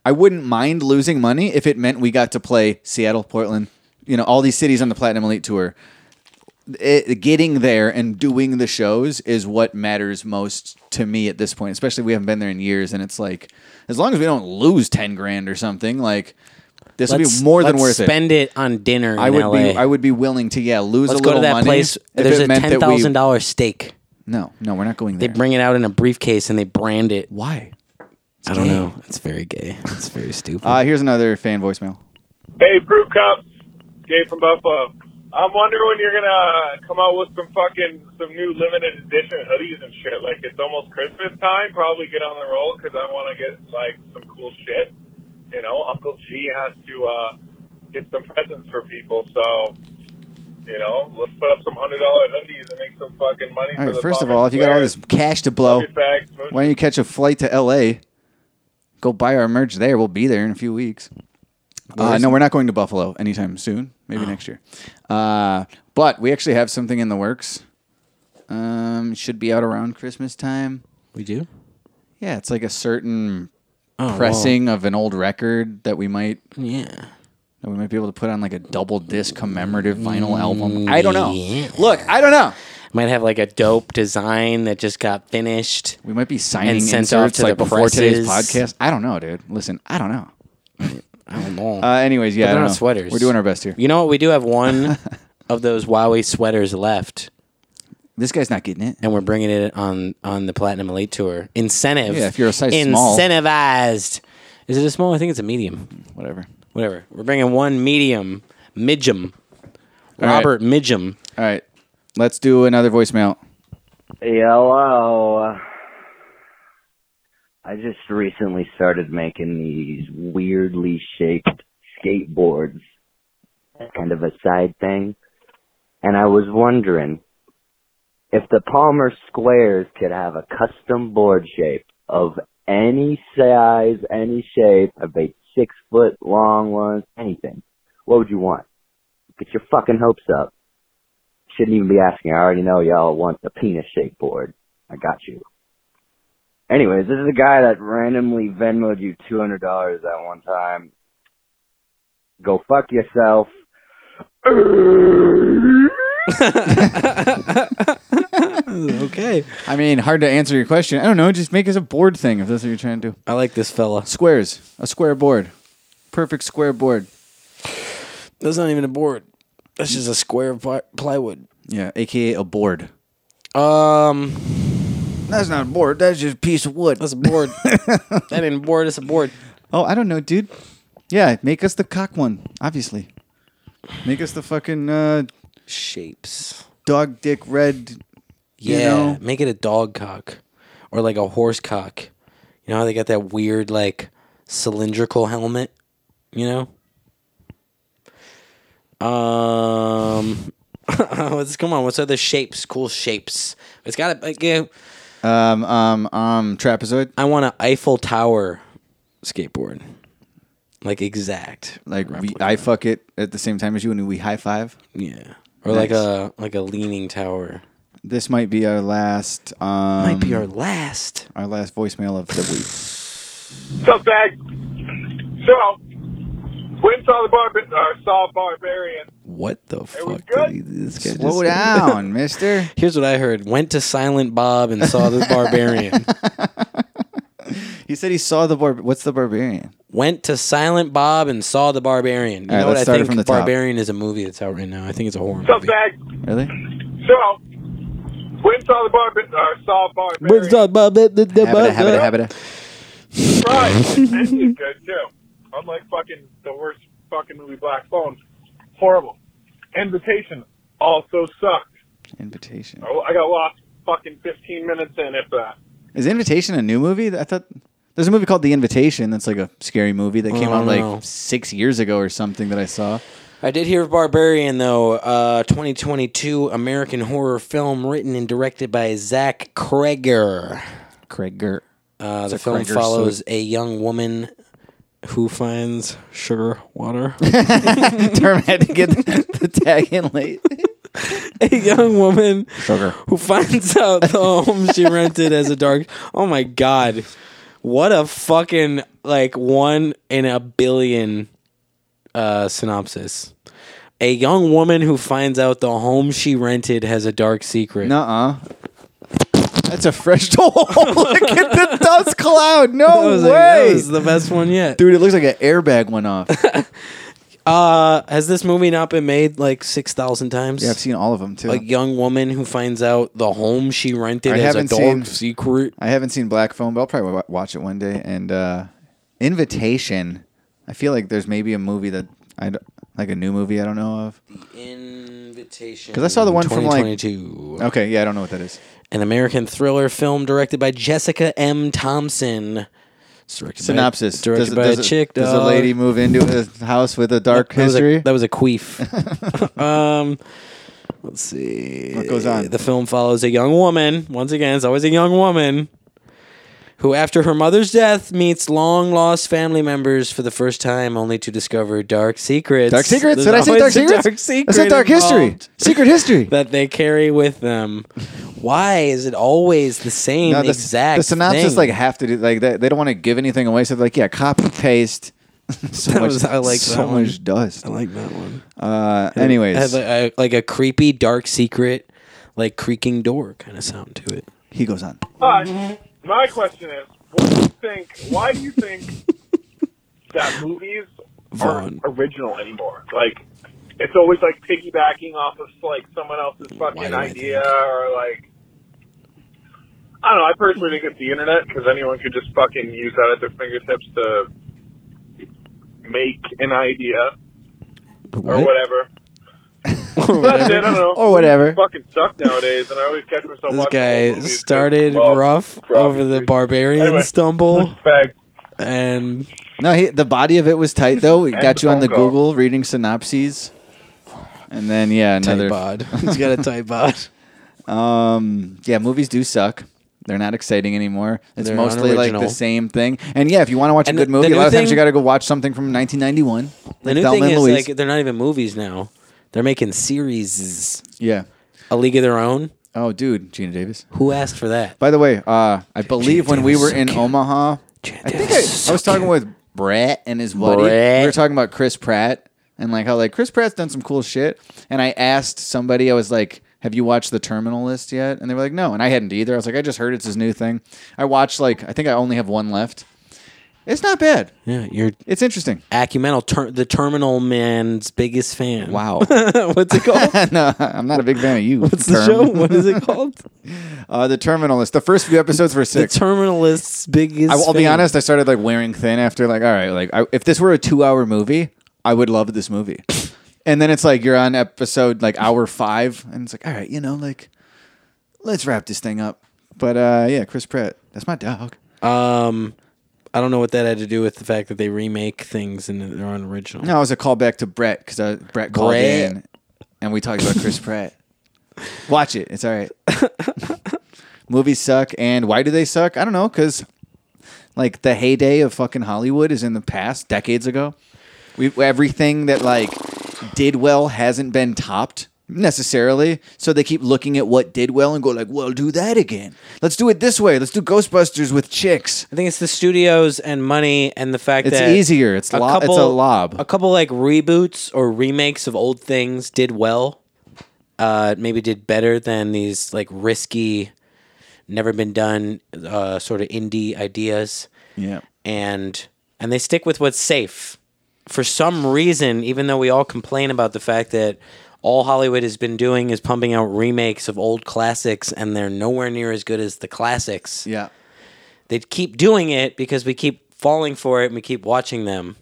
I wouldn't mind losing money if it meant we got to play Seattle, Portland, you know, all these cities on the Platinum Elite Tour. It, getting there and doing the shows is what matters most to me at this point. Especially we haven't been there in years, and it's like as long as we don't lose ten grand or something, like this would
Let's-
be more than
let's
worth it.
Spend it on dinner.
I
in
would
LA.
be I would be willing to yeah lose
Let's
a
go
little
to that
money
place.
if
There's
it
a
meant that
ten
we-
thousand dollar steak.
No, no, we're not going
They
there.
bring it out in a briefcase and they brand it. Why? I don't
gay.
know. It's very gay. It's very stupid.
Uh, here's another fan voicemail.
Hey, Brew Cups, Dave from Buffalo. I'm wondering when you're gonna come out with some fucking some new limited edition hoodies and shit. Like it's almost Christmas time. Probably get on the roll 'cause I want to get like some cool shit. You know, Uncle G has to uh, get some presents for people. So, you know, let's put up some hundred dollar hoodies and make some fucking money.
All
for
right,
the
first of
fucking
all, if you got all this cash to blow,
Bucket bags, smooth-
why don't you catch a flight to L.A. Go buy our merch there. We'll be there in a few weeks.
Where
Uh,
is
no,
it? Oh.
we're not going to Buffalo anytime soon. Maybe next year. Uh, but we actually have something in the works. Um, should be out around Christmas time.
We do.
Yeah, it's like a certain
Oh, well.
pressing of an old record that we might
yeah
that we might be able to put on like a double disc commemorative vinyl album. I don't know. Look, I don't know.
Might have like a dope design that just got finished.
We might be signing
and sent
inserts
off to
like
the
before today's
presses.
podcast. I don't know, dude. Listen, I don't know.
I don't know.
Uh, anyways, yeah,
But
I
they're
don't
not
know.
sweaters.
We're doing our best here.
You know what? We do have one of those Huawei sweaters left.
This guy's not getting it,
and we're bringing it on on the Platinum Elite Tour. Incentive.
Yeah, if you're a size small.
incentivized. Is it a small? I think it's a medium.
Whatever.
Whatever. We're bringing one medium, midgem,
All right.
Robert Midgem.
All right, let's do another voicemail.
Hello. I just recently started making these weirdly shaped skateboards, kind of a side thing. And I was wondering if the Palmer Squares could have a custom board shape of any size, any shape, of a six foot long one, anything. What would you want? Get your fucking hopes up. Shouldn't even be asking. I already know y'all want the penis shaped board. I got you. Anyways, this is a guy that randomly Venmoed you two hundred dollars at one time. Go fuck yourself.
okay.
I mean, hard to answer your question. I don't know. Just make us a board thing if that's what you're trying to do.
I like this fella.
Squares, a square board, perfect square board.
That's not even a board. That's just a square of ply- plywood.
Yeah, aka a board.
Um,
that's not a board. That's just a piece of wood.
That's a board. that ain't a board. It's a board.
Oh, I don't know, dude. Yeah, make us the cock one, obviously. Make us the fucking uh,
shapes.
Dog dick red.
Yeah,
You know?
make it a dog cock or like a horse cock. You know how they got that weird like cylindrical helmet, you know? Um let's come on, what's other shapes, cool shapes? It's got a like, yeah,
Um, um, um, trapezoid.
I want an Eiffel Tower skateboard. Like exact.
Like we, I fuck it at the same time as you, and we high five.
Yeah, Or like uh, a like a leaning tower.
This might be our last. Um, might
be our last.
Our last voicemail of the week.
What's up, Zach? So, Quinn saw the barbar- or saw Barbarian.
What the fuck? did he- this guy
Slow down, mister.
Here's what I heard. Went to Silent Bob and saw the barbarian.
he said he saw the bar. What's the barbarian?
Went to Silent Bob and saw The Barbarian. You
All right,
know
let's
what I
start it
think?
from the top.
Barbarian is a movie that's out right now. I think it's a horror
So,
movie.
back,
Really?
so, Quinn saw the uh, barber, or saw barber.
What's up, Bob?
Habita, habita, habita.
Right. and he's good, too. Unlike fucking the worst fucking movie, Black Phone. Horrible. Invitation also sucked.
Invitation.
Oh, I got lost fucking 15 minutes in, if that.
Is Invitation a new movie? I thought there's a movie called The Invitation. That's like a scary movie that came
Oh,
out like
no.
six years ago or something that I saw.
I did hear of Barbarian though. Uh, 2022 American horror film written and directed by Zach Kreger.
Kreger.
Uh,
It's
the
a
film
Kreger
follows
suit.
a young woman who finds sugar water.
Term had to get the, the tag in late.
a young woman
Sugar.
who finds out the home she rented as a dark. Oh my god, what a fucking like one in a billion uh, synopsis. A young woman who finds out the home she rented has a dark secret.
Nuh-uh. That's a fresh toll. Look at the dust cloud. No
That was, like, that
way.
was the best one yet.
Dude, it looks like an airbag went off.
Uh, has this movie not been made like six thousand times?
Yeah, I've seen all of them too.
A young woman who finds out the home she rented
I
has a
haven't
dark
seen-
secret.
I haven't seen Black Phone, but I'll probably wa- watch it one day. And uh, Invitation. I feel like there's maybe a movie that I d- like a new movie I don't know of.
Invitation.
Because I saw the one from like
2022.
Okay, yeah, I don't know what that is.
An American thriller film directed by Jessica M. Thompson. It's directed by-
Synopsis:
directed
does,
by
does
a chick.
Does a
dog.
lady move into a house with a dark
That was a-
history?
that was a queef. um, let's see.
What goes on?
The film follows a young woman. Once again, it's always a young woman who, after her mother's death, meets long lost family members for the first time, only to discover dark secrets.
Dark secrets?
There's
Did I say
always
dark
a
secrets?
Dark secret
I said dark history.
involved
Secret history.
that they carry with them. Why is it always the same
the,
exact?
the synopsis
thing?
like have to do like they, they don't want to give anything away, so they're like yeah, copy paste. so
That
much,
was- I like
so
that one.
much dust. I
like that one.
Uh,
It
anyways,
has a, a- like a creepy dark secret, like creaking door kind of sound to it.
He goes on.
But my question is, what do you think? Why do you think that movies aren't original anymore? Like, it's always like piggybacking off of like someone else's fucking
do I
idea, or like, I don't know. I personally think it's the internet because anyone could just fucking use that at their fingertips to make an idea or whatever. That's it. I don't know.
Or whatever.
Fucking suck nowadays, and I always catch myself
This
watching
guy
movies 'cause,
started
well,
rough over the barbarian
Anyway.
stumble,
Fact.
and
No, he, the body of it was tight though. It
And
got
the
you on
phone
the
call.
Google reading synopses, and then yeah, another
bod. He's got a tight bod.
Um, yeah, movies do suck. They're not exciting anymore. It's
They're
mostly like the
unoriginal.
same thing. And yeah, if you want to watch
And
a good
the- the
movie, a
new
lot of times
thing-
you got to go watch something from 1991.
the
like
new
Thelma
thing
and
is
Louise.
like they're not even movies now; they're making series.
yeah.
A League of Their Own.
Oh, dude, Gina Davis.
Who asked for that?
By the way, uh, I believe when we
Davis
were
so
in
cute.
Omaha, I think I, I was talking with Brett and his buddy. We were
Brett.
talking about Chris Pratt and like how like Chris Pratt's done some cool shit. And I asked somebody, I was like, "Have you watched The Terminal List yet?" And they were like, "No," and I hadn't either. I was like, "I just heard it's his new thing." I watched like I think I only have one left. It's not bad.
Yeah, you're
It's interesting.
Acumenal, ter- the Terminal Man's biggest fan.
Wow.
What's it called?
no, I'm not a big fan of you.
What's the show? What is it called?
Uh, the Terminal List. The first few episodes were
the
sick.
Terminalist's biggest.
I, will be
fan.
honest. I started like wearing thin after like, all right, like I, if this were a two-hour movie, I would love this movie. and then it's like you're on episode like hour five, and it's like, all right, you know, like let's wrap this thing up. But uh, yeah, Chris Pratt, that's my dog.
Um, I don't know what that had to do with the fact that they remake things and they're unoriginal.
No, it was a callback to Brett because Brett called
Brett.
in, and we talked about Chris Pratt. Watch it; it's all right. Movies suck, and why do they suck? I don't know, because like the heyday of fucking Hollywood is in the past, decades ago. We everything that like did well hasn't been topped necessarily, so they keep looking at what did well and go like, "Well, do that again. Let's do it this way. Let's do Ghostbusters with chicks."
I think it's the studios and money and the fact
It's
that
easier. It's lo- it's a lob.
A couple like reboots or remakes of old things did well. Uh, maybe did better than these like risky, never been done uh, sort of indie ideas.
Yeah.
and and they stick with what's safe. For some reason, even though we all complain about the fact that all Hollywood has been doing is pumping out remakes of old classics and they're nowhere near as good as the classics.
Yeah.
They keep doing it because we keep falling for it and we keep watching them.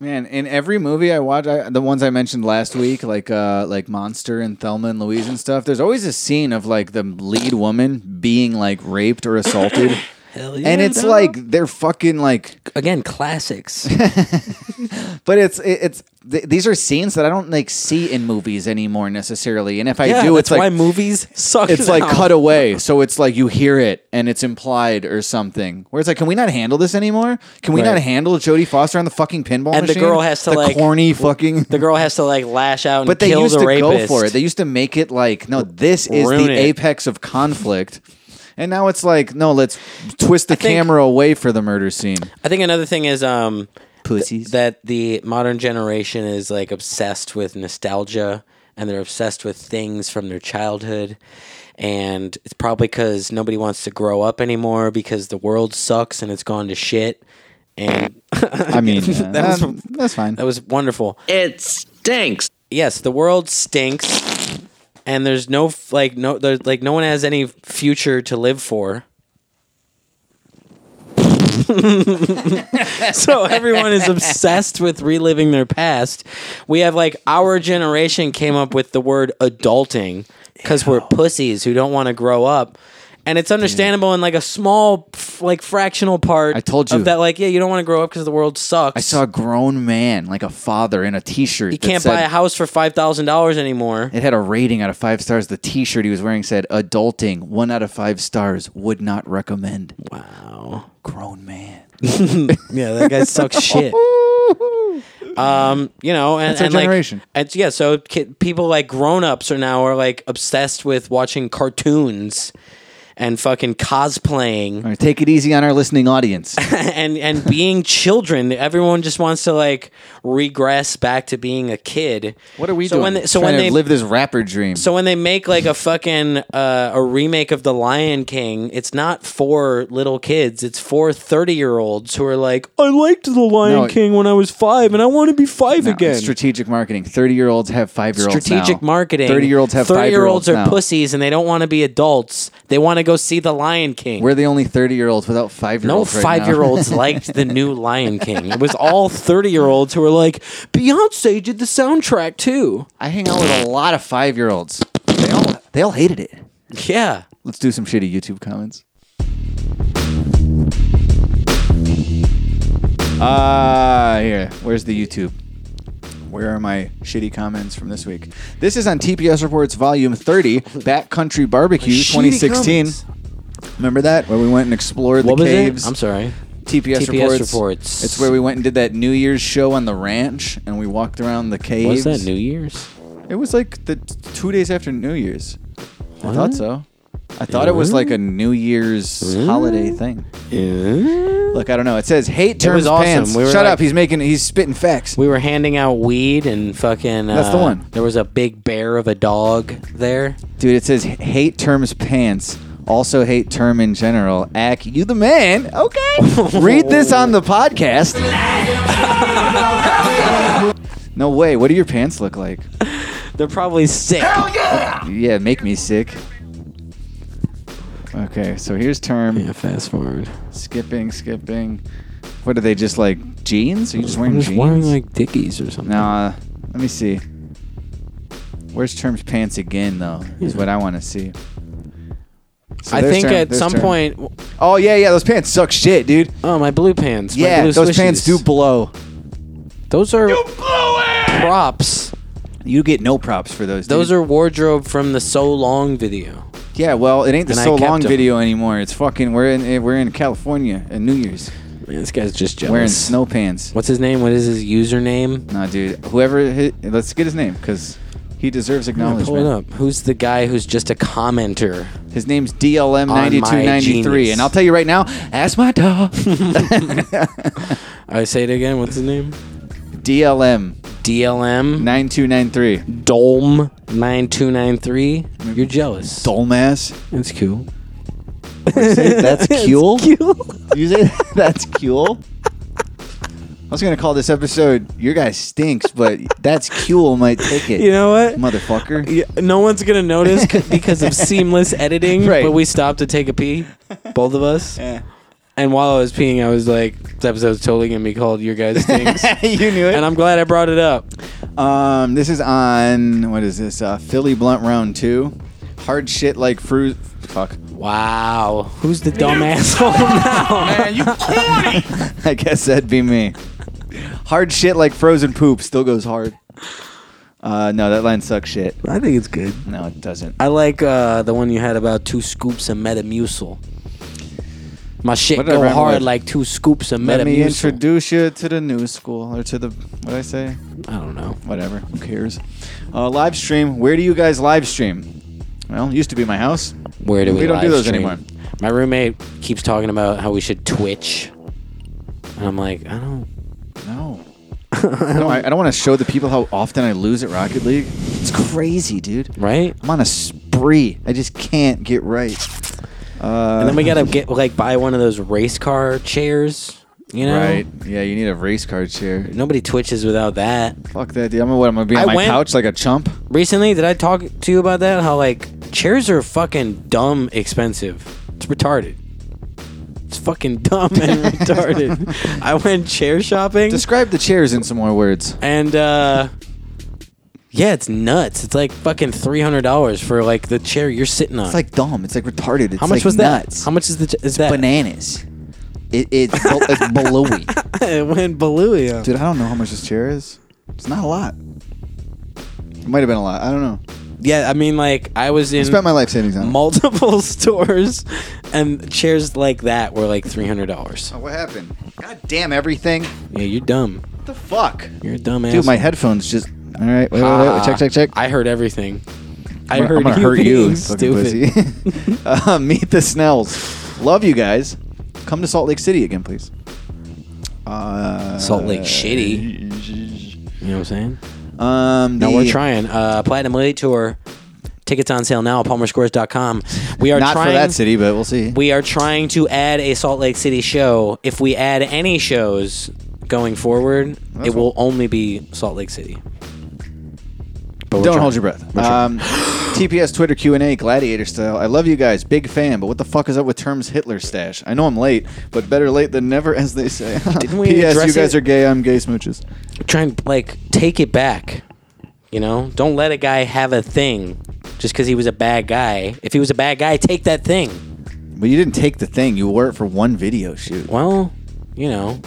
Man, in every movie I watch, I, the ones I mentioned last week, like uh, like Monster and Thelma and Louise and stuff, there's always a scene of like the lead woman being like raped or assaulted.
Hell
and it's like they're fucking like
again classics.
but it's it, it's th- these are scenes that I don't like see in movies anymore necessarily. And if I
Yeah,
do, it's
that's
like
why movies suck.
It's like
now.
cut away, so it's like you hear it and it's implied or something. Where it's like, can we not handle this anymore? Can we
Right.
not handle Jodie Foster on the fucking pinball
and the
machine?
girl has to
The
like
corny fucking.
The girl has to like lash out and
But they
kill
used
the
to
rapist.
go for it. They used to make it like, no, this is
Ruin
the
it.
apex of conflict. And now it's like, no, let's twist the
I think-
camera away for the murder scene.
I think another thing is um th-
Pussies.
that the modern generation is like obsessed with nostalgia and they're obsessed with things from their childhood and it's probably cuz nobody wants to grow up anymore because the world sucks and it's gone to shit and
I mean, yeah,
that was
um, that's fine.
that was wonderful. It stinks. Yes, the world stinks and there's no f- like no there's like no one has any future to live for. so everyone is obsessed with reliving their past. We have like our generation came up with the word adulting because we're pussies who don't want to grow up. And it's understandable in like a small, f- like fractional part. I
told you.
of that, like, yeah, you don't want to grow up because the world sucks.
I saw a grown man, like a father, in a T-shirt.
you can't buy a house for five thousand dollars anymore.
It had a rating out of five stars. The T-shirt he was wearing said "Adulting," one out of five stars. Would not recommend.
Wow,
grown man.
yeah, that guy sucks shit. Um, you know, and,
That's our
and
generation.
like, it's, yeah. So ki- people like grown ups are now are like obsessed with watching cartoons and fucking cosplaying
All right, take it easy on our listening audience.
and and being children. Everyone just wants to like regress back to being a kid.
What are we
so
doing?
When they, so
Trying
when
to
they
live this rapper dream.
so when they make like a fucking uh, a remake of The Lion King, it's not for little kids. It's for thirty year olds who are like, I liked The Lion
No, it-
King when I was five, and I want to be five
No,
again.
strategic marketing. Thirty-year-olds have five-year-olds.
strategic
now.
marketing.
Thirty-year-olds have five-year-olds.
Thirty-year-olds are
now.
pussies and they don't want to be adults. They want to go see The Lion King.
We're the only thirty-year-olds without
no
five-year-olds. right now.
five-year-olds liked the new Lion King. It was all thirty-year-olds who were like, Beyonce did the soundtrack too.
I hang out with a lot of five-year-olds. They all they all hated it.
Yeah.
Let's do some shitty YouTube comments. Ah, here. Where's the YouTube? Where are my shitty comments from this week? This is on TPS Reports Volume 30, Backcountry Barbecue
Shitty
2016.
comments.
Remember that? Where we went and explored
What
the
was it?
caves?
I'm sorry.
TPS,
TPS
reports.
Reports.
It's where we went and did that New Year's show on the ranch, and we walked around the caves.
What's that? New Year's?
It was like the t- two days after New Year's. I thought
What?
so. I thought it was like a New Year's holiday thing. Look, I don't know. It says hate
It was
terms
awesome.
pants.
We were
Shut
like-
up. He's making. He's spitting facts.
We were handing out weed and fucking. Uh,
That's the one.
There was a big bear of a dog there.
Dude, it says h- hate terms pants. Also hate term in general. Ack, you the man. Okay. Read this on the podcast. no way. What do your pants look like?
They're probably sick.
Yeah, make me sick. Okay, so here's term. Yeah,
fast forward.
Skipping, skipping. What are they just like jeans? Are you just wearing
I'm just
jeans?
wearing, like, Dickies or something.
Nah, let me see. Where's term's pants again though? Is what I want to see. So
I
there's
think
Term-
at
there's
some
Term.
point.
Oh yeah, yeah, those pants suck shit, dude.
Oh my blue pants. my
Yeah,
blue
those pants do
swishies.
blow.
Those are props.
You get no props for those.
Those
dude.
are wardrobe from the so long video.
Yeah, well, it ain't the
And I
so
kept
long
'em.
video anymore. It's fucking we're in eh, we're in California at New Year's.
Man, this guy's just jealous.
Wearing snow pants.
What's his name? What is his username?
Nah, dude. Whoever, hit, let's get his name because he deserves acknowledgement.
Pull it up. Who's the guy who's just a commenter?
His name's DLM
On my
9293,
genius.
and I'll tell you right now, ask my dog.
I say it again. What's his name?
DLM.
DLM
9293.
Dolm 9293. You're jealous.
Dolmass.
It's cool.
That's cool. You say that's cool. was gonna call this episode "Your Guy Stinks," but that's cool. Might take it.
You know what?
motherfucker?
no one's gonna notice c- because of seamless editing.
Right.
But we stopped to take a pee, both of us. And while I was peeing, I was like, "This episode's totally gonna be called Your Guys Stinks."
you knew it.
And I'm glad I brought it up.
Um, this is on what is this? Uh, Philly Blunt Round Two. Hard shit like fruit. Fuck.
Wow. Who's the dumb asshole now? Man, you
I guess that'd be me. Hard shit like frozen poop still goes hard. Uh, no, that line sucks shit.
I think it's good.
No, it doesn't.
I like uh, the one you had about two scoops of Metamucil. My shit
What did I
go
rhyme
hard
with?
like two scoops of
Let me
Metamucil.
introduce you to the new school or to the what I say?
I don't know.
Whatever. Who cares? Uh, live stream. Where do you guys live stream? Well, it used to be my house.
Where do we?
We don't do
live
those
stream?
anymore.
My roommate keeps talking about how we should Twitch, and I'm like, I don't.
No. no, I, I don't want to show the people how often I lose at Rocket League. It's crazy, dude.
Right?
I'm on a spree. I just can't get right. Uh,
and then we gotta get like buy one of those race car chairs. You know,
Right. Yeah, you need a race car chair.
Nobody twitches without that.
Fuck that, dude. I'm gonna, what, I'm gonna be on
I
my
went-
couch like a chump.
Recently, did I talk to you about that? How like chairs are fucking dumb expensive. It's retarded. It's fucking dumb and retarded. I went chair shopping.
Describe the chairs in some more words.
and uh yeah, it's nuts. It's like fucking three hundred dollars for like the chair you're sitting on.
It's like dumb. It's like retarded. It's
how much
like
was
nuts.
that? How much is the ch- is that?
Bananas. It, it's bal- it's balloon.
it went balooey. up.
Dude, I don't know how much this chair is. It's not a lot. It might have been a lot. I don't know.
Yeah, I mean, like I was
I
in
spent my life savings on it.
multiple stores, and chairs like that were like three hundred dollars.
What happened? God damn Oh, everything.
Yeah, you're dumb.
What the fuck?
You're a dumb ass.
Dude, my headphones just. All right, wait, wait, wait, wait, check, check, check.
I heard everything. I
I'm gonna-
heard
I'm gonna
you
hurt
being
you,
stupid.
fucking pussy. uh, meet the Snells. Love you guys. Come to Salt Lake City again, please. Uh,
Salt Lake Shitty. You know what I'm saying?
Um,
No, we're
the-
trying. Uh, Platinum Elite Tour. Tickets on sale now at palmersquares.com. We are
Not
trying
for that city, but we'll see.
We are trying to add a Salt Lake City show. If we add any shows going forward,
That's
it will only be Salt Lake City. But we're
Don't
trying.
hold your breath.
We're trying.
Um, TPS Twitter Q and A Gladiator style. I love you guys, big fan. But what the fuck is up with terms Hitler stash? I know I'm late, but better late than never, as they say.
Didn't we
P.S. You
address
guys
it?
are gay. I'm gay smooches.
try and like take it back. You know, don't let a guy have a thing just because he was a bad guy. If he was a bad guy, take that thing.
But you didn't take the thing. You wore it for one video shoot.
Well, you know,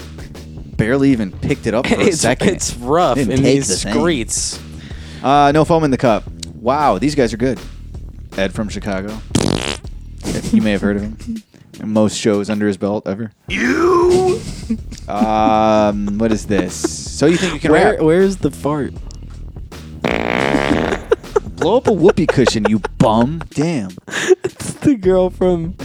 Barely even picked it up for a
it's,
second.
it's rough
Didn't
in
take
these
the thing.
streets.
Uh, no foam in the cup. Wow, these guys are good. Ed from Chicago. If you may have heard of him. Most shows under his belt ever.
You
Um, what is this? So you think you can
Where,
rap?
where's the fart?
Blow up a whoopee cushion, you bum! Damn.
It's the girl from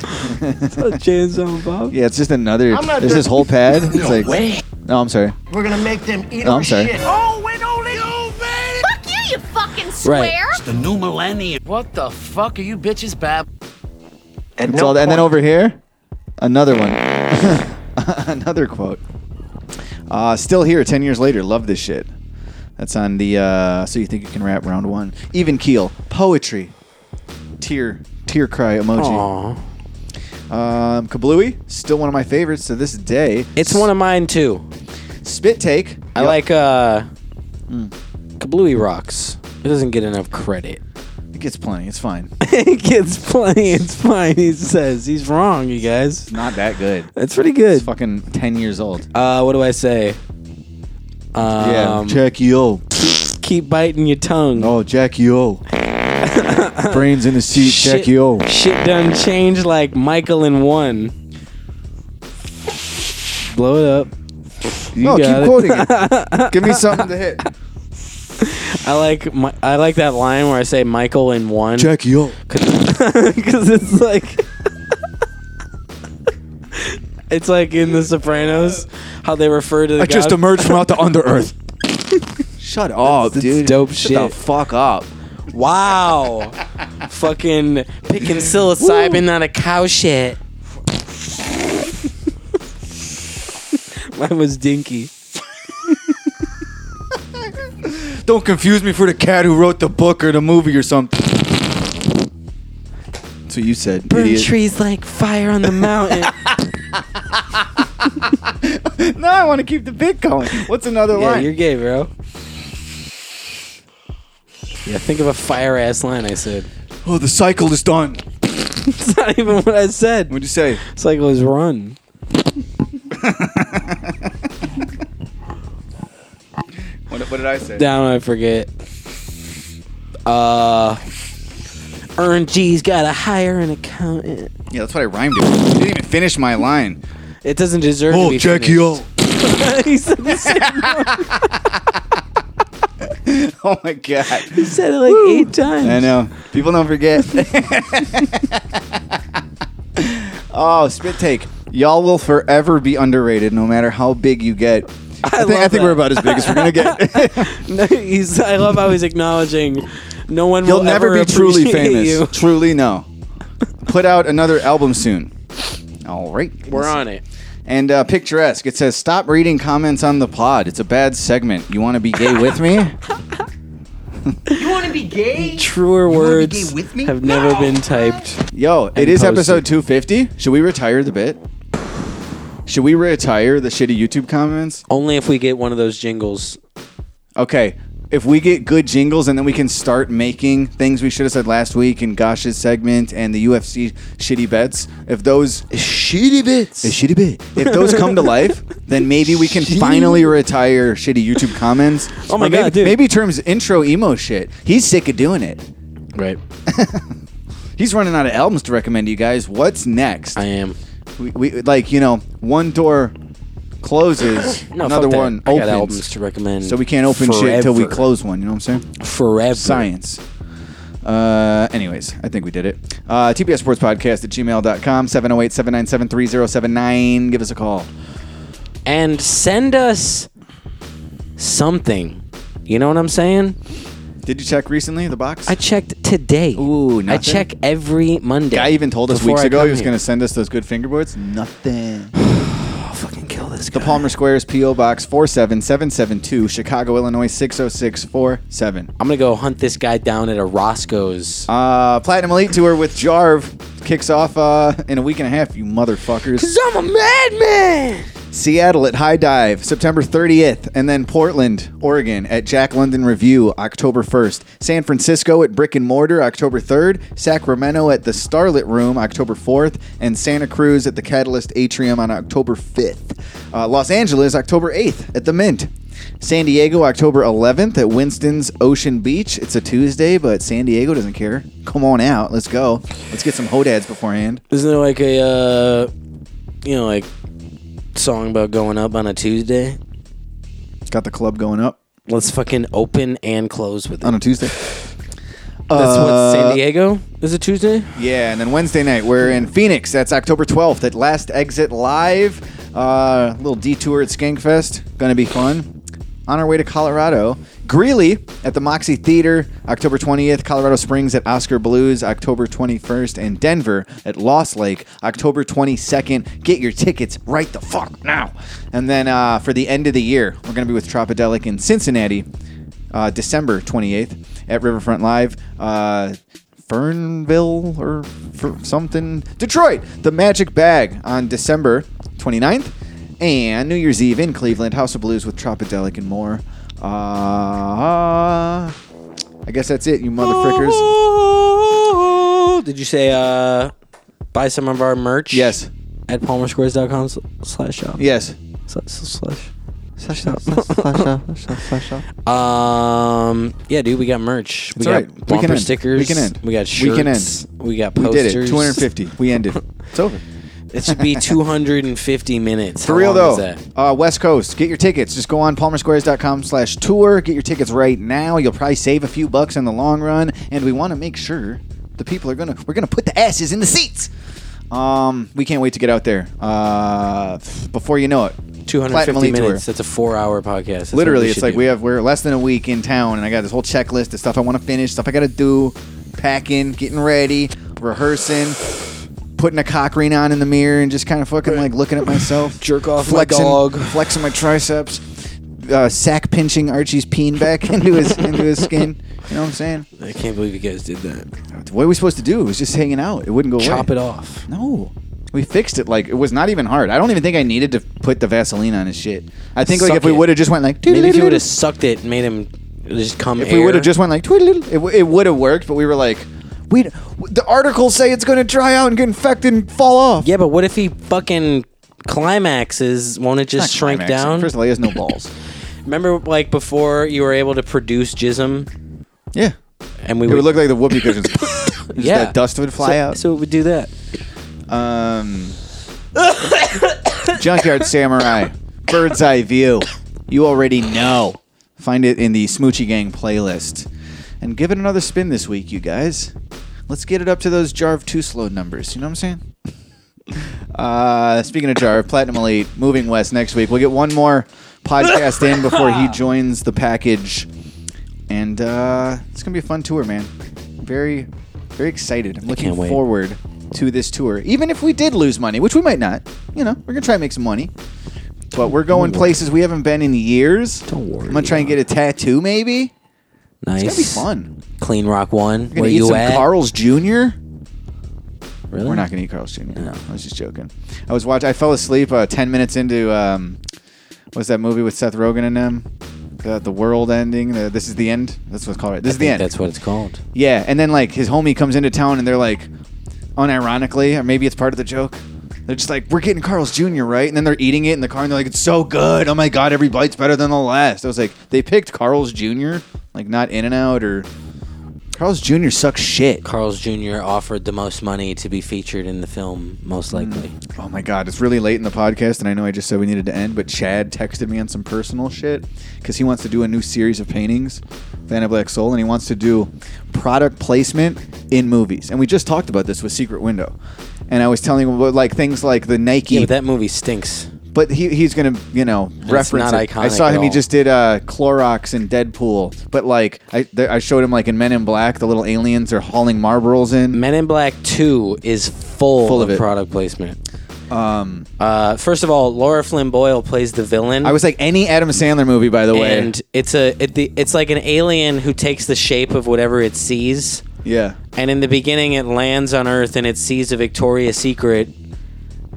James on Bob.
Yeah, it's just another.
I'm not
There's
done.
this whole pad. It's like.
way.
No, I'm sorry.
We're gonna make them eat
No,
our
I'm sorry.
shit.
Oh, and only you, man!
Fuck you, you fucking
square.
It's the new millennium.
What the fuck are you bitches bab?
It's all that- and then over here, another one. another quote. Uh, still here 10 years later. Love this shit. That's on the uh, So You Think You Can Rap round one. Even keel. Poetry. Tear. Tear cry emoji. Um, Kablooey. Still one of my favorites to this day.
It's one of mine too.
Spit take.
I
Yep.
like uh,
Hmm.
Kablooey Rocks. It doesn't get enough credit.
It gets plenty. It's fine.
it gets plenty. It's fine. He says he's wrong, you guys.
Not that good.
It's pretty good.
It's fucking 10 years old.
Uh, what do I say? Um,
yeah. Jackie O.
keep biting your tongue.
Oh, Jackie O. Brains in the seat, Jackie O.
Shit done changed like Michael in one. Blow it up. You
No, keep
got it.
quoting it. Give me something to hit.
I like my, I like that line where I say Michael in one.
Jackie O.
because it's like it's like in The Sopranos how they refer to the God-
earth. Shut up, dude.
dope
Shut
shit.
the fuck up.
Wow, fucking picking psilocybin out of cow shit. Mine was dinky.
Don't confuse me for the cat who wrote the book or the movie or something. That's what you said.
Burn
idiot.
trees like fire on the mountain.
no, I want to keep the bit going. What's another
yeah,
line?
you're gay, bro. Yeah, think of a fire ass line I said.
Oh, the cycle is done.
It's not even what I said.
What'd you say?
Cycle is run.
What, what did I say?
Down, I forget. Uh, Earn G's gotta hire an accountant.
Yeah, that's what I rhymed it. with. You didn't even finish my line.
It doesn't deserve.
Oh,
to be
Jackie
finished. He said the
oh my god.
He said it like eight times.
I know. People don't forget. oh, spit take. Y'all will forever be underrated no matter how big you get. I, think, I think we're about as big as we're going to get.
No, he's, I love how he's acknowledging no one
You'll
will
never
ever
be truly
appreciate
famous.
you.
Truly, no. Put out another album soon. All right.
We're on it.
And uh, picturesque. It says, "Stop reading comments on the pod. It's a bad segment. You want to be gay with me?"
You want to be gay?
Truer
gay
words
with me?
have never been typed.
Yo, it
And
is
posted.
episode 250. Should we retire the bit? Should we retire the shitty YouTube comments?
Only if we get one of those jingles.
Okay. If we get good jingles and then we can start making things we should have said last week in Gosh's segment and the UFC shitty bets, if those shitty bits, shitty bit, if those come to life, then maybe we can finally retire shitty YouTube comments.
Oh my
Or maybe,
God, dude.
Maybe terms intro emo shit. He's sick of doing it.
Right.
He's running out of albums to recommend to you guys. What's next? I
am.
We, we like you know one door closes,
No,
another
fuck that.
one
I got
opens.
albums to recommend
So we can't open shit until we
forever.
close one. You know what I'm saying?
Forever.
Science. Uh, anyways, I think we did it. Uh, TPS Sports Podcast at gmail.com, 708 797 3079. Give us a call.
And send us something. You know what I'm saying?
Did you check recently the box?
I checked today.
Ooh,
I
nothing?
check every Monday.
Guy even told us
before
weeks
I
ago
come
he was
here.
going to send us those good fingerboards. Nothing. I'll fucking kill this The Palmer Squares P.O. Box 47772, Chicago, Illinois 60647.
I'm gonna go hunt this guy down at a Roscoe's.
Uh, Platinum Elite Tour with Jarve kicks off uh, in a week and a half, you motherfuckers.
I'm a madman.
Seattle at High Dive, September 30th, and then Portland, Oregon at Jack London Review, October 1st. San Francisco at Brick and Mortar, October 3rd. Sacramento at the Starlit Room, October 4th. And Santa Cruz at the Catalyst Atrium on October 5th. Uh, Los Angeles, October 8th at the Mint. San Diego, October 11th at Winston's Ocean Beach. It's a Tuesday, but San Diego doesn't care. Come on out. Let's go. Let's get some Hodads beforehand.
Isn't there like a uh, you know like song about going up on a Tuesday?
Got the club going up
Let's fucking open and close with it.
on a Tuesday.
That's what
Uh,
San Diego is it Tuesday?
Yeah, and then Wednesday night we're in Phoenix. That's October 12th at Last Exit Live. Uh, little detour at Skankfest. Going to be fun. On our way to Colorado, Greeley at the Moxie Theater, October 20th, Colorado Springs at Oscar Blues, October 21st, and Denver at Lost Lake, October 22nd. Get your tickets right the fuck now. And then uh, for the end of the year, we're going to be with Tropodelic in Cincinnati, uh, December 28th at Riverfront Live. Uh, Fernville or fer- something. Detroit, the Magic Bag on December 29th. And New Year's Eve in Cleveland, House of Blues with Tropodelic and more. Uh, I guess that's it, you motherfrickers.
Oh, did you say uh, buy some of our merch?
Yes.
At palmersquares.com sl- slash shop.
Yes.
Slash slash.
Slash shop, slash- slash shop, slash- slash shop.
Um. Yeah, dude, we got merch.
It's
we
all
got
right. We can
bumper
end.
stickers.
We can end.
We got
We
shirts.
can end.
We got
We
posters.
did it. 250. We ended. It's over.
It should be 250 minutes.
For
How
real
long
though,
is that?
Uh, West Coast, get your tickets. Just go on palmersquares.com slash tour. Get your tickets right now. You'll probably save a few bucks in the long run. And we want to make sure the people are gonna we're gonna put the asses in the seats. Um, we can't wait to get out there. Uh, before you know it,
250
Platinum Elite Tour.
minutes. That's a four-hour podcast. That's what
Literally,
we
it's
should
like
do.
we have we're less than a week in town, and I got this whole checklist of stuff I want to finish, stuff I got to do, packing, getting ready, rehearsing, putting a cock ring on in the mirror, and just kind of fucking like looking at myself, jerk
off my
flexing,
dog.
flexing my triceps, uh, sack pinching Archie's peen back into his into his skin. You know what I'm saying?
I can't believe you guys did that.
What were we supposed to do? It was just hanging out. It wouldn't go away.
Chop it off.
No. We fixed it like it was not even hard. I don't even think I needed to put the Vaseline on his shit. I think like
Suck
if we
it.
would have just went like
Maybe if you would
"Doodle-doodle-doodle,"
have sucked it and made him just come
if we would have just went like "Tweedle-doodle," it, w- it would have worked. But we were like, we the articles say it's going to dry out and get infected and fall off.
Yeah, but what if he fucking climaxes? Won't it just
Not
shrink
climaxing.
down?
First of all, he has no balls.
Remember, like before, you were able to produce jism.
Yeah,
and we
it would look like the whoopee cushions. Just
Yeah.
that dust would fly
So-
out.
So it would do that.
Um, Junkyard Samurai, Bird's Eye View. You already know. Find it in the Smoochie Gang playlist. And give it another spin this week, you guys. Let's get it up to those Jarv Too Slow numbers. You know what I'm saying? Uh, speaking of Jarv, Platinum Elite, moving west next week. We'll get one more podcast in before he joins the package. And uh, it's going to be a fun tour, man. Very, very excited. I'm looking
can't wait.
forward to this tour. Even if we did lose money, which we might not, you know, we're going to try and make some money. But we're going places we haven't been in years. Don't worry. I'm going to try and get a tattoo, maybe.
Nice.
It's going to be fun.
Clean Rock One.
We're going
Where
to eat
you
some
at?
Carl's Jr.
Really?
We're not going to eat Carl's Jr. No. I was just joking. I was watching. I fell asleep uh, ten minutes into um, what's that movie with Seth Rogen and them? The, the world ending. The, this is the end. That's what's called. Right? This
I
is the
think
end.
That's what it's called.
Yeah, and then like his homie comes into town and they're like, unironically, or maybe it's part of the joke. They're just like, we're getting Carl's Jr. right, and then they're eating it in the car and they're like, it's so good. Oh my god, every bite's better than the last. I was like, they picked Carl's Jr. Like not In and Out or Carl's Jr. sucks shit.
Carl's Jr. offered the most money to be featured in the film, most likely.
Oh my god, it's really late in the podcast, and I know I just said we needed to end, but Chad texted me on some personal shit because he wants to do a new series of paintings, Vanna Black Soul, and he wants to do product placement in movies. And we just talked about this with Secret Window, and I was telling him about like things like the Nike.
Yeah, but that movie stinks.
But he, he's gonna you know
it's
reference
not
it. I
iconic
saw
at
him. He
all.
just did uh, Clorox and Deadpool. But like I th- I showed him like in Men in Black, the little aliens are hauling Marlboros in.
Men in Black Two is full,
Full
of,
of it.
product placement.
Um,
uh, first of all, Laura Flynn Boyle plays the villain.
I was like any Adam Sandler movie, by the way.
and it's a it, the, it's like an alien who takes the shape of whatever it sees.
Yeah.
And in the beginning, it lands on Earth and it sees a Victoria's Secret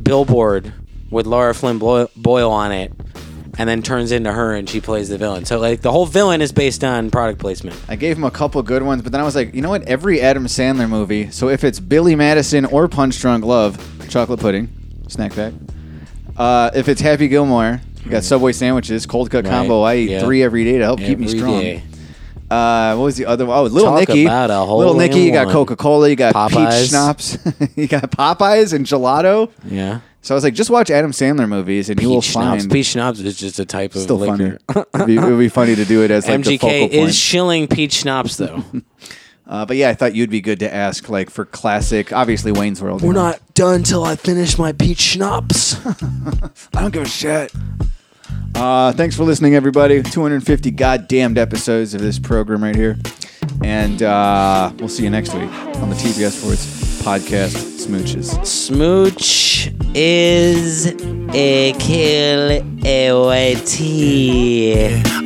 billboard with Laura Flynn Boy- Boyle on it, and then turns into her and she plays the villain. So like the whole villain is based on product placement.
I gave him a couple good ones, but then I was like, you know what? Every Adam Sandler movie. So if it's Billy Madison or Punch Drunk Love, chocolate pudding, snack pack. Uh, if it's Happy Gilmore, you got Subway sandwiches, cold cut
Right,
combo. I eat
yeah.
three every day to help keep me
Every
strong.
day.
Uh, what was the other one? Oh, Little
Talk
Nicky.
about a hole in
Little Nicky. You got
one.
Coca Cola. You got peach
Popeyes.
schnapps. you got Popeyes and gelato.
Yeah.
So I was like, just watch Adam Sandler movies, and you will
Peach schnapps.
find
Peach schnapps is just a type of
still funny.
liquor.
it'd, be, it'd be funny to do it as like the focal
MGK
point.
is shilling peach schnapps though.
Uh, but yeah, I thought you'd be good to ask, like for classic. Obviously, Wayne's World. you know.
done till I finish my peach schnapps.
I don't give a shit. Uh, thanks for listening, everybody. 250 goddamned episodes of this program right here, and uh, we'll see you next week on the TBS Sports Podcast Smooches.
Smooch is a kill AYT.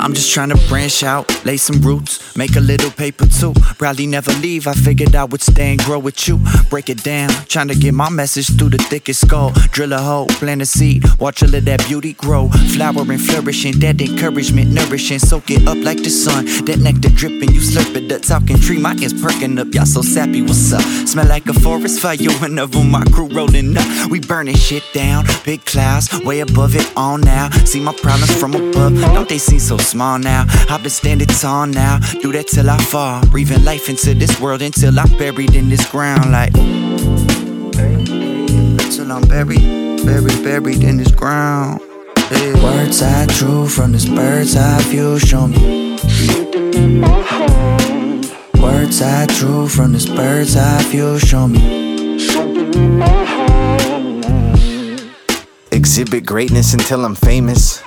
I'm just trying to branch out, lay some roots, make a little paper too. Probably never leave. I figured I would stay and grow with you. Break it down, trying to get my message through the thickest skull. Drill a hole, plant a seed, watch all of that beauty grow. Flowering, flourishing, that encouragement, nourishing. Soak it up like the sun, that nectar dripping. You slurp it, the talking tree, my ears perking up. Y'all so sappy, what's up? Smell like a forest fire, and of 'em, my crew rolling up. We burning shit down, big clouds, way above it all now. See my problems from above, don't they seem so small now? I've been standing tall now, do that till I fall. Breathing life into this world until I'm buried in this ground, like. Until I'm buried, buried, buried in this ground. Yeah. Words I drew from this bird's eye view, show me. Words I drew from this bird's eye view, show me.
Exhibit greatness until I'm famous.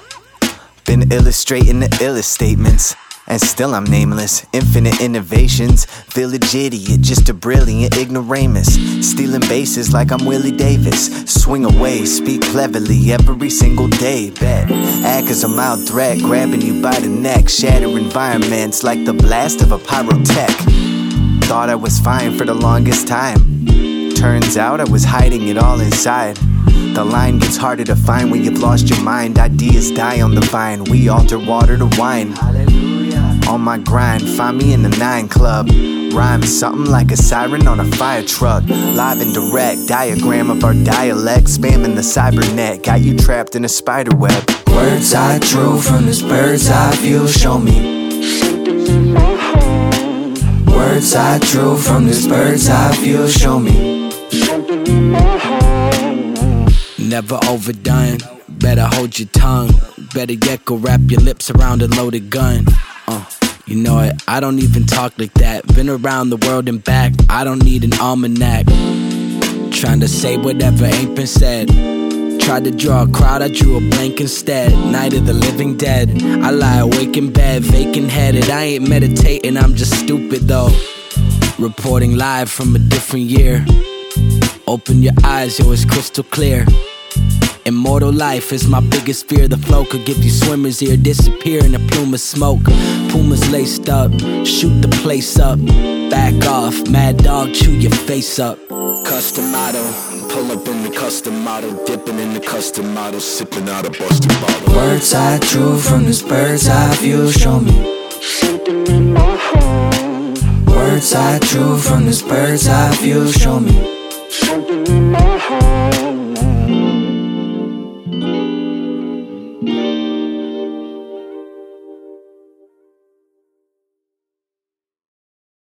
Been illustrating the illest statements. and still I'm nameless. Infinite innovations, village idiot, just a brilliant ignoramus. Stealing bases like I'm Willie Davis. Swing away, speak cleverly every single day. Bet, act as a mild threat, grabbing you by the neck, shatter environments like the blast of a pyrotech. Thought I was fine for the longest time. Turns out I was hiding it all inside. The line gets harder to find when you've lost your mind. Ideas die on the vine. We alter water to wine. On my grind, find me in the nine club. Rhyme something like a siren on a fire truck. Live and direct, diagram of our dialect. Spamming the cybernet, got you trapped in a spider web. Words I drew from this bird's eye view, show me. Words I drew from this bird's eye view, show me.
Never overdone. Better hold your tongue. Better yet, go wrap your lips around a loaded gun. Uh, you know it, I don't even talk like that. Been around the world and back, I don't need an almanac. Trying to say whatever ain't been said. Tried to draw a crowd, I drew a blank instead. Night of the living dead. I lie awake in bed, vacant headed. I ain't meditating, I'm just stupid though. Reporting live from a different year. Open your eyes, yo, it's crystal clear. Immortal life is my biggest fear. The flow could give you swimmer's ear, disappear in a plume of smoke. Pumas laced up, shoot the place up. Back off, mad dog, chew your face up. Custom model, pull up in the custom model, dipping in the custom model, sipping out a busted bottle.
Words I drew from this bird's eye view, show me. Words I drew from this bird's eye view, show me.